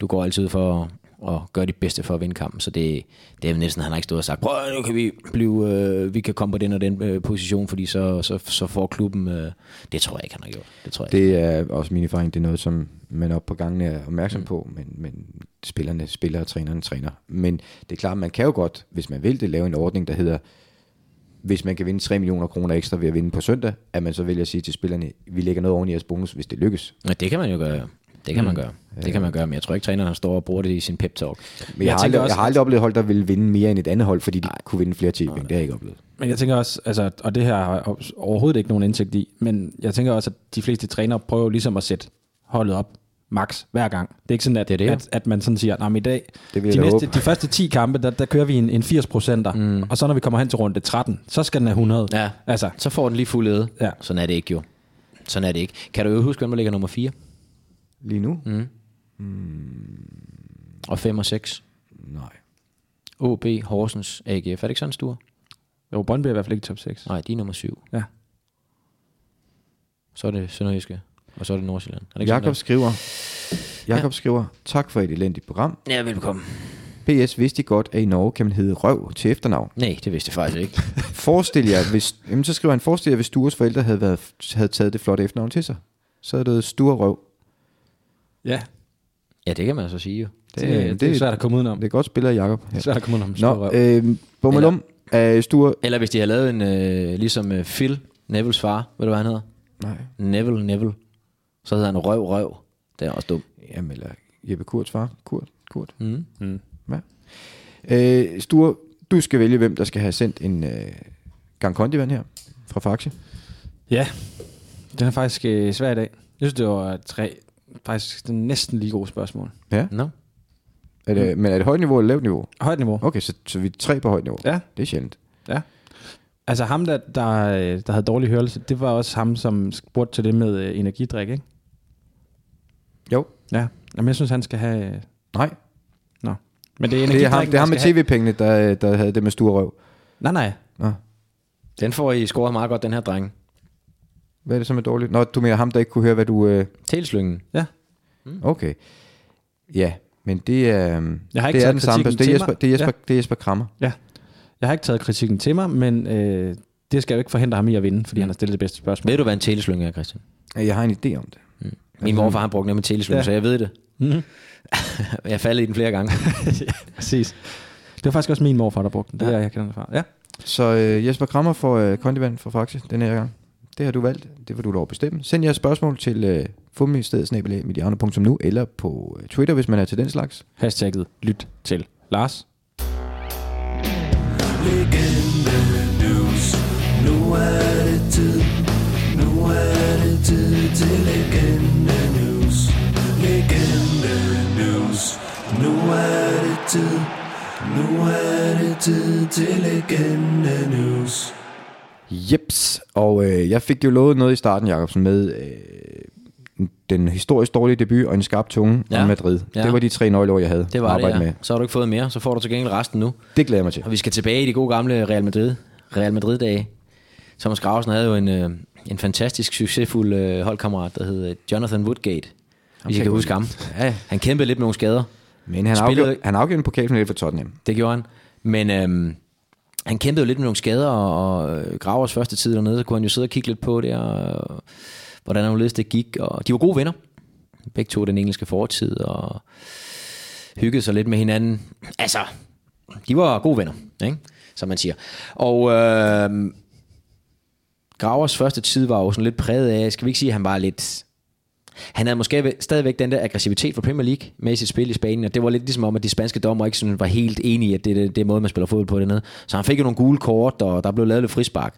C: du går altid for at, at gøre dit bedste for at vinde kampen, så det, det er næsten, han har ikke stået og sagt, prøv at høre, nu kan vi blive, øh, vi kan komme på den og den øh, position, fordi så, så, så får klubben, øh, det tror jeg ikke, han har gjort. Det tror jeg
B: Det er også min erfaring, det er noget, som man op på gangen er opmærksom på, men, men spillerne spiller, og trænerne træner. Men det er klart, man kan jo godt, hvis man vil det, lave en ordning, der hedder, hvis man kan vinde 3 millioner kroner ekstra ved at vinde på søndag, at man så vælger at sige til spillerne, vi lægger noget oven i jeres bonus, hvis det Mm. lykkes.
C: Ja, det kan man jo gøre. Det kan man gøre. Det kan man gøre, men jeg tror ikke, træneren står og bruger det i sin pep-talk.
B: Men jeg, jeg, har, aldrig, jeg har aldrig oplevet hold, der ville vinde mere end et andet hold, fordi de Ej. kunne vinde flere tv Det har jeg ikke oplevet.
I: Men jeg tænker også, altså, og det her har jeg overhovedet ikke nogen indsigt i, men jeg tænker også, at de fleste trænere prøver ligesom at sætte holdet op max hver gang. Det er ikke sådan, at, det
C: det jo.
I: at, at man sådan siger, at i dag,
B: Det vil jeg
I: de,
B: da
I: næste,
B: håbe."
I: de første 10 kampe, der, der kører vi en, en 80 procenter, mm. og så når vi kommer hen til runde 13, så skal den have 100.
C: Ja,
I: altså.
C: så får den lige fuld æde.
I: Ja.
C: Sådan er det ikke jo. Sådan er det ikke. Kan du jo huske, hvem der ligger nummer 4
B: Lige nu? Mm.
C: og 5 og 6?
B: Nej.
C: OB, Horsens, AGF. Er det ikke sådan, Sture?
I: Jo, Brøndby er i hvert fald ikke top 6.
C: Nej, de er nummer 7.
I: Ja.
C: Så er det Sønderjyske, og så er det Nordsjælland. Er det ikke
B: Jakob
C: sådan,
B: skriver, Jakob ja. skriver, tak for et elendigt program.
C: der- Ja, velkommen.
B: PS, vidste I godt, at i Norge kan man hedde røv til efternavn?
C: Nej, det vidste jeg faktisk ikke.
B: Forestil jer, hvis, jamen så skriver han, forestil jer, hvis Stures forældre havde, været, havde taget det flotte efternavn til sig. Så havde det heddet Sture Røv.
I: Ja,
C: ja, det kan man så sige jo.
I: det, det, det, det er svært at komme udenom.
B: Det er godt spiller, Jakob.
I: Det er svært at komme udenom. Stor
B: Nå,
I: røv.
B: øh, Bummelum, øh, Sture...
C: Eller hvis de har lavet en, øh, ligesom øh, Phil, Nevilles far, ved du hvad han hedder?
B: Nej,
C: Neville, Neville. Så hedder han Røv, Røv. Det er også dumt.
B: jamen eller Jeppe Kurts far. Kurt, Kurt.
C: Mm.
B: Ja. Øh, Sture, du skal vælge, hvem der skal have sendt en øh, gang kondivand her fra Faxe.
I: Ja, den er faktisk øh, svær i dag. Jeg synes, det var tre, faktisk det er næsten lige gode spørgsmål.
B: Ja.
C: Nå.
B: Er det, Men er det højt niveau eller lavt niveau?
I: Højt niveau.
B: Okay, så, så vi er tre på højt niveau.
I: Ja.
B: Det er sjældent.
I: Ja. Altså ham, der, der, øh, der havde dårlig hørelse, det var også ham, som spurgte til det med øh, energidrik, ikke?
B: Jo.
I: Ja. Jamen, jeg synes, han skal have... Øh,
B: Nej,
I: nå. Men det er
B: det er ham,
I: energidrik,
B: det er ham med tv-pengene, der, øh, der havde det med Sture Røv.
I: Nej, nej.
B: Nå.
C: Den får I scoret meget godt, den her dreng.
B: Hvad er det, som er dårligt? Nå, du mener ham, der ikke kunne høre, hvad du... Øh...
C: Tilslyngen.
I: Ja.
C: Mm.
B: Okay. Ja, men det er, øh...
I: Jeg har ikke
B: det er
I: taget
B: den samme person.
I: kritikken
B: Det er
I: til
B: Jesper,
I: mig.
B: det er Jesper, ja. det
I: Ja.
B: er Jesper Krammer.
I: Ja. Jeg har ikke taget kritikken til mig, men øh, det skal jo ikke forhindre ham i at vinde, fordi han har stillet det bedste spørgsmål.
C: Ved du, hvad en teleslynge er, Christian?
B: Jeg har en idé om det.
C: Min morfar, han brugte nemlig telesyn,
B: Ja.
C: Mm. ja. Mm. så jeg ved det.
B: Mhm.
C: (laughs) jeg faldt i den flere gange.
I: Præcis. Det var faktisk også min morfar, der brugte den. Det er der, jeg kender den fra. Ja.
B: Så øh, Jesper Krammer får øh, kondivand fra Faxe den her gang. Det har du valgt. Det får du lov at bestemme. Send jeres spørgsmål til øh, fumministeriet eller på øh, Twitter, hvis man er til den slags.
I: Hashtagget lyt til Lars.
K: Legende news. Nu er det tid. Nu er det tid til legende news. Legende news. Nu er det tid. Nu er det tid til legende news.
B: Jeps, og øh, jeg fik jo lovet noget i starten, Jacobsen, med øh, den historisk dårlige debut og en skarp tunge ja.
C: Ja.
B: om Madrid. Ja.
C: Ja.
B: Det var de tre nøgleord, jeg havde
C: Det
B: at
C: var det,
B: arbejde
C: ja.
B: med.
C: Så har du ikke fået mere. Så får du til gengæld resten nu.
B: Det glæder jeg mig til.
C: Og vi skal tilbage i de gode gamle Real Madrid. Real Madrid-dage. Thomas Grausen havde jo en, øh, en fantastisk succesfuld øh, holdkammerat, der hed øh, Jonathan Woodgate.
B: kan
C: Hvis I
B: jeg
C: kan
B: godt
C: huske ham.
B: Ja, ja.
C: Han kæmpede lidt med nogle skader.
B: Men han
C: Spillede
B: afgjorde,
C: ikke.
B: han afgjorde en pokalfinale for Tottenham.
C: Det gjorde han. Men øhm, han kæmpede jo lidt med nogle skader, og, og øh, Gravers første tid dernede, så kunne han jo sidde og kigge lidt på det, og øh, hvordan og hvorledes det gik. Og de var gode venner. Begge to den engelske fortid, og hyggede sig lidt med hinanden. Altså, de var gode venner, ikke? som man siger. Og øh, Gravers første tid var jo sådan lidt præget af, skal vi ikke sige, at han var lidt han havde måske stadigvæk den der aggressivitet fra Premier League med i sit spil i Spanien, og det var lidt ligesom om, at de spanske dommer ikke sådan var helt enige, i, at det, det, det er måde, man spiller fodbold på dernede. Så han fik jo nogle gule kort, og der blev lavet lidt frispark.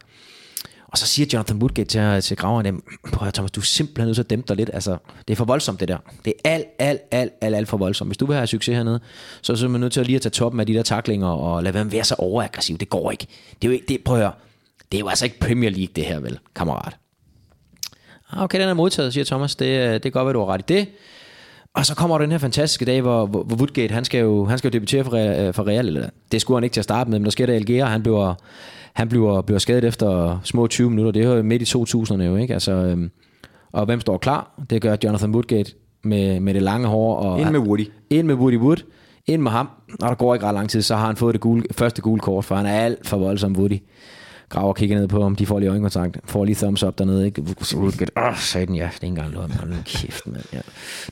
C: Og så siger Jonathan Woodgate til, til Graveren, "Jamen, prøv at høre, Thomas, du er simpelthen nødt til at dæmpe dig lidt. Altså, det er for voldsomt, det der. Det er alt, alt, alt, alt, alt for voldsomt. Hvis du vil have succes hernede, så er du simpelthen nødt til at lige at tage toppen af de der taklinger og lade være med at være så overaggressiv. Det går ikke. Det er jo ikke, det, prøv at høre. Det er jo altså ikke Premier League, det her vel, kammerat. Ah, okay, den er modtaget, siger Thomas. Det, øh, det kan godt være, du har ret i det. Og så kommer der den her fantastiske dag, hvor, hvor hvor Woodgate, han skal jo, han skal jo debutere for, Re- øh, for Real. Eller, det skulle han ikke til at starte med, men der sker der Algera, han bliver, han bliver, bliver skadet efter små 20 minutter. Det er jo midt i 2000'erne jo, ikke? Altså, øhm, og hvem står klar? Det gør Jonathan Woodgate med, med det lange hår. Og,
B: Ind med Woody.
C: Ind med Woody Wood. Ind med ham. Og der går ikke ret lang tid, så har han fået det gule, første gule kort, for han er alt for voldsom Woody. Graver kigger ned på ham, de får lige øjenkontakt, får lige thumbs up dernede, ikke? Woodgate, åh, sagde den, ja, det er ikke engang lov, man, kæft, mand, ja.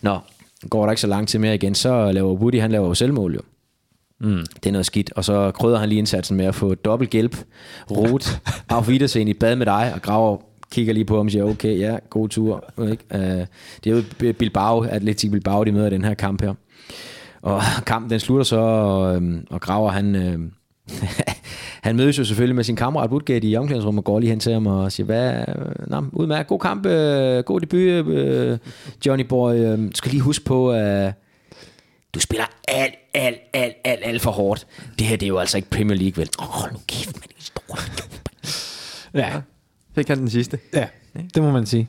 C: Nå, går der ikke så lang tid mere igen, så laver Woody, han laver jo selvmål, jo. Mm. Det er noget skidt. Og så krydder han lige indsatsen med at få dobbelt gælp, rot, auf Wiedersehen i bad med dig, og graver kigger lige på ham og siger, okay, ja, god tur. Ikke? Øh, det er jo B- Bilbao, Atletic Bilbao, de møder i den her kamp her. Og (laughs) kampen den slutter så, og, øhm, og graver han... øhm, (laughs) han mødes jo selvfølgelig med sin kammerat Woodgate i omklædningsrummet og går lige hen til ham og siger, hvad, øh, nå, udmærket, god kamp, øh, god debut, øh, Johnny Boy. Øh, du skal lige huske på, øh, du spiller alt, alt, alt, alt, alt for hårdt. Det her, det er jo altså ikke Premier League, vel? Åh, oh, nu kæft, man.
I: Ja.
B: Fik han den sidste?
I: Ja, det må man sige.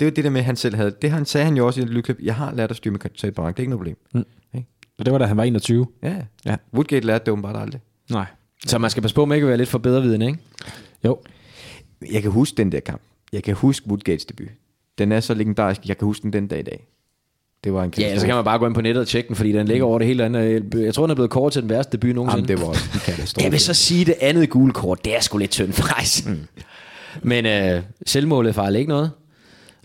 B: Det var det der med, at han selv havde. Det han sagde han jo også i et lydklip. Jeg har lært at styre med kapitalbank. Det er ikke noget problem.
I: Mm. Og det var da han var 21.
B: Ja.
I: ja.
B: Woodgate lærte det åbenbart aldrig.
I: Nej.
C: Så man skal passe på med ikke at være lidt for bedrevidende, ikke?
I: Jo.
B: Jeg kan huske den der kamp. Jeg kan huske Woodgates debut. Den er så legendarisk. Jeg kan huske den den dag i dag. Det var en
C: Ja, ellers så kan man bare gå ind på nettet og tjekke den, fordi den ligger over det hele andet. Øh, Jeg tror, den er blevet kort til den værste debut nogensinde.
B: Jamen, det var også en
C: (laughs)
B: katastrofe.
C: Jeg vil så sige, det andet gule kort, det er sgu lidt tyndt faktisk. Mm. Men øh, selvmålet fejler ikke noget.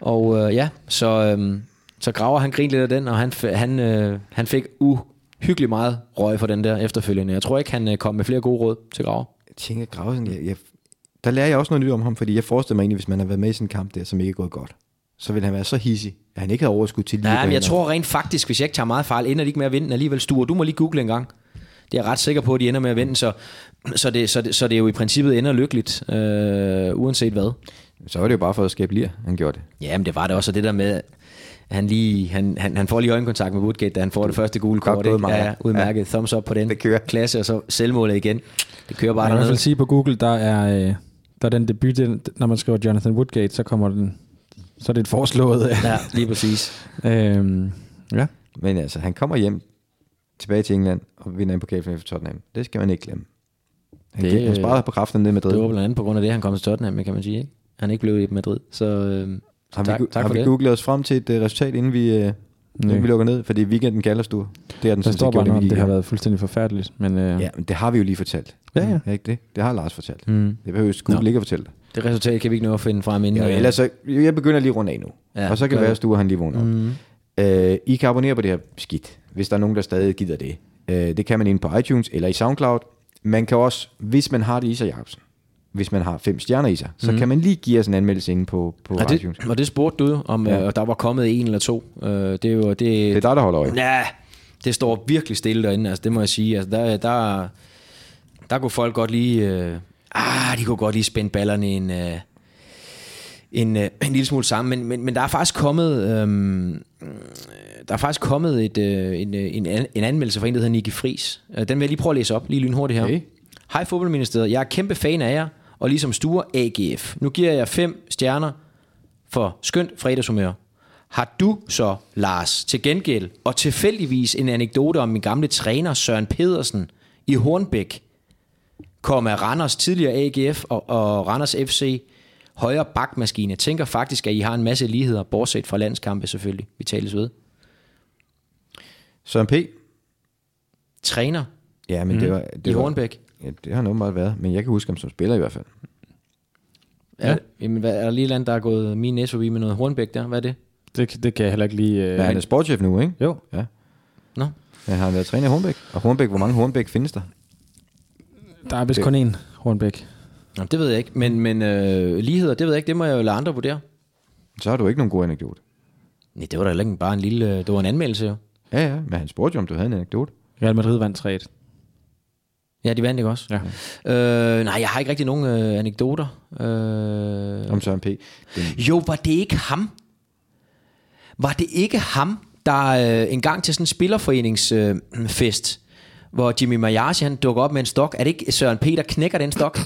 C: Og øh, ja, så, øh, så graver han grin lidt af den, og han, f- han, øh, han fik uhyggeligt meget røg for den der efterfølgende. Jeg tror ikke, han øh, kom med flere gode råd til graver.
B: Jeg tænker, Grausen, jeg, jeg, der lærer jeg også noget nyt om ham, fordi jeg forestiller mig egentlig, hvis man har været med i sådan en kamp der, som ikke er gået godt, så ville han være så hissig, at han ikke havde overskud til lige at gå
C: Nej, men
B: hen
C: jeg
B: og-
C: tror rent faktisk, hvis jeg ikke tager meget fejl, ender de ikke med at vinde den alligevel. Sture, du må lige google en gang. Det er jeg ret sikker på, at de ender med at vinde, den, så, så, det, så, det, så det jo i princippet ender lykkeligt, øh, uanset hvad.
B: Så var det jo bare for at skabe lir, han gjorde det.
C: Ja, men det var det også, og det der med, at han, lige, han, han, han får lige øjenkontakt med Woodgate, da han får det første gule
B: Godt
C: kort.
B: gået,
C: ikke?
B: Maja.
C: ja, udmærket. Ja. Thumbs up på den det kører. klasse, og så selvmålet igen. Det kører bare
I: Jeg kan i hvert
C: dernede.
I: fald sige på Google, der er, øh, der er den debut, den, når man skriver Jonathan Woodgate, så kommer den, så er det et foreslået.
C: Ja, lige præcis.
I: (laughs) øhm, ja.
B: Men altså, han kommer hjem tilbage til England og vinder en pokalfinale for Tottenham. Det skal man ikke glemme. Han, det,
C: Det,
B: gik, han sparede på kraften ned med Madrid.
C: Det var blandt andet på grund af det, han kom til Tottenham, kan man sige. Ikke? Han ikke blev i Madrid, så øh,
B: Har
C: tak,
B: vi,
C: tak
B: gu- har
C: for
B: vi
C: det.
B: googlet os frem til et øh, resultat, inden vi, øh, inden vi lukker ned? Fordi weekenden kalder du. Det er den sådan
I: Der står
B: set
I: bare
B: gjort,
I: noget
B: inden
I: om,
B: vi
I: det
B: gik
I: har
B: her.
I: været fuldstændig forfærdeligt. Men, øh,
B: Ja, men det har vi jo lige fortalt.
I: Ja, ja.
B: Er ikke det? Det har Lars fortalt.
I: Mm.
B: Det behøver Google
C: Nå.
B: ikke at fortælle dig.
C: Det resultat kan vi ikke nå at finde frem inden.
B: Ja,
C: øh,
B: ellers så, jeg begynder lige rundt af nu. Ja, og så kan det være, at Sture han lige vågner op. Mm. Øh, I kan abonnere på det her skidt, hvis der er nogen, der stadig gider det. Øh, det kan man inde på iTunes eller i SoundCloud. Man kan også, hvis man har det i sig, Jacobsen, hvis man har fem stjerner i sig, så
C: Mm.
B: kan man lige give os en anmeldelse inde på, på
C: Og
B: iTunes.
C: det, og det spurgte du om,
B: Ja.
C: ja. og der var kommet en eller to. Øh, Det er jo... Det, det
B: er dig, der holder øje.
C: Ja, det står virkelig stille derinde, altså det må jeg sige. Altså, der, der, der kunne folk godt lige... Øh, ah, de kunne godt lige spænde ballerne en, øh, en, øh, en lille smule sammen, men, men, men der er faktisk kommet... øhm, der er faktisk kommet et, øh, en, øh, en, an- en anmeldelse fra en, der hedder Nicky Fris. Den vil jeg lige prøve at læse op, lige lynhurtigt her. Okay. Hej fodboldministeriet, jeg er kæmpe fan af jer, og ligesom Sture AGF. Nu giver jeg fem stjerner for skønt fredagshumør. Har du så, Lars, til gengæld og tilfældigvis en anekdote om min gamle træner Søren Pedersen i Hornbæk, komma Randers tidligere AGF og, og Randers FC højre bakmaskine. Tænker faktisk, at I har en masse ligheder, bortset fra landskampe selvfølgelig. Vi tales ved.
B: Søren P.
C: Træner
B: Ja, men mm. det var... Det
C: i
B: var,
C: Hornbæk.
B: Ja, det har han åbenbart været, men jeg kan huske ham som spiller i hvert fald.
C: Ja. Jamen, hvad, er der lige et eller andet, der er gået min næse forbi med noget Hornbæk der? Hvad er det?
I: Det, det kan jeg heller ikke lige... Øh,
B: Men han er sportschef nu, ikke?
I: Jo.
B: Ja.
C: Nå.
B: Men har han været træner i Hornbæk? Og Hornbæk, hvor mange Hornbæk findes der?
I: Der er vist
B: Det-
I: kun én, Hornbæk.
C: Jamen, det ved jeg ikke, men, men øh, ligheder, det ved jeg ikke, det må jeg jo lade andre vurdere.
B: Så har du ikke nogen gode anekdote.
C: Nej, det var da heller ikke bare en lille, øh, det var en anmeldelse jo.
B: Ja, ja, men han spurgte jo, om du havde en anekdote.
I: Real Madrid vandt 3
C: Ja, de vandt ikke også?
I: Ja.
C: Øh, nej, jeg har ikke rigtig nogen øh, anekdoter. Øh,
B: Om Søren P. Den,
C: jo, var det ikke ham? Var det ikke ham, der øh, en gang til sådan en spillerforeningsfest, øh, fest, hvor Jimmy Majashi han dukker op med en stok? Er det ikke Søren P., der knækker den stok?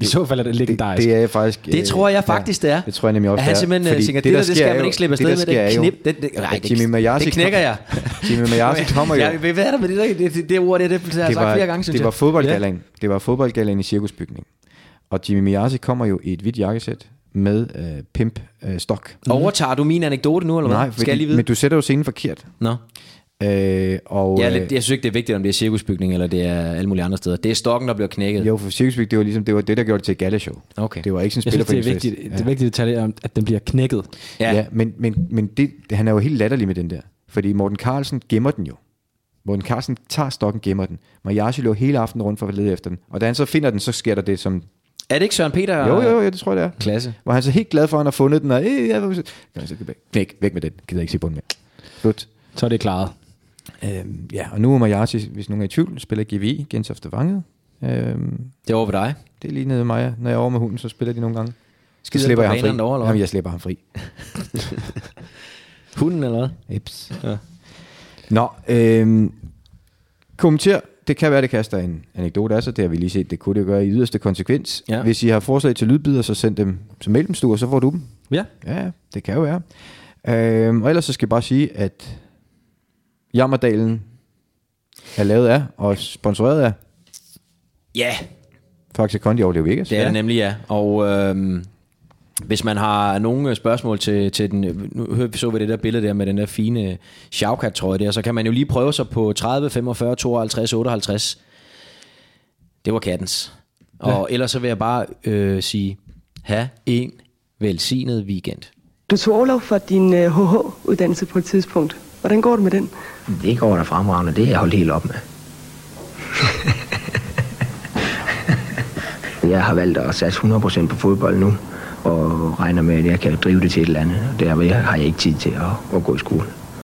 I: I så fald er det legendarisk.
B: det er faktisk... øh,
C: Det tror jeg faktisk, det er.
B: Det tror jeg nemlig også,
C: At han
B: det er,
C: simpelthen, øh,
B: fordi
C: tænker,
B: det,
C: det
B: der
C: der,
B: sker
C: det skal man
B: er jo-
C: ikke slippe
B: det,
C: afsted
B: der
C: med,
B: sker er
C: den
B: jo,
C: knip, den- den- nej,
B: at
C: det-
B: Jimmy Majazi
C: det knækker jeg.
B: (laughs) Jimmy Majazi kommer jo.
C: Jeg ved, hvad er der med det, der- det, det, det ord, det, det, det, har jeg sagt flere gange, synes
B: det
C: jeg.
B: var fodboldgalan. Det var fodboldgalan i cirkusbygningen. Og Jimmy Majazi kommer jo i et hvidt jakkesæt med øh, pimp øh, stok.
C: Overtager du min anekdote nu, eller hvad?
B: Nej,
C: skal jeg lige vide?
B: men du sætter jo scenen forkert.
C: Nå.
B: Øh, og,
C: Jeg, er
B: øh,
C: lidt, jeg synes ikke, det er vigtigt, om det er cirkusbygning, eller det er alle mulige andre steder. Det er stokken, der bliver knækket.
B: Jo, for Cirkusvik, det var ligesom det, var det der gjorde det til et galashow.
C: Okay.
B: Det var ikke sådan
I: Jeg
B: en
I: synes, det er
B: spillerforeningsfest.
I: vigtigt, ja. det er vigtigt at tale om, at den bliver knækket.
B: Ja, ja men, men, men det, det- han er jo helt latterlig med den der. Fordi Morten Carlsen gemmer den jo. Morten Carlsen tager stokken, gemmer den. Mariachi lå hele aftenen rundt for at lede efter den. Og da han så finder den, så sker der det som...
C: Er det ikke Søren Peter?
B: Jo, jo, jo, det tror jeg, det er.
C: Ah. Klasse.
B: Hvor han er så helt glad for, at han har fundet den. Og, øh, jeg, vil- Nå, så væk, væk med den. Gider ikke se på den mere. Slut.
I: Så er det klaret.
B: Øhm, ja, og nu er Mariachi, hvis nogen er i tvivl, spiller GVI, Gentofte Vanget. Øhm,
C: Det er over ved dig.
B: det er lige nede med mig. Når jeg er over med hunden, så spiller de nogle gange. Så
C: Skider
B: slipper
C: på
B: jeg ham fri.
C: banerne derovre, eller hvad?
B: Jamen, jeg slipper ham fri.
C: Hunden, eller hvad?
B: Ips.
C: Ja.
B: Nå, øhm, kommenter. Det kan være, det kaster en anekdote af sig. Det har vi lige set. Det kunne det jo gøre i yderste konsekvens.
C: Ja.
B: Hvis I har forslag til lydbider, så send dem som mail dem, Sture, så får du dem.
I: Ja.
B: Ja, ja, det kan jo være. Øhm, og ellers så skal jeg bare sige, at Jammerdalen er lavet af og sponsoreret af
C: Ja,
B: Faxe Kondi og Leo Vegas.
C: det er det nemlig, ja. Og øhm, hvis man har nogle spørgsmål til, til den... Nu hørte vi så ved det der billede der med den der fine Shaukat-trøje der, så kan man jo lige prøve sig på 30, 45, 52, 58. Det var kattens. Og ellers så vil jeg bare øh, sige, have en velsignet weekend.
H: Du tog overlov for din øh, HH-uddannelse på et tidspunkt. Hvordan går det med den?
J: Det går da fremragende, det er jeg holdt helt op med.
H: (laughs)
J: jeg har valgt at satse 100% på fodbold nu, og regner med, at jeg kan drive det til et eller andet. Og Der har jeg ikke tid til at, at gå i skole.